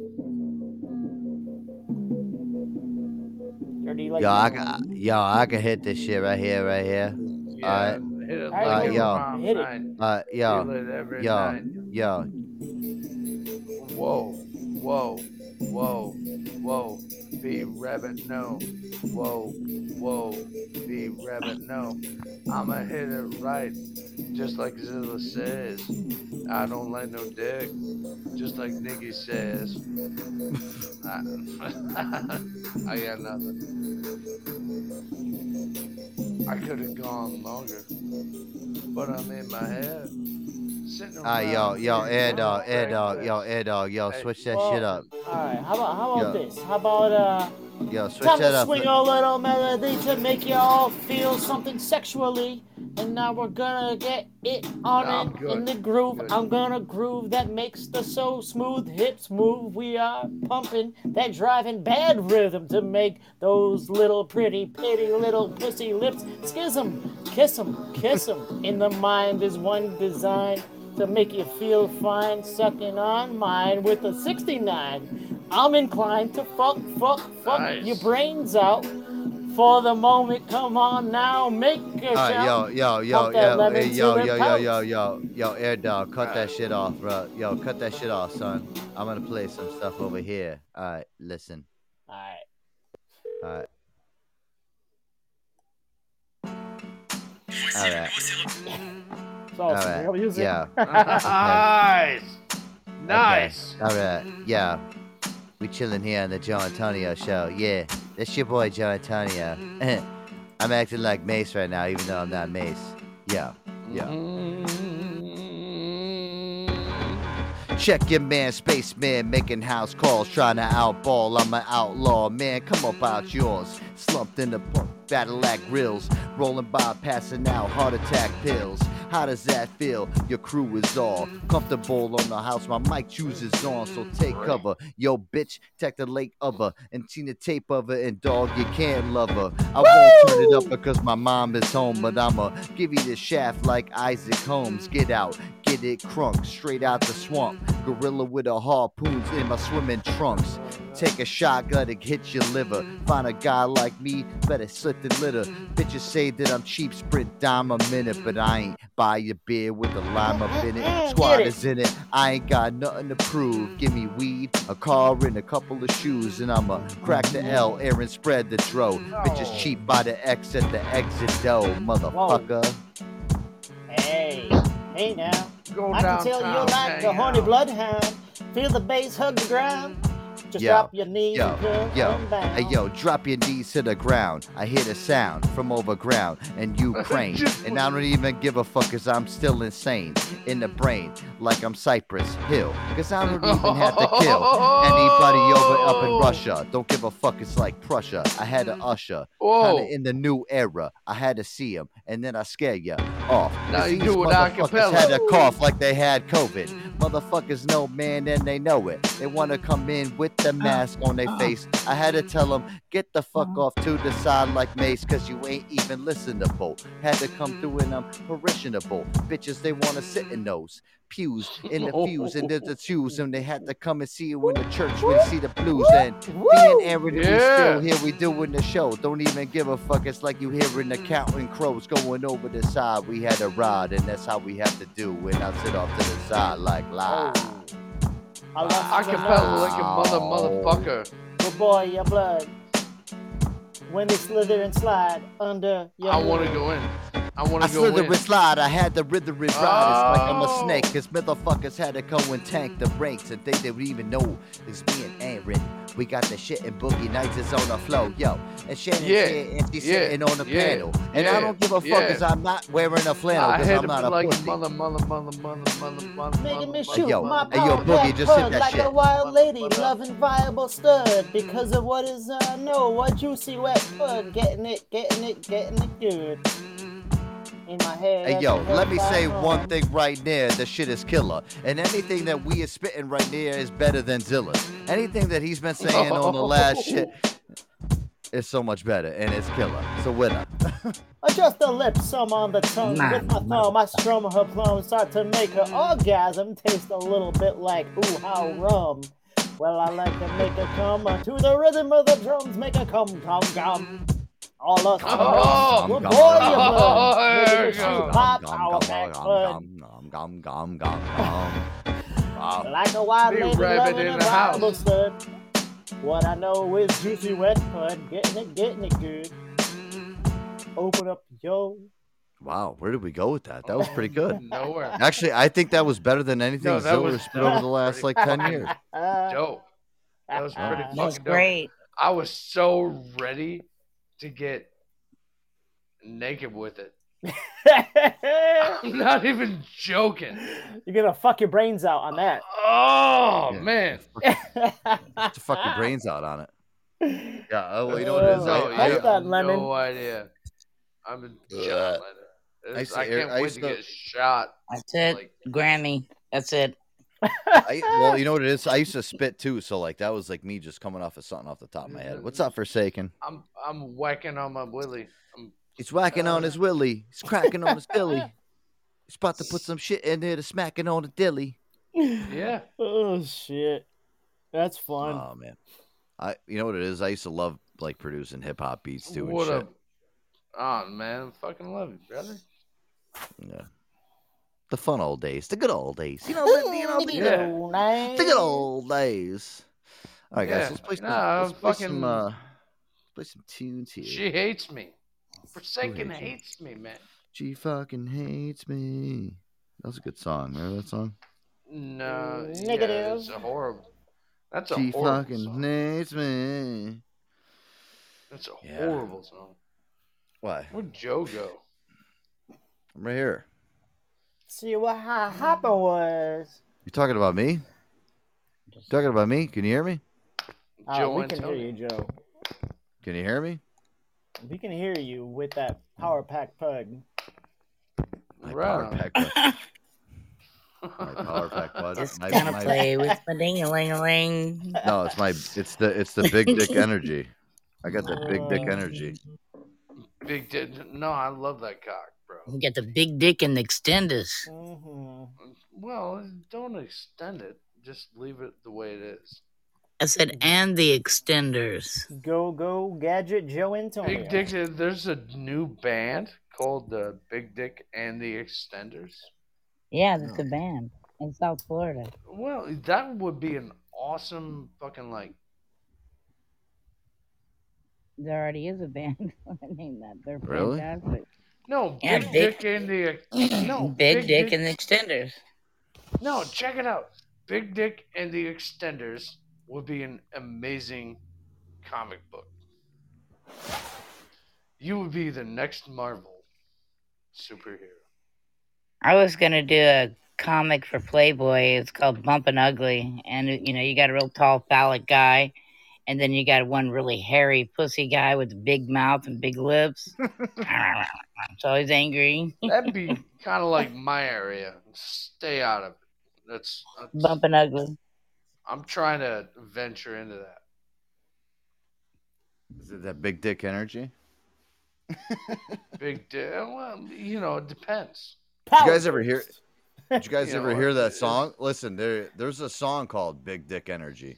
Or do you like yo, I this one? can, yo, I can hit this shit right here, right here. All right. Hit it All right, like a yo. bomb. Hit it. night. Uh, yo, Feel it every yo, night. yo, Whoa, whoa, whoa, whoa. Be rabbit, no. Whoa, whoa, be rabbit, no. I'ma hit it right, just like Zilla says. I don't like no dick, just like Nikki says. I, (laughs) I got nothing. I could have gone longer, but I'm in my head. Sitting Ah, yo, around yo, here. air dog, air dog, yo, air dog, yo, Hey. switch that Well, shit up. All right, how about how about Yeah. this? How about uh, Yo, switch time that to up. swing a little melody to make y'all feel something sexually, and now we're gonna get it on Nah, I'm it good. in the groove. I'm gonna groove that makes the so smooth hips move. We are pumping that driving bad rhythm to make those little pretty pretty little pussy lips schism, kiss 'em, kiss 'em. in the mind is one design to make you feel fine, sucking on mine with a 69. I'm inclined to fuck, fuck, fuck your brains out. For the moment, come on now, make a All right, yo, shout. yo, yo, Pump that yo, lemon hey, to yo, the yo, yo, pounce. yo, yo, yo, air dog, cut that shit off, bro. Yo, cut that shit off, son. I'm gonna play some stuff over here. All right, listen. All right. All right. All right. It's All all right. real music. Yeah. Nice. Nice. All right, yeah. We chilling here on the Joe Antonio show. Yeah, that's your boy Joe Antonio. (laughs) I'm acting like Mace right now, even though I'm not Mace. Yeah, yeah. Check your man, spaceman, making house calls, trying to outball. I'm an outlaw, man. Come up out yours. Slumped in the punk, battle act grills. Rolling by, passing out, heart attack pills. How does that feel? Your crew is all comfortable on the house. My mic chooses on, so take cover. Yo, bitch, tech the lake of her and Tina tape of her. And dog, you can't love her. I won't turn it up because my mom is home, but I'ma give you the shaft like Isaac Holmes. Get out, get it crunk, straight out the swamp. Gorilla with a harpoons in my swimming trunks. Take a shotgun and hit your liver. Find a guy like me, better slit the litter. Bitches say that I'm cheap, sprint dime a minute, but I ain't buy your beer with a lime up in it. Squad Mm-hmm. Get it. is in it. I ain't got nothing to prove. Give me weed, a car, and a couple of shoes, and I'ma crack the L, air and spread the dro. Oh. Bitches cheap by the X at the exit dough, motherfucker. Hey, hey now. Go I can tell downtown, you're like the hang horny out. bloodhound. Feel the bass hug the ground. Just Yo, drop your knees yo, and come yo, down. Hey, yo, drop your knees to the ground. I hear the sound from overground and Ukraine. and I don't even give a fuck cause I'm still insane in the brain, like I'm Cypress Hill. Cause I don't even have to kill anybody over up in Russia. Don't give a fuck, it's like Prussia. I had to usher. Mm. Whoa. Kinda in the new era. I had to see him, and then I scare ya off. Now 'Cause you these do it a motherfuckers cappella. had a cough like they had COVID. Motherfuckers know, man, and they know it. They want to come in with the mask on their face. I had to tell them, get the fuck off to the side like Mace, cause you ain't even listenable. Had to come through and I'm parishionable. Bitches, they want to sit in those pews, in the pews, and there's (laughs) the Jews, and they had to come and see you in the church when see the blues. And me and Aaron, Yeah. we still here, we doing the show. Don't even give a fuck, it's like you hearing the counting crows going over the side. We had a ride, and that's how we have to do. And I sit off to the side like Oh, live. Acapella like a mother motherfucker. But boy, your blood. When they slither and slide under your I want to blood. go in. I I want to go Oh. slither in. and slide. I had the rhythm and ride. It's like I'm a snake. Cause motherfuckers had to go and tank the brakes. And they didn't even know it's me and Aaron. We got the shit and Boogie Nights is on the flow, yo. And Shannon Yeah, here, and she's yeah, sitting on the yeah, panel. And I yeah, don't give a fuck yeah. cause I'm not wearing a flannel. I Cause had I'm to not be a like pussy. mother, mother, mother, mother, mother, mother, mother, mother. Hey, yo, my hey, yo, pop Boogie, just hit hood that like shit. a wild lady, loving viable stud because of what is I know, a juicy wet foot, getting it, getting it, getting it good. In my head. Hey yo, I can let me help say I one know. thing right there. The shit is killer, and anything that we is spitting right there is better than Zilla's. Anything that he's been saying on the (laughs) last shit is so much better, and it's killer. So winner. Adjust the lips, some on the tongue. Man, With my thumb, I strum her plum, start to make her orgasm taste a little bit like ooh how rum. Well, I like to make her come uh, to the rhythm of the drums, make her come, come, come. All us, Come, girls, come, good come, boy, you come. blood. There Make you her go. shoot, pop, Come, our come, back come, blood. Gum gum gum gum (laughs) gum. Wow. Like a wild They lady rabbit loving in a the house. Bible stud. What I know is juicy wet bud, getting it, getting it good. Open up yo. Wow, where did we go with that? That was pretty good. Oh, Nowhere. Actually, I think that was better than anything No, that Zilla was- has spit that over was the last pretty like ten (laughs) fucking years. Dope. That was pretty That fucking was dope. great. I was so ready to get naked with it. I'm not even joking. (laughs) You're gonna fuck your brains out on that. Oh Yeah. man. To fuck (laughs) your brains out on it. Yeah, oh, well, you know what it is? No, I- uh, you I- have No idea. I'm a Ugh. John Lennon. I It's- used to I, air- can't I wait used to to- get shot. That's it. Grammy. That's it. (laughs) I, well, you know what it is? I used to spit too, so like that was like me just coming off of something off the top of my head. What's Mm-hmm. up, Forsaken? I'm I'm whacking on my willy. (laughs) I'm He's whacking on his willy. He's cracking (laughs) on his dilly. He's about to put some shit in there to smacking on the dilly. Yeah. Oh shit. That's fun. Oh man, Uh, I you know what it is? I used to love like producing hip hop beats too and what shit. up? Oh man, I fucking love you, brother. Yeah. The fun old days, the good old days, you know, Ooh, the, you know, the, nigga, yeah. old days. the good old days. All right, guys, Yeah. let's play some. Nah, let's play fucking- some. Uh, play some tunes here. She hates me. Forsaken hates you? hates me, man. She fucking hates me. That was a good song. Remember that song? No, Negative. yeah, it's a horrible. That's a she horrible. fucking hates me. That's a Yeah. horrible song. Why? Where'd Joe go? I'm right here. (laughs) See what ha- happened was. You talking about me? You talking about me? Can you hear me? Uh, Joe we can Antonio. hear you, Joe. Can you hear me? We can hear you with that power pack pug. My power Right. pack. (laughs) bud. my power pack. bud. Just My- gonna my- play with my ding a ling a ling. No, it's my. It's the. It's the big (laughs) dick energy. I got the big dick energy. Big did no, I love that cock, bro. You Mm-hmm. got the big dick and the extenders. Well, don't extend it. Just leave it the way it is. I said, Mm. and the extenders. Go, go, gadget Joe Antonio. Big Dick, uh, there's a new band called the Big Dick and the Extenders. Yeah, that's a band in South Florida. Well, that would be an awesome fucking like. There already is a band (laughs) named that. They're Really? fantastic. No, Yeah, Big Big- Dick and the Ex- (clears throat) no Big Dick and the Extenders. No, check it out. Big Dick and the Extenders would be an amazing comic book. You would be the next Marvel superhero. I was gonna do a comic for Playboy. It's called Bumpin' Ugly, and you know you got a real tall phallic guy, and then you got one really hairy pussy guy with a big mouth and big lips. (laughs) (laughs) It's always angry. That'd be kind of like my area. Stay out of it. That's, (laughs) that's Bumpin' Ugly. I'm trying to venture into that. Is it that big dick energy? Big deal. Well, you know, it depends. Did you guys ever hear? Did you guys You ever know, hear that it- song? Listen, there there's a song called Big Dick Energy.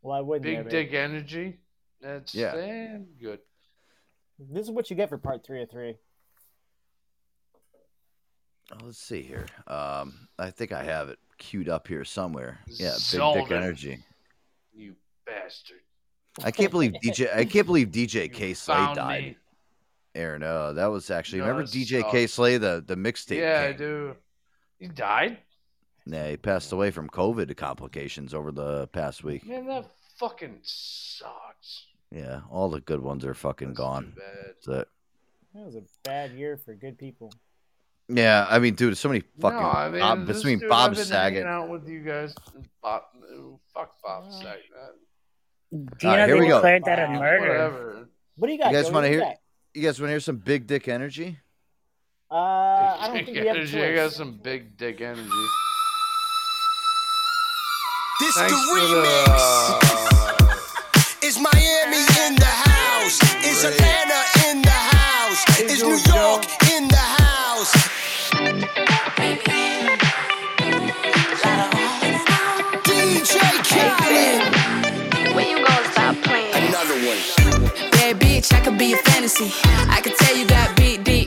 Well, I wouldn't. Big have it. dick energy. That's Yeah. damn good. This is what you get for part three of three. Oh, let's see here. Um, I think I have it queued up here somewhere. Yeah, Big Dick Zolder. Energy. You bastard. I can't (laughs) believe DJ. I can't believe DJ K Slay found died. me. Aaron, uh, that was actually No, remember that DJ K sucks. Slay the the mixtape. yeah, I king? do. He died? Yeah, he passed away from COVID complications over the past week. Man, that fucking sucks. Yeah, all the good ones are fucking gone. bad. That's it. That was a bad year for good people. Yeah, I mean, dude, so many fucking no, I mean, Bob, this between dude, I've Bob been Saget. hanging out with you guys. Bob, fuck Oh. Bob Saget. Do you All right, know here they we go. declared that a Wow, murder? Whatever. What do you You got? guys Joey? want to What do you hear? You guys want to hear some big dick energy? got? Uh, I don't Big think we have a energy. I got choice. some big dick energy. This Thanks the for remix. Is Miami in the house? Is Atlanta in the house? Is New York in the house? (laughs) DJ Khaled. When you gonna stop playing? Another one. Bad bitch, I could be a fantasy. I could tell you got big D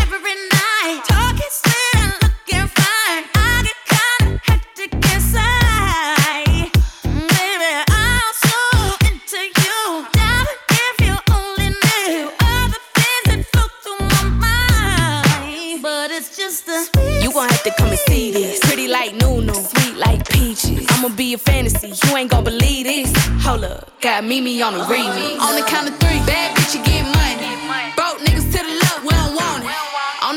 every night. Talking sweet and looking fine. I get kinda hectic inside. Baby, I'm so into you. Darling, if you only knew all the things that flow through my mind. But it's just the You gon' have to come and see this. Pretty like Nunu, sweet like peaches. I'ma be a fantasy, you ain't gon' believe this. Hold up, got Mimi on the remix. On the count of three, bad bitch, you get money. Broke niggas to the left, we don't want it. I'm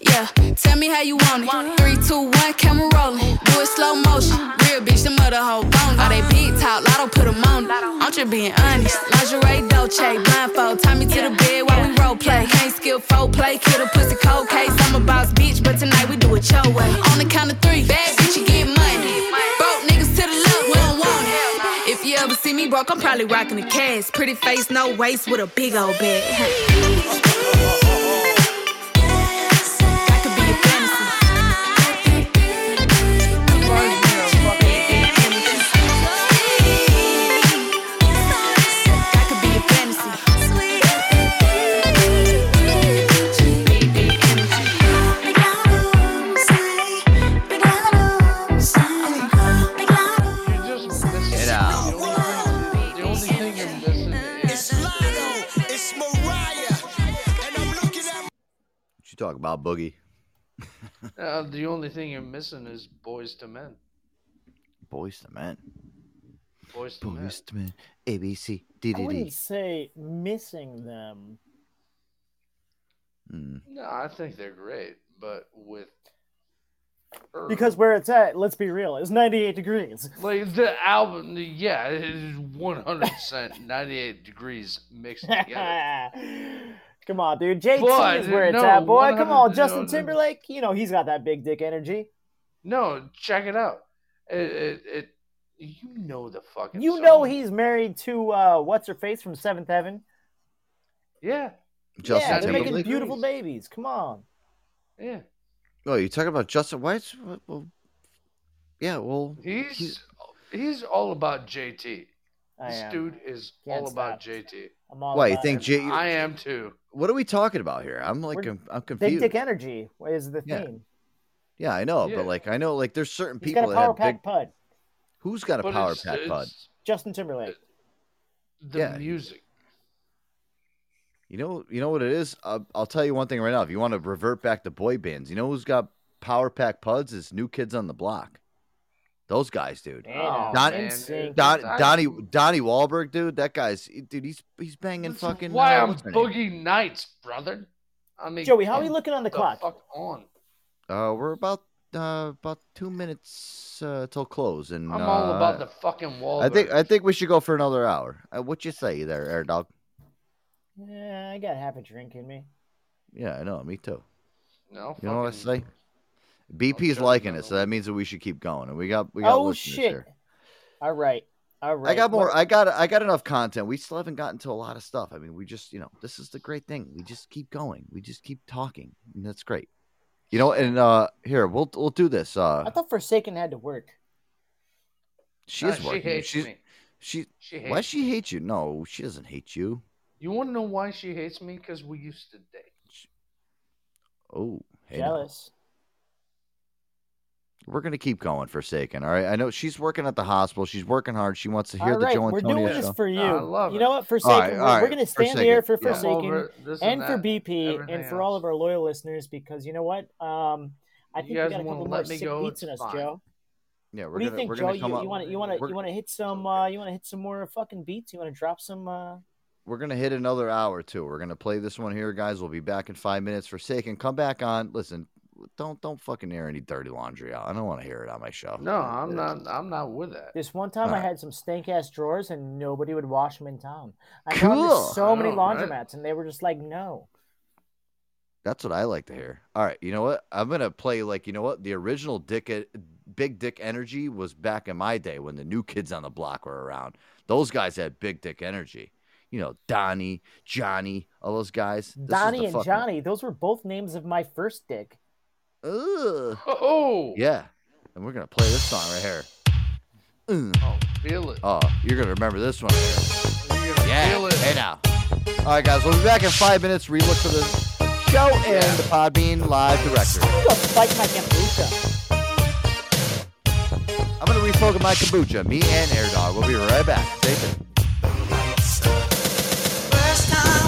Yeah, tell me how you want it. Uh-huh. Three, two, one, camera rolling. Do it slow motion. Real bitch, the mother hoe bone. All they big talk, Uh-huh. lotto Uh-huh. put 'em on. it. I'm just being honest. Lingerie, Dolce, blindfold. Tie me to the bed while we role play. Can't skill foreplay, play, kill the pussy cold case. I'm a boss bitch, but tonight we do it your way. On the count of three, bad bitch, you get money. Broke niggas to the left, we don't want it. If you ever see me broke, I'm probably rocking a cast. Pretty face, no waist, with a big old bag. I could be a fantasy. You're just missing. Get out. The only thing you're missing about Boogie. Uh, the only thing you're missing is boys to men. Boys to men. Boys to men. Boys to men. A B C D I D wouldn't D. say missing them. Mm. No, I think they're great, but with her- Because where it's at, let's be real, is 98 degrees. like the album, yeah, it is one hundred percent ninety eight degrees mixed together. (laughs) Come on, dude. JT But, is where it's no, at, boy. Come 100 on, no, Justin no. Timberlake. You know he's got that big dick energy. No, check it out. It, it, it you know the fucking. You song. know he's married to uh, what's her face from Seventh Heaven. Yeah, Justin yeah, they're making Timberlake? beautiful babies. Come on. yeah. Oh, you're talking about Justin White's? Well, well, yeah, well, He's he's, all about JT. I This am. dude is Can't all about JT. I'm all Why, you about think it. J- I am too. what are we talking about here? I'm like, We're- I'm, I'm Big confused. dick energy is the Yeah. theme. Yeah, I know, Yeah. but like, I know, like, there's certain He's people got a that power have pack big. pud. Who's got a But power it's- pack bud? it's Justin Timberlake. The Yeah. music. You know, you know what it is. I'll, I'll tell you one thing right now. If you want to revert back to boy bands, you know who's got power pack puds? Is New Kids on the Block. Those guys, dude. Oh, Don- man. NSYNC. Don, That's- Donnie Donnie Wahlberg, dude. That guy's dude. He's he's banging That's fucking. why uh, I'm what's her name? boogie nights, brother. I mean, Joey, how are come we looking on the the clock? Fuck on. Uh, we're about uh, about two minutes uh, till close, and I'm all uh, about the fucking wall. I think I think we should go for another hour. Uh, what you say there, Air Dog? Yeah, I got half a drink in me. Yeah, I know. Me too. no. You know what I fucking- say? BP's shut liking down. it, so that means that we should keep going. And we got we got Oh listeners shit! here. All right, all right. I got more. What- I got I got enough content. We still haven't gotten to a lot of stuff. I mean, we just you know this is the great thing. We just keep going. We just keep talking, and that's great. You know, and uh here we'll we'll do this. I Uh, thought Forsaken had to work. she Nah, is working. She hates She's me. she. She Why hates. She... she hate you? No, she doesn't hate you. You want to know why she hates me? Because we used to date. Oh, hey, now. Jealous. we're gonna keep going, Forsaken. All right. I know she's working at the hospital. She's working hard. She wants to hear all the right, Joe we're Antonio doing show. this for you. I love you it. know what, Forsaken? right, we're, all we're right, gonna stand Forsaken, here for yeah. I'm Forsaken over this and for that, BP everything and for all else. of our loyal listeners because you know what? Um, I You think we guys got a wanna couple let more me sick go, beats in us, it's fine. Joe. Yeah, we're What do you gonna think, we're Joe? gonna You, come up. you want to you want to we're- you want to hit some uh, you want to hit some more fucking beats? You want to drop some? Uh... We're gonna hit another hour too. We're gonna play this one here, guys. We'll be back in five minutes. Forsaken, come back on. Listen, don't don't fucking air any dirty laundry out. I don't want to hear it on my show. No, I'm not. I'm not with that. This one time, I Alright. had some stank ass drawers, and nobody would wash them in town. I Cool. cool. so I many know, right? laundromats, and they were just like, "No." That's what I like to hear. All right, you know what? I'm gonna play like you know what the original Dick uh, Big Dick Energy was back in my day when the new kids on the block were around. Those guys had Big Dick Energy. You know, Donnie, Johnny, all those guys. This was the Donnie and fucking- Johnny, those were both names of my first dick. Ugh. Oh, Yeah, and we're gonna play this song right here. Mm. Ugh. oh, feel it. Oh, you're gonna remember this one. You're gonna Yeah. Feel it. Hey now. All right, guys. We'll be back in five minutes. Relook for the show and the Podbean live directory. Go spike é my kombucha. I'm gonna refocus my kombucha. Me and Air Dog. We'll be right back. Stay tuned. First time